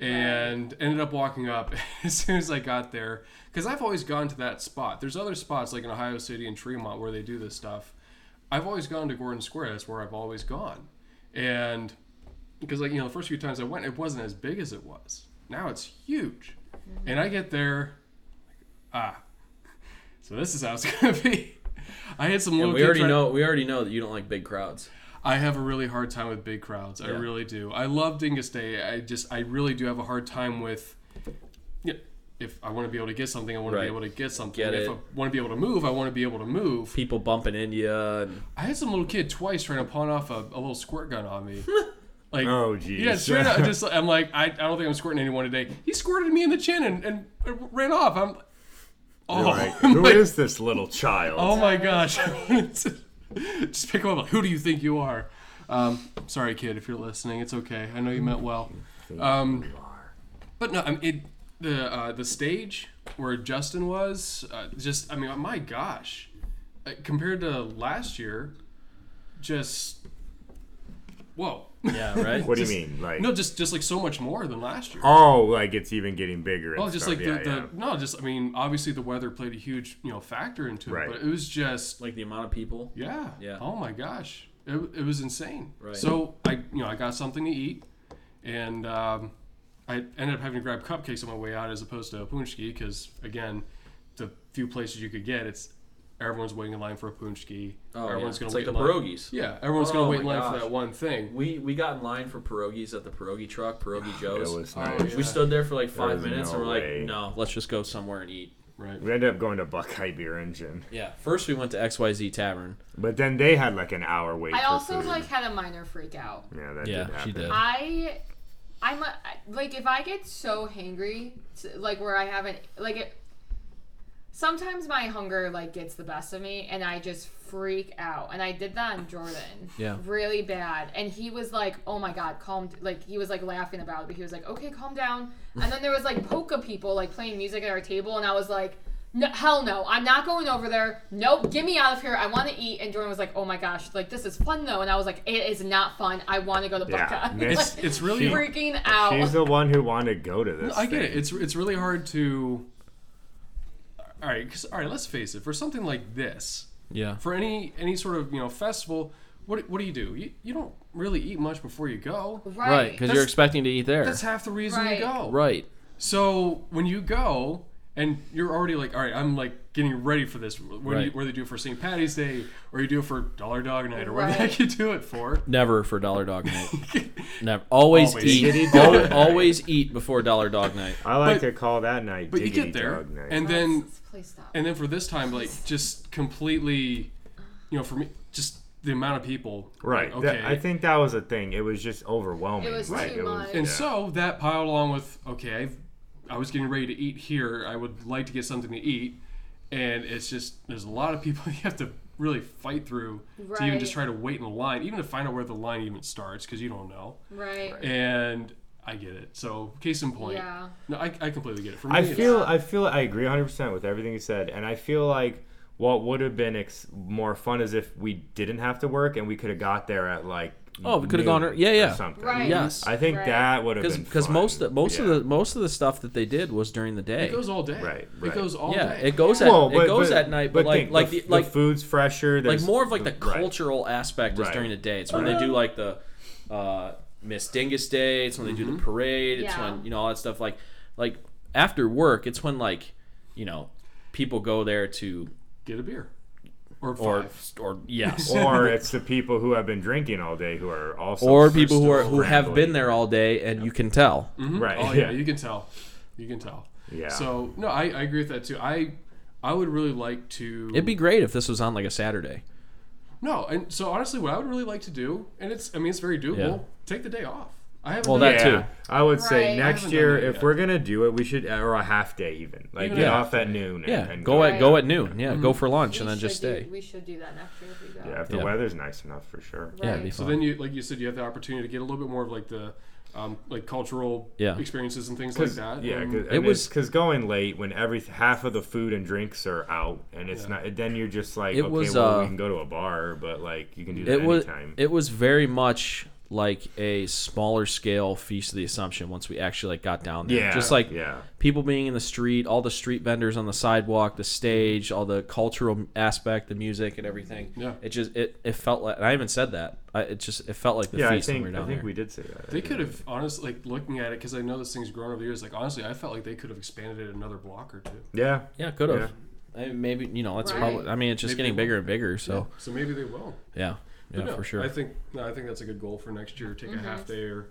Speaker 3: and ended up walking up as soon as I got there because I've always gone to that spot. There's other spots like in Ohio City and Tremont where they do this stuff. I've always gone to Gordon Square. That's where I've always gone, and because like you know the first few times I went, it wasn't as big as it was. Now it's huge, and I get there, ah, so this is how it's gonna be. I had some little.
Speaker 2: We
Speaker 3: kid
Speaker 2: already
Speaker 3: try-
Speaker 2: know. We already know that you don't like big crowds.
Speaker 3: I have a really hard time with big crowds. I really do. I love Dingus Day. I just, I really do have a hard time with. yeah, If I want to be able to get something, I want
Speaker 2: Right.
Speaker 3: to be able to get something.
Speaker 2: Get
Speaker 3: if
Speaker 2: it.
Speaker 3: I want to be able to move, I want to be able to move.
Speaker 2: People bumping India. And,
Speaker 3: I had some little kid twice trying to pawn off a, a little squirt gun on me. Like,
Speaker 4: Oh, geez.
Speaker 3: Yeah, straight up. Just, I'm like, I, I don't think I'm squirting anyone today. He squirted me in the chin and, and ran off. I'm. Oh,
Speaker 4: Like,
Speaker 3: I'm
Speaker 4: who
Speaker 3: like,
Speaker 4: is this little child?
Speaker 3: Oh my gosh. Just pick him up. Like, Who do you think you are? Um, sorry, kid, if you're listening, it's okay. I know you meant well. Um, but no, I mean, it, the uh, the stage where Justin was, uh, just I mean, my gosh, uh, compared to last year, just whoa.
Speaker 2: yeah. Right.
Speaker 4: what do you
Speaker 3: Just-
Speaker 4: mean? Like
Speaker 3: no, just just like so much more than last year.
Speaker 4: oh, like it's even getting bigger. And
Speaker 3: Well, Oh, just
Speaker 4: stuff.
Speaker 3: like the,
Speaker 4: yeah,
Speaker 3: the
Speaker 4: yeah.
Speaker 3: no, just I mean, obviously the weather played a huge you know factor into it,
Speaker 4: Right.
Speaker 3: but it was just
Speaker 2: like the amount of people.
Speaker 3: Yeah.
Speaker 2: Yeah.
Speaker 3: Oh my gosh, it, it was insane.
Speaker 2: Right.
Speaker 3: So I, you know, I got something to eat, and um, I ended up having to grab cupcakes on my way out as opposed to a punchki because again, the few places you could get, it's everyone's waiting in line for a punchki.
Speaker 2: Oh,
Speaker 3: everyone's
Speaker 2: yeah.
Speaker 3: gonna
Speaker 2: It's
Speaker 3: wait
Speaker 2: like the
Speaker 3: in line-
Speaker 2: pierogies.
Speaker 3: Yeah, everyone's
Speaker 2: Oh
Speaker 3: gonna
Speaker 2: my
Speaker 3: wait in line for
Speaker 2: gosh.
Speaker 3: that one thing.
Speaker 2: We we got in line for pierogies at the pierogi truck, pierogi Joe's.
Speaker 4: It was
Speaker 3: Oh,
Speaker 4: nice.
Speaker 2: We
Speaker 3: yeah.
Speaker 2: stood there for like five
Speaker 4: There's
Speaker 2: minutes
Speaker 4: no
Speaker 2: and we're
Speaker 4: way.
Speaker 2: like, no, let's just go somewhere and eat.
Speaker 3: Right.
Speaker 4: We ended up going to Buckeye Beer Engine,
Speaker 2: Yeah. First we went to XYZ Tavern.
Speaker 4: but then they had like an hour wait.
Speaker 5: I
Speaker 4: for
Speaker 5: also
Speaker 4: food.
Speaker 5: like had a minor freak out.
Speaker 4: Yeah, that
Speaker 2: Yeah,
Speaker 4: did happen.
Speaker 2: she did.
Speaker 5: I, I'm a, like if I get so hangry, to, like where I haven't like it. Sometimes my hunger like gets the best of me, and I just freak out. And I did that on Jordan,
Speaker 2: Yeah.
Speaker 5: really bad. And he was like, "Oh my god, calm!" d-" Like he was like laughing about it, but he was like, "Okay, calm down." And then there was like polka people like playing music at our table, and I was like. No, hell no! I'm not going over there. Nope, get me out of here. I want to eat. And Jordan was like, "Oh my gosh, like this is fun though." And I was like, "It is not fun. I want to go to
Speaker 4: Yeah.
Speaker 5: Buckeye."
Speaker 4: It's-
Speaker 5: Like,
Speaker 3: it's really-
Speaker 5: freaking out.
Speaker 4: She's the one who wanted to go to this.
Speaker 3: I get
Speaker 4: thing.
Speaker 3: it. It's it's really hard to. All right, 'cause- all right. Let's face it. For something like this,
Speaker 2: Yeah.
Speaker 3: for any any sort of you know festival, what what do you do? You, you don't really eat much before you go.
Speaker 2: Right, because you're
Speaker 3: That's-
Speaker 2: expecting to eat there.
Speaker 3: That's half the reason
Speaker 5: Right.
Speaker 3: you go.
Speaker 2: Right.
Speaker 3: So when you go and you're already like, all right, I'm like getting ready for this. What do you,
Speaker 2: Right.
Speaker 3: whether you do it for St. Patty's Day or you do it for Dollar Dog Night or whatever the
Speaker 5: Right.
Speaker 3: heck you do it for.
Speaker 2: Never for Dollar Dog Night. Never. Always,
Speaker 3: Always.
Speaker 2: eat.
Speaker 4: Shitty dog
Speaker 2: al-
Speaker 4: night.
Speaker 2: always eat before Dollar Dog Night.
Speaker 4: I like
Speaker 3: but-
Speaker 4: to call that night.
Speaker 3: But you get
Speaker 4: Diggity
Speaker 3: there
Speaker 4: Dog Night.
Speaker 3: and then
Speaker 5: please stop.
Speaker 3: and then for this time, like just completely, you know, for me, just the amount of people.
Speaker 4: right,
Speaker 3: Like,
Speaker 4: That-
Speaker 3: okay.
Speaker 4: I think that was a thing. It was just overwhelming.
Speaker 5: It was
Speaker 4: Like,
Speaker 5: too
Speaker 4: it was-
Speaker 5: much.
Speaker 3: And
Speaker 4: yeah.
Speaker 3: so that piled along with okay, I've, I was getting ready to eat here. I would like to get something to eat, and it's just there's a lot of people you have to really fight through to even
Speaker 5: Right.
Speaker 3: just try to wait in line, even to find out where the line even starts because you don't know.
Speaker 5: right.
Speaker 3: And I get it. So case in point,
Speaker 5: Yeah.
Speaker 3: no, I, I completely get it. For me,
Speaker 4: I
Speaker 3: it's-
Speaker 4: feel I feel I agree 100% with everything you said and I feel like what would have been ex- more fun is if we didn't have to work and we could have got there at like
Speaker 2: Oh, we could have
Speaker 4: noon
Speaker 2: gone ear- yeah,
Speaker 4: or
Speaker 2: yeah.
Speaker 4: something.
Speaker 5: Right.
Speaker 2: Yes.
Speaker 4: I think
Speaker 5: Right.
Speaker 4: that would have
Speaker 2: Because
Speaker 4: been
Speaker 2: because
Speaker 4: fun.
Speaker 2: most of, most of
Speaker 4: Yeah.
Speaker 2: the most of the stuff that they did was during the day.
Speaker 3: it goes all day.
Speaker 4: Right,
Speaker 3: It
Speaker 4: right.
Speaker 3: goes all
Speaker 2: yeah,
Speaker 3: day.
Speaker 2: it goes at
Speaker 4: Well,
Speaker 2: it
Speaker 4: but-
Speaker 2: goes
Speaker 4: but-
Speaker 2: at night, but, like
Speaker 4: think
Speaker 2: like
Speaker 4: the,
Speaker 2: the,
Speaker 4: f-
Speaker 2: like
Speaker 4: the food's fresher.
Speaker 2: like
Speaker 4: there's-
Speaker 2: more of like the
Speaker 4: right.
Speaker 2: cultural aspect is
Speaker 4: Right.
Speaker 2: during the day. It's when they
Speaker 5: Uh-huh.
Speaker 2: do like the uh, Miss Dingus Day. It's when they do the parade. It's
Speaker 5: Yeah.
Speaker 2: when you know all that stuff. Like like after work, it's when like, you know, people go there to
Speaker 3: Get a beer. Or
Speaker 2: or
Speaker 3: five.
Speaker 2: or yes.
Speaker 4: or it's the people who have been drinking all day who are also
Speaker 2: Or people who are
Speaker 4: still
Speaker 2: who have been
Speaker 4: rambling.
Speaker 2: there all day and you can tell.
Speaker 4: right
Speaker 3: Oh yeah, you can tell. You can tell.
Speaker 4: Yeah.
Speaker 3: So no, I, I agree with that too. I I would really like to
Speaker 2: It'd be great if this was on like a Saturday.
Speaker 3: No, and so honestly what I would really like to do, and it's I mean it's very doable,
Speaker 2: Yeah.
Speaker 3: take the day off. I haven't
Speaker 2: Well,
Speaker 3: done
Speaker 2: that
Speaker 3: it.
Speaker 2: too.
Speaker 4: I would say
Speaker 5: Right. I
Speaker 4: next
Speaker 3: haven't
Speaker 4: year,
Speaker 3: done that
Speaker 4: if
Speaker 3: yet.
Speaker 4: we're gonna do it, we should or a half day even, like
Speaker 3: Even
Speaker 4: get
Speaker 3: a half
Speaker 4: off at noon. And,
Speaker 2: Yeah,
Speaker 4: and
Speaker 2: go at go
Speaker 5: Yeah.
Speaker 2: at noon. Yeah, go for lunch and
Speaker 5: We
Speaker 2: then just
Speaker 5: should do-
Speaker 2: stay.
Speaker 5: we should do that next year if we go.
Speaker 4: Yeah, if the
Speaker 2: Yeah.
Speaker 4: weather's nice enough for sure.
Speaker 2: Yeah, it'd be
Speaker 5: Right.
Speaker 2: fun.
Speaker 3: So then you like you said you have the opportunity to get a little bit more of like the um, like cultural
Speaker 2: Yeah.
Speaker 3: experiences and things like that.
Speaker 4: Yeah,
Speaker 3: Um,
Speaker 4: 'cause-
Speaker 2: It
Speaker 4: and
Speaker 2: was-
Speaker 4: it's because going late when every half of the food and drinks are out, and it's not. Then you're just like,
Speaker 2: It
Speaker 4: okay,
Speaker 2: was,
Speaker 4: well,
Speaker 2: uh,
Speaker 4: we can go to a bar, but like you can do that
Speaker 2: it was
Speaker 4: anytime.
Speaker 2: it was very much like a smaller scale feast of the assumption once we actually like got down there
Speaker 4: yeah,
Speaker 2: just like
Speaker 4: yeah,
Speaker 2: people being in the street all the street vendors on the sidewalk the stage all the cultural aspect the music and everything
Speaker 3: Yeah.
Speaker 2: it just it, it felt like and i even said that I, it just it felt like the
Speaker 4: yeah. I
Speaker 2: feast
Speaker 4: think
Speaker 2: when we were
Speaker 4: I
Speaker 2: down
Speaker 4: think
Speaker 2: there
Speaker 4: we did say that.
Speaker 3: They could have honestly, like looking at it, because I know this thing's grown over the years. Like honestly, I felt like they could have expanded it another block or two.
Speaker 4: Yeah,
Speaker 2: yeah could have I mean, maybe you know that's
Speaker 5: Right.
Speaker 2: probably i mean it's just
Speaker 3: Maybe
Speaker 2: getting
Speaker 3: they
Speaker 2: bigger and bigger so
Speaker 3: So maybe they will.
Speaker 2: yeah yeah,
Speaker 3: But no,
Speaker 2: for sure
Speaker 3: I think no, I think that's a good goal for next year. Take a half day or,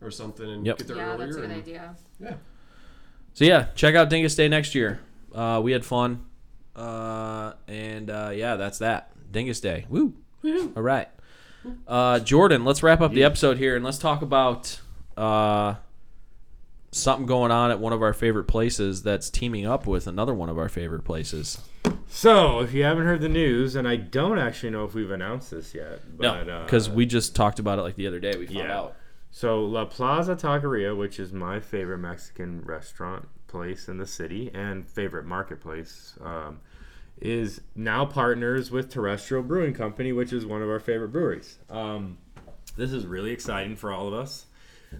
Speaker 3: or something and
Speaker 2: Yep.
Speaker 3: get there
Speaker 5: Mm-hmm. Yeah,
Speaker 3: earlier.
Speaker 5: that's a good
Speaker 3: and-
Speaker 5: idea.
Speaker 3: Yeah.
Speaker 2: So yeah, check out Dingus Day next year. Uh, we had fun, uh, and uh, yeah, that's that. Dingus Day. Woo! All right, uh, Jordan. Let's wrap up the episode here and let's talk about uh, something going on at one of our favorite places that's teaming up with another one of our favorite places.
Speaker 4: So if you haven't heard the news, and I don't actually know if we've announced this yet,
Speaker 2: No,
Speaker 4: but uh,
Speaker 2: because we just talked about it like the other day. We found
Speaker 4: Yeah.
Speaker 2: out.
Speaker 4: So La Plaza Taqueria, which is my favorite Mexican restaurant place in the city and favorite marketplace, um, is now partners with Terrestrial Brewing Company, which is one of our favorite breweries. Um, this is really exciting for all of us.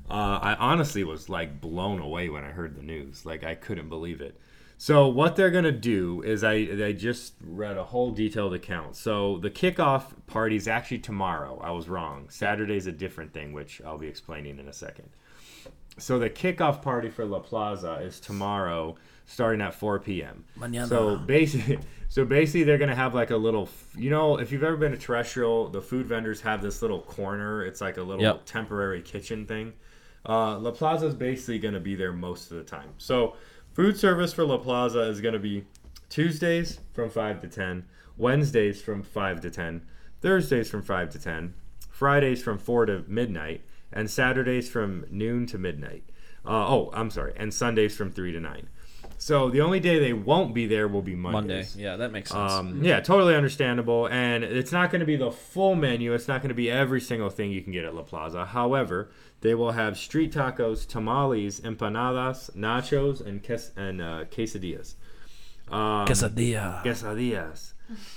Speaker 4: Uh, I honestly was like blown away when I heard the news. Like I couldn't believe it. So what they're gonna do is I I just read a whole detailed account. So the kickoff party is actually tomorrow. I was wrong. Saturday's a different thing, which I'll be explaining in a second. So the kickoff party for La Plaza is tomorrow, starting at 4 p.m. So basically, so basically they're gonna have like a little, you know, if you've ever been to Terrestrial, the food vendors have this little corner. It's like a little
Speaker 2: Yep.
Speaker 4: temporary kitchen thing. Uh, La Plaza is basically going to be there most of the time. So, food service for La Plaza is going to be Tuesdays from 5 to 10, Wednesdays from 5 to 10, Thursdays from 5 to 10, Fridays from 4 to midnight, and Saturdays from noon to midnight. Uh, oh, I'm sorry, and Sundays from 3 to 9. So, the only day they won't be there will be
Speaker 2: Monday.
Speaker 4: Mondays.
Speaker 2: Yeah, that makes sense.
Speaker 4: Um, yeah, totally understandable. And it's not going to be the full menu. It's not going to be every single thing you can get at La Plaza. However, they will have street tacos, tamales, empanadas, nachos, and ques- and uh, quesadillas. Um,
Speaker 2: Quesadilla.
Speaker 4: quesadillas.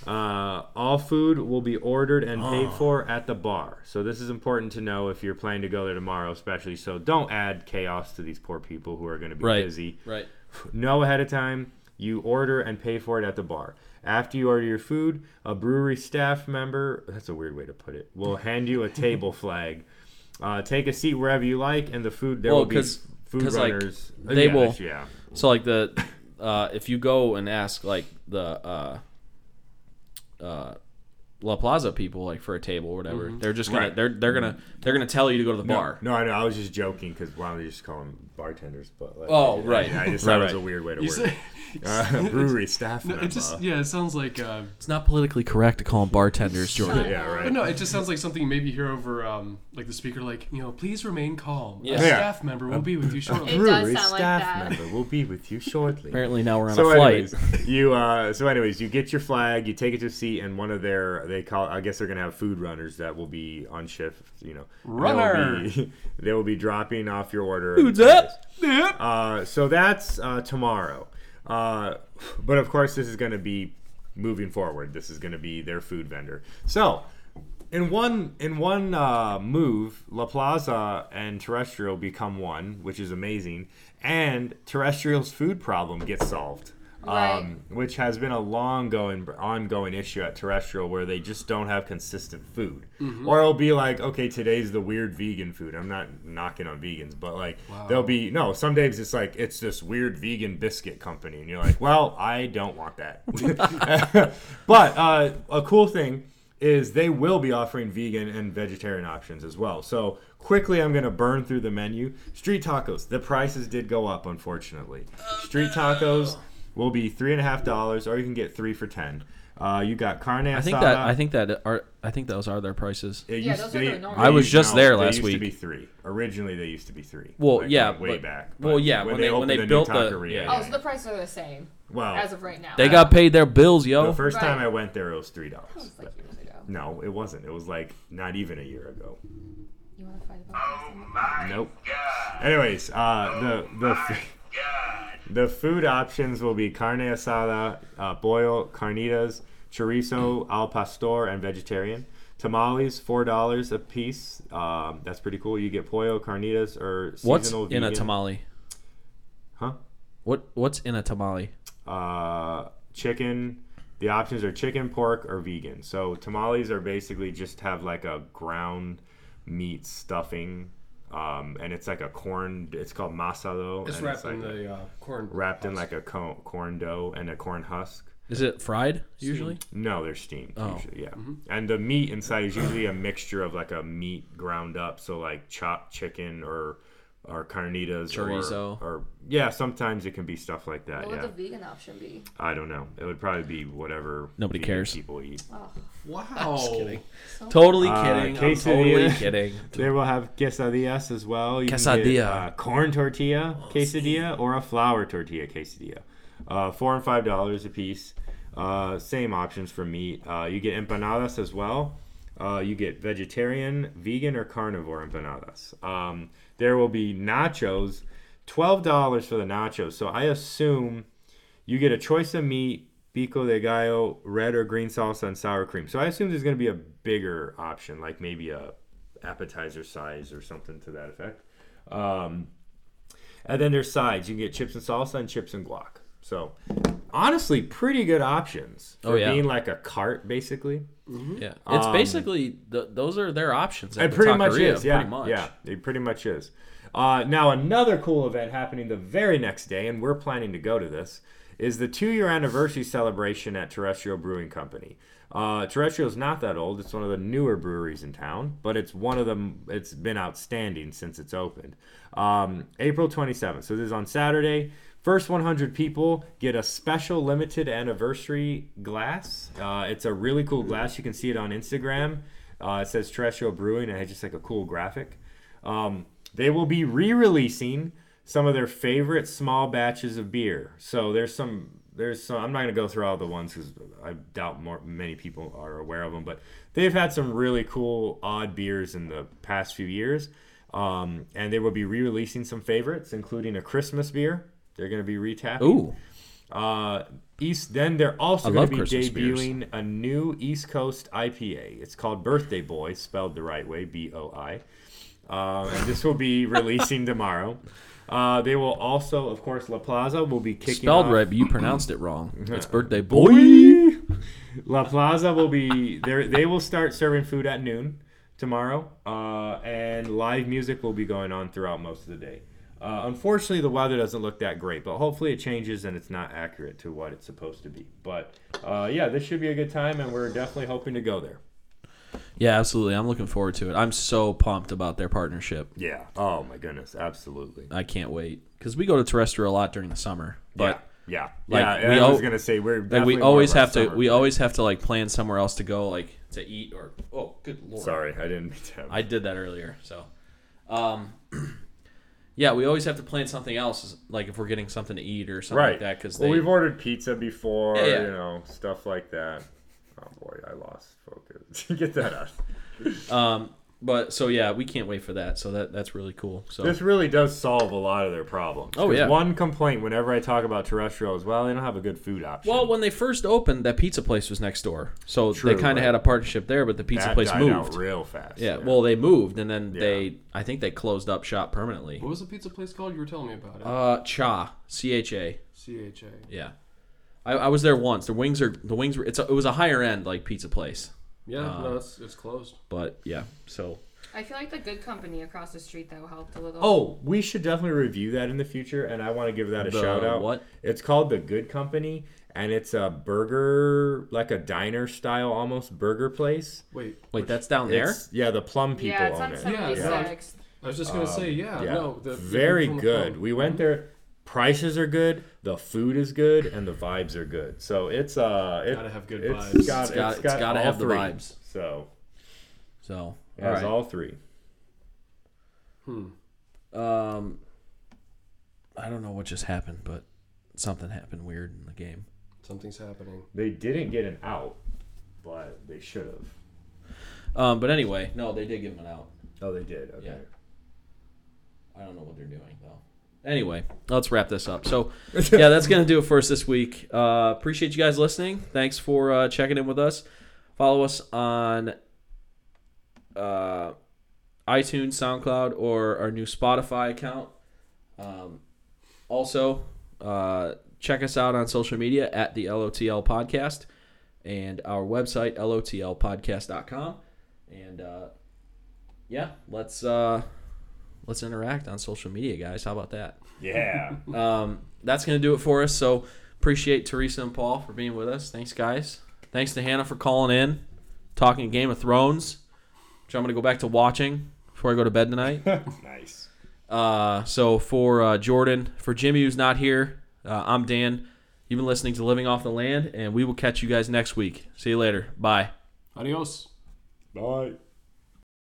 Speaker 4: Uh, all food will be ordered and paid
Speaker 2: Oh.
Speaker 4: for at the bar. So this is important to know if you're planning to go there tomorrow, especially. So don't add chaos to these poor people who are going to be
Speaker 2: Right.
Speaker 4: busy
Speaker 2: Right.
Speaker 4: know ahead of time. You order and pay for it at the bar. After you order your food, a brewery staff member, that's a weird way to put it, will hand you a table flag. Uh, take a seat wherever you like, and the food, there
Speaker 2: Well,
Speaker 4: will be
Speaker 2: 'cause-
Speaker 4: food
Speaker 2: 'cause, like,
Speaker 4: runners.
Speaker 2: they
Speaker 4: yeah,
Speaker 2: will-
Speaker 4: that's- Yeah.
Speaker 2: So like the uh, if you go and ask like the uh, uh, La Plaza people like for a table or whatever, they're just gonna
Speaker 4: Mm-hmm. Right.
Speaker 2: they're they're gonna they're gonna tell you to go to the bar.
Speaker 4: No, I know. I was just joking because why don't they just call them bartenders? But like,
Speaker 2: Oh,
Speaker 4: I-
Speaker 2: right.
Speaker 4: I, just
Speaker 2: Right,
Speaker 4: thought it was
Speaker 2: right.
Speaker 4: a weird way to
Speaker 3: You
Speaker 4: word
Speaker 3: say,
Speaker 4: it. Uh, brewery staff
Speaker 3: no,
Speaker 4: member.
Speaker 3: it just yeah, it sounds like. Uh,
Speaker 2: It's not politically correct to call them bartenders, Jordan.
Speaker 4: yeah, right.
Speaker 3: but no, it just sounds like something you maybe hear over um, like the speaker, like you know, please remain calm.
Speaker 2: Yeah.
Speaker 3: A
Speaker 4: Yeah.
Speaker 3: staff member will be with you shortly.
Speaker 5: does
Speaker 4: brewery
Speaker 5: sound like
Speaker 4: staff
Speaker 5: that.
Speaker 4: member will be with you shortly.
Speaker 2: Apparently now we're on
Speaker 4: so
Speaker 2: a flight.
Speaker 4: anyways, you uh, so anyways, you get your flag, you take it to a seat, and one of their they call I guess they're gonna have food runners that will be on shift. You know,
Speaker 3: Runner.
Speaker 4: They will be, they will be dropping off your order.
Speaker 2: Food's up.
Speaker 4: Uh, so that's uh, tomorrow. Uh, but of course, this is going to be moving forward. This is going to be their food vendor. So in one in one uh, move, La Plaza and Terrestrial become one, which is amazing. And Terrestrial's food problem gets solved.
Speaker 5: Right.
Speaker 4: um, which has been a long going, ongoing issue at Terrestrial where they just don't have consistent food. Or it'll be like, okay, today's the weird vegan food. I'm not knocking on vegans, but like they'll be no. Some days it's like it's this weird vegan biscuit company, and you're like, well, I don't want that. but uh, a cool thing is they will be offering vegan and vegetarian options as well. So quickly, I'm going to burn through the menu. Street tacos. The prices did go up, unfortunately.
Speaker 5: Oh,
Speaker 4: Street tacos will be three and a half dollars, or you can get three for ten. Uh, you got carne asada.
Speaker 2: I think that I think that are I think those are their prices.
Speaker 4: It
Speaker 5: Yeah, those are the normal
Speaker 2: I was just there
Speaker 4: they
Speaker 2: last
Speaker 4: used
Speaker 2: week.
Speaker 4: To be three. Originally, they used to be three.
Speaker 2: Well,
Speaker 4: Like,
Speaker 2: yeah,
Speaker 4: way
Speaker 2: but-
Speaker 4: back.
Speaker 2: well,
Speaker 4: But
Speaker 2: yeah, when they- when
Speaker 4: opened
Speaker 2: they
Speaker 4: a new
Speaker 2: built the-
Speaker 4: taqueria,
Speaker 2: yeah,
Speaker 5: Oh, so the prices are the same
Speaker 4: well,
Speaker 5: as of right now.
Speaker 2: They got paid their bills, yo.
Speaker 4: the first
Speaker 5: Right.
Speaker 4: time I went there, it was three
Speaker 5: That
Speaker 4: dollars.
Speaker 5: was like years ago.
Speaker 4: No, it wasn't. It was like not even a year ago.
Speaker 5: You want to fight
Speaker 4: Oh,
Speaker 5: about this?
Speaker 6: My
Speaker 4: Nope.
Speaker 6: God. Oh
Speaker 4: Anyways, uh, the the
Speaker 6: God.
Speaker 4: the food options will be carne asada, uh, boil, carnitas, chorizo, al pastor, and vegetarian. Tamales, four dollars a piece. Um, that's pretty cool. You get pollo, carnitas, or seasonal
Speaker 2: What's
Speaker 4: vegan.
Speaker 2: in a tamale?
Speaker 4: Huh?
Speaker 2: What What's in a tamale?
Speaker 4: uh, chicken. The options are chicken, pork, or vegan. So tamales are basically just have like a ground meat stuffing, um, and it's like a corn. It's called masado.
Speaker 3: It's
Speaker 4: and
Speaker 3: wrapped in
Speaker 4: like
Speaker 3: the uh, corn.
Speaker 4: wrapped in like a co- corn dough and a corn husk.
Speaker 2: Is it fried usually?
Speaker 4: No, they're steamed
Speaker 3: Oh.
Speaker 4: usually, yeah.
Speaker 3: Mm-hmm.
Speaker 4: And the meat inside is usually a mixture of like a meat ground up, so like chopped chicken or or carnitas or-
Speaker 2: Chorizo.
Speaker 4: or, yeah. Sometimes it can be stuff like that.
Speaker 5: What
Speaker 4: yeah.
Speaker 5: would the vegan option be?
Speaker 4: I don't know. It would probably be whatever
Speaker 2: Nobody
Speaker 4: vegan
Speaker 2: cares.
Speaker 4: People eat.
Speaker 5: Oh,
Speaker 3: Wow.
Speaker 2: Totally
Speaker 4: Uh,
Speaker 2: kidding. I'm
Speaker 4: quesadilla.
Speaker 2: totally kidding.
Speaker 4: They will have quesadillas as well. You can
Speaker 2: Quesadilla. Oh,
Speaker 4: get, uh, corn tortilla quesadilla or a flour tortilla quesadilla. Uh, four and five dollars a piece. Uh, same options for meat. Uh, you get empanadas as well. Uh, you get vegetarian, vegan, or carnivore empanadas. Um, there will be nachos. Twelve dollars for the nachos. So I assume you get a choice of meat, pico de gallo, red or green salsa, and sour cream. So I assume there's going to be a bigger option, like maybe a appetizer size or something to that effect. Um, and then there's sides. You can get chips and salsa and chips and guac. So honestly, pretty good options for
Speaker 2: Oh, yeah.
Speaker 4: being like a cart, basically.
Speaker 2: Yeah, it's basically the, those are their options. At
Speaker 4: It
Speaker 2: the
Speaker 4: Um, pretty much
Speaker 2: taqueria,
Speaker 4: is. Yeah,
Speaker 2: pretty much.
Speaker 4: yeah, it pretty much is. Uh, now another cool event happening the very next day, and we're planning to go to this, is the two-year anniversary celebration at Terrestrial Brewing Company. Uh, Terrestrial is not that old; it's one of the newer breweries in town, but it's one of them. It's been outstanding since it's opened. Um, April 27th, so this is on Saturday. First 100 people get a special limited anniversary glass. Uh, it's a really cool glass. You can see it on Instagram. Uh, it says Terrestrial Brewing and it has just like a cool graphic. Um, they will be re-releasing some of their favorite small batches of beer. So there's some there's some I'm not gonna go through all the ones because I doubt more many people are aware of them, but they've had some really cool odd beers in the past few years. Um, and they will be re-releasing some favorites, including a Christmas beer. They're gonna be retapping.
Speaker 2: Ooh,
Speaker 4: Uh, East. Then they're also
Speaker 2: I
Speaker 4: going
Speaker 2: love
Speaker 4: to be
Speaker 2: Christmas beers.
Speaker 4: debuting a new East Coast IPA. It's called Birthday Boy, spelled the right way, B O I. Um, and this will be releasing tomorrow. Uh, they will also, of course, La Plaza will be kicking
Speaker 2: spelled
Speaker 4: off-
Speaker 2: right, but you pronounced it wrong. It's birthday boy.
Speaker 4: Boy. La Plaza will be there. They will start serving food at noon tomorrow, uh, and live music will be going on throughout most of the day. Uh, unfortunately, the weather doesn't look that great, but hopefully it changes and it's not accurate to what it's supposed to be. But uh, yeah, this should be a good time, and we're definitely hoping to go there.
Speaker 2: Yeah, absolutely. I'm looking forward to it. I'm so pumped about their partnership.
Speaker 4: Yeah. Oh my goodness, absolutely.
Speaker 2: I can't wait because we go to terrestrial a lot during the summer, but.
Speaker 4: yeah, yeah.
Speaker 2: Like,
Speaker 4: yeah
Speaker 2: we
Speaker 4: I was
Speaker 2: al-
Speaker 4: gonna say we're
Speaker 2: Like
Speaker 4: definitely
Speaker 2: we
Speaker 4: more
Speaker 2: always
Speaker 4: of our
Speaker 2: have to,
Speaker 4: summer
Speaker 2: we
Speaker 4: people.
Speaker 2: always have to like plan somewhere else to go, like to eat or oh, good lord.
Speaker 4: Sorry, I didn't mean to.
Speaker 2: I did that earlier. So, um, yeah, we always have to plan something else, like if we're getting something to eat or something like that. Because
Speaker 4: well,
Speaker 2: they,
Speaker 4: we've ordered pizza before,
Speaker 2: Yeah, yeah.
Speaker 4: you know, stuff like that. Oh boy, I lost focus. Get that out.
Speaker 2: but so yeah, we can't wait for that. So that that's really cool. So
Speaker 4: This really does solve a lot of their problems.
Speaker 2: Oh,
Speaker 4: 'Cause
Speaker 2: yeah.
Speaker 4: One complaint whenever I talk about terrestrial is well, they don't have a good food option.
Speaker 2: well, when they first opened, that pizza place was next door, so
Speaker 4: True,
Speaker 2: they kind of
Speaker 4: right.
Speaker 2: had a partnership there. But the pizza
Speaker 4: that
Speaker 2: place
Speaker 4: died
Speaker 2: moved.
Speaker 4: out real fast.
Speaker 2: yeah, well, they moved, and then
Speaker 4: Yeah.
Speaker 2: they, I think they closed up shop permanently.
Speaker 3: Uh, What was the pizza place called? You were telling me about it.
Speaker 2: Uh, Cha, C H A,
Speaker 3: CHA.
Speaker 2: yeah. I, I was there once. The wings are the wings were. It's a, it was a higher end like pizza place,
Speaker 3: Yeah,
Speaker 4: Uh,
Speaker 3: no, it's, it's closed.
Speaker 2: but yeah. So
Speaker 5: I feel like the good company across the street though helped a little.
Speaker 4: Oh, we should definitely review that in the future, and I want to give that a
Speaker 2: The
Speaker 4: shout out.
Speaker 2: what?
Speaker 4: It's called the Good Company, and it's a burger, like a diner style almost burger place.
Speaker 3: Wait,
Speaker 2: wait, that's down there.
Speaker 4: It's- yeah, the Plum people
Speaker 5: yeah, it's
Speaker 4: own
Speaker 5: on
Speaker 4: it.
Speaker 3: Yeah,
Speaker 5: seventy
Speaker 3: yeah.
Speaker 5: six.
Speaker 3: I was just gonna say, yeah,
Speaker 4: Yeah,
Speaker 3: no, the, the
Speaker 4: very
Speaker 3: people
Speaker 4: good.
Speaker 3: from-
Speaker 4: We went there. Prices are good. The food is good, and the vibes are good. So it's uh, it,
Speaker 3: Gotta have good
Speaker 4: it's
Speaker 3: vibes.
Speaker 4: Got,
Speaker 2: It's got-
Speaker 4: it's
Speaker 2: it's
Speaker 4: got
Speaker 2: gotta
Speaker 4: all
Speaker 2: have the
Speaker 4: three.
Speaker 2: vibes.
Speaker 4: So
Speaker 2: So
Speaker 4: it
Speaker 2: all
Speaker 4: has
Speaker 2: right.
Speaker 4: all three.
Speaker 2: Um, I don't know what just happened, but something happened weird in the game.
Speaker 3: something's happening.
Speaker 4: They didn't get an out, but they should have.
Speaker 2: Um, but anyway, no, they did give him an out.
Speaker 4: Oh, they did. Okay.
Speaker 2: Yeah. I don't know what they're doing though. Anyway, let's wrap this up. So, yeah, that's gonna do it for us this week. Uh, appreciate you guys listening. Thanks for uh, checking in with us. Follow us on uh, iTunes, SoundCloud, or our new Spotify account. Um, also, uh, check us out on social media at the LOTL Podcast and our website lotlpodcast.com. And uh, yeah, let's. Uh, let's interact on social media, guys. How about that?
Speaker 4: Yeah.
Speaker 2: Um, that's gonna do it for us. So appreciate Teresa and Paul for being with us. Thanks, guys. Thanks to Hannah for calling in, talking Game of Thrones, which I'm gonna go back to watching before I go to bed tonight.
Speaker 4: nice.
Speaker 2: Uh, so for uh, Jordan, for Jimmy who's not here, uh, I'm Dan. You've been listening to Living Off the Land, and we will catch you guys next week. See you later. Bye.
Speaker 3: Adios.
Speaker 4: Bye.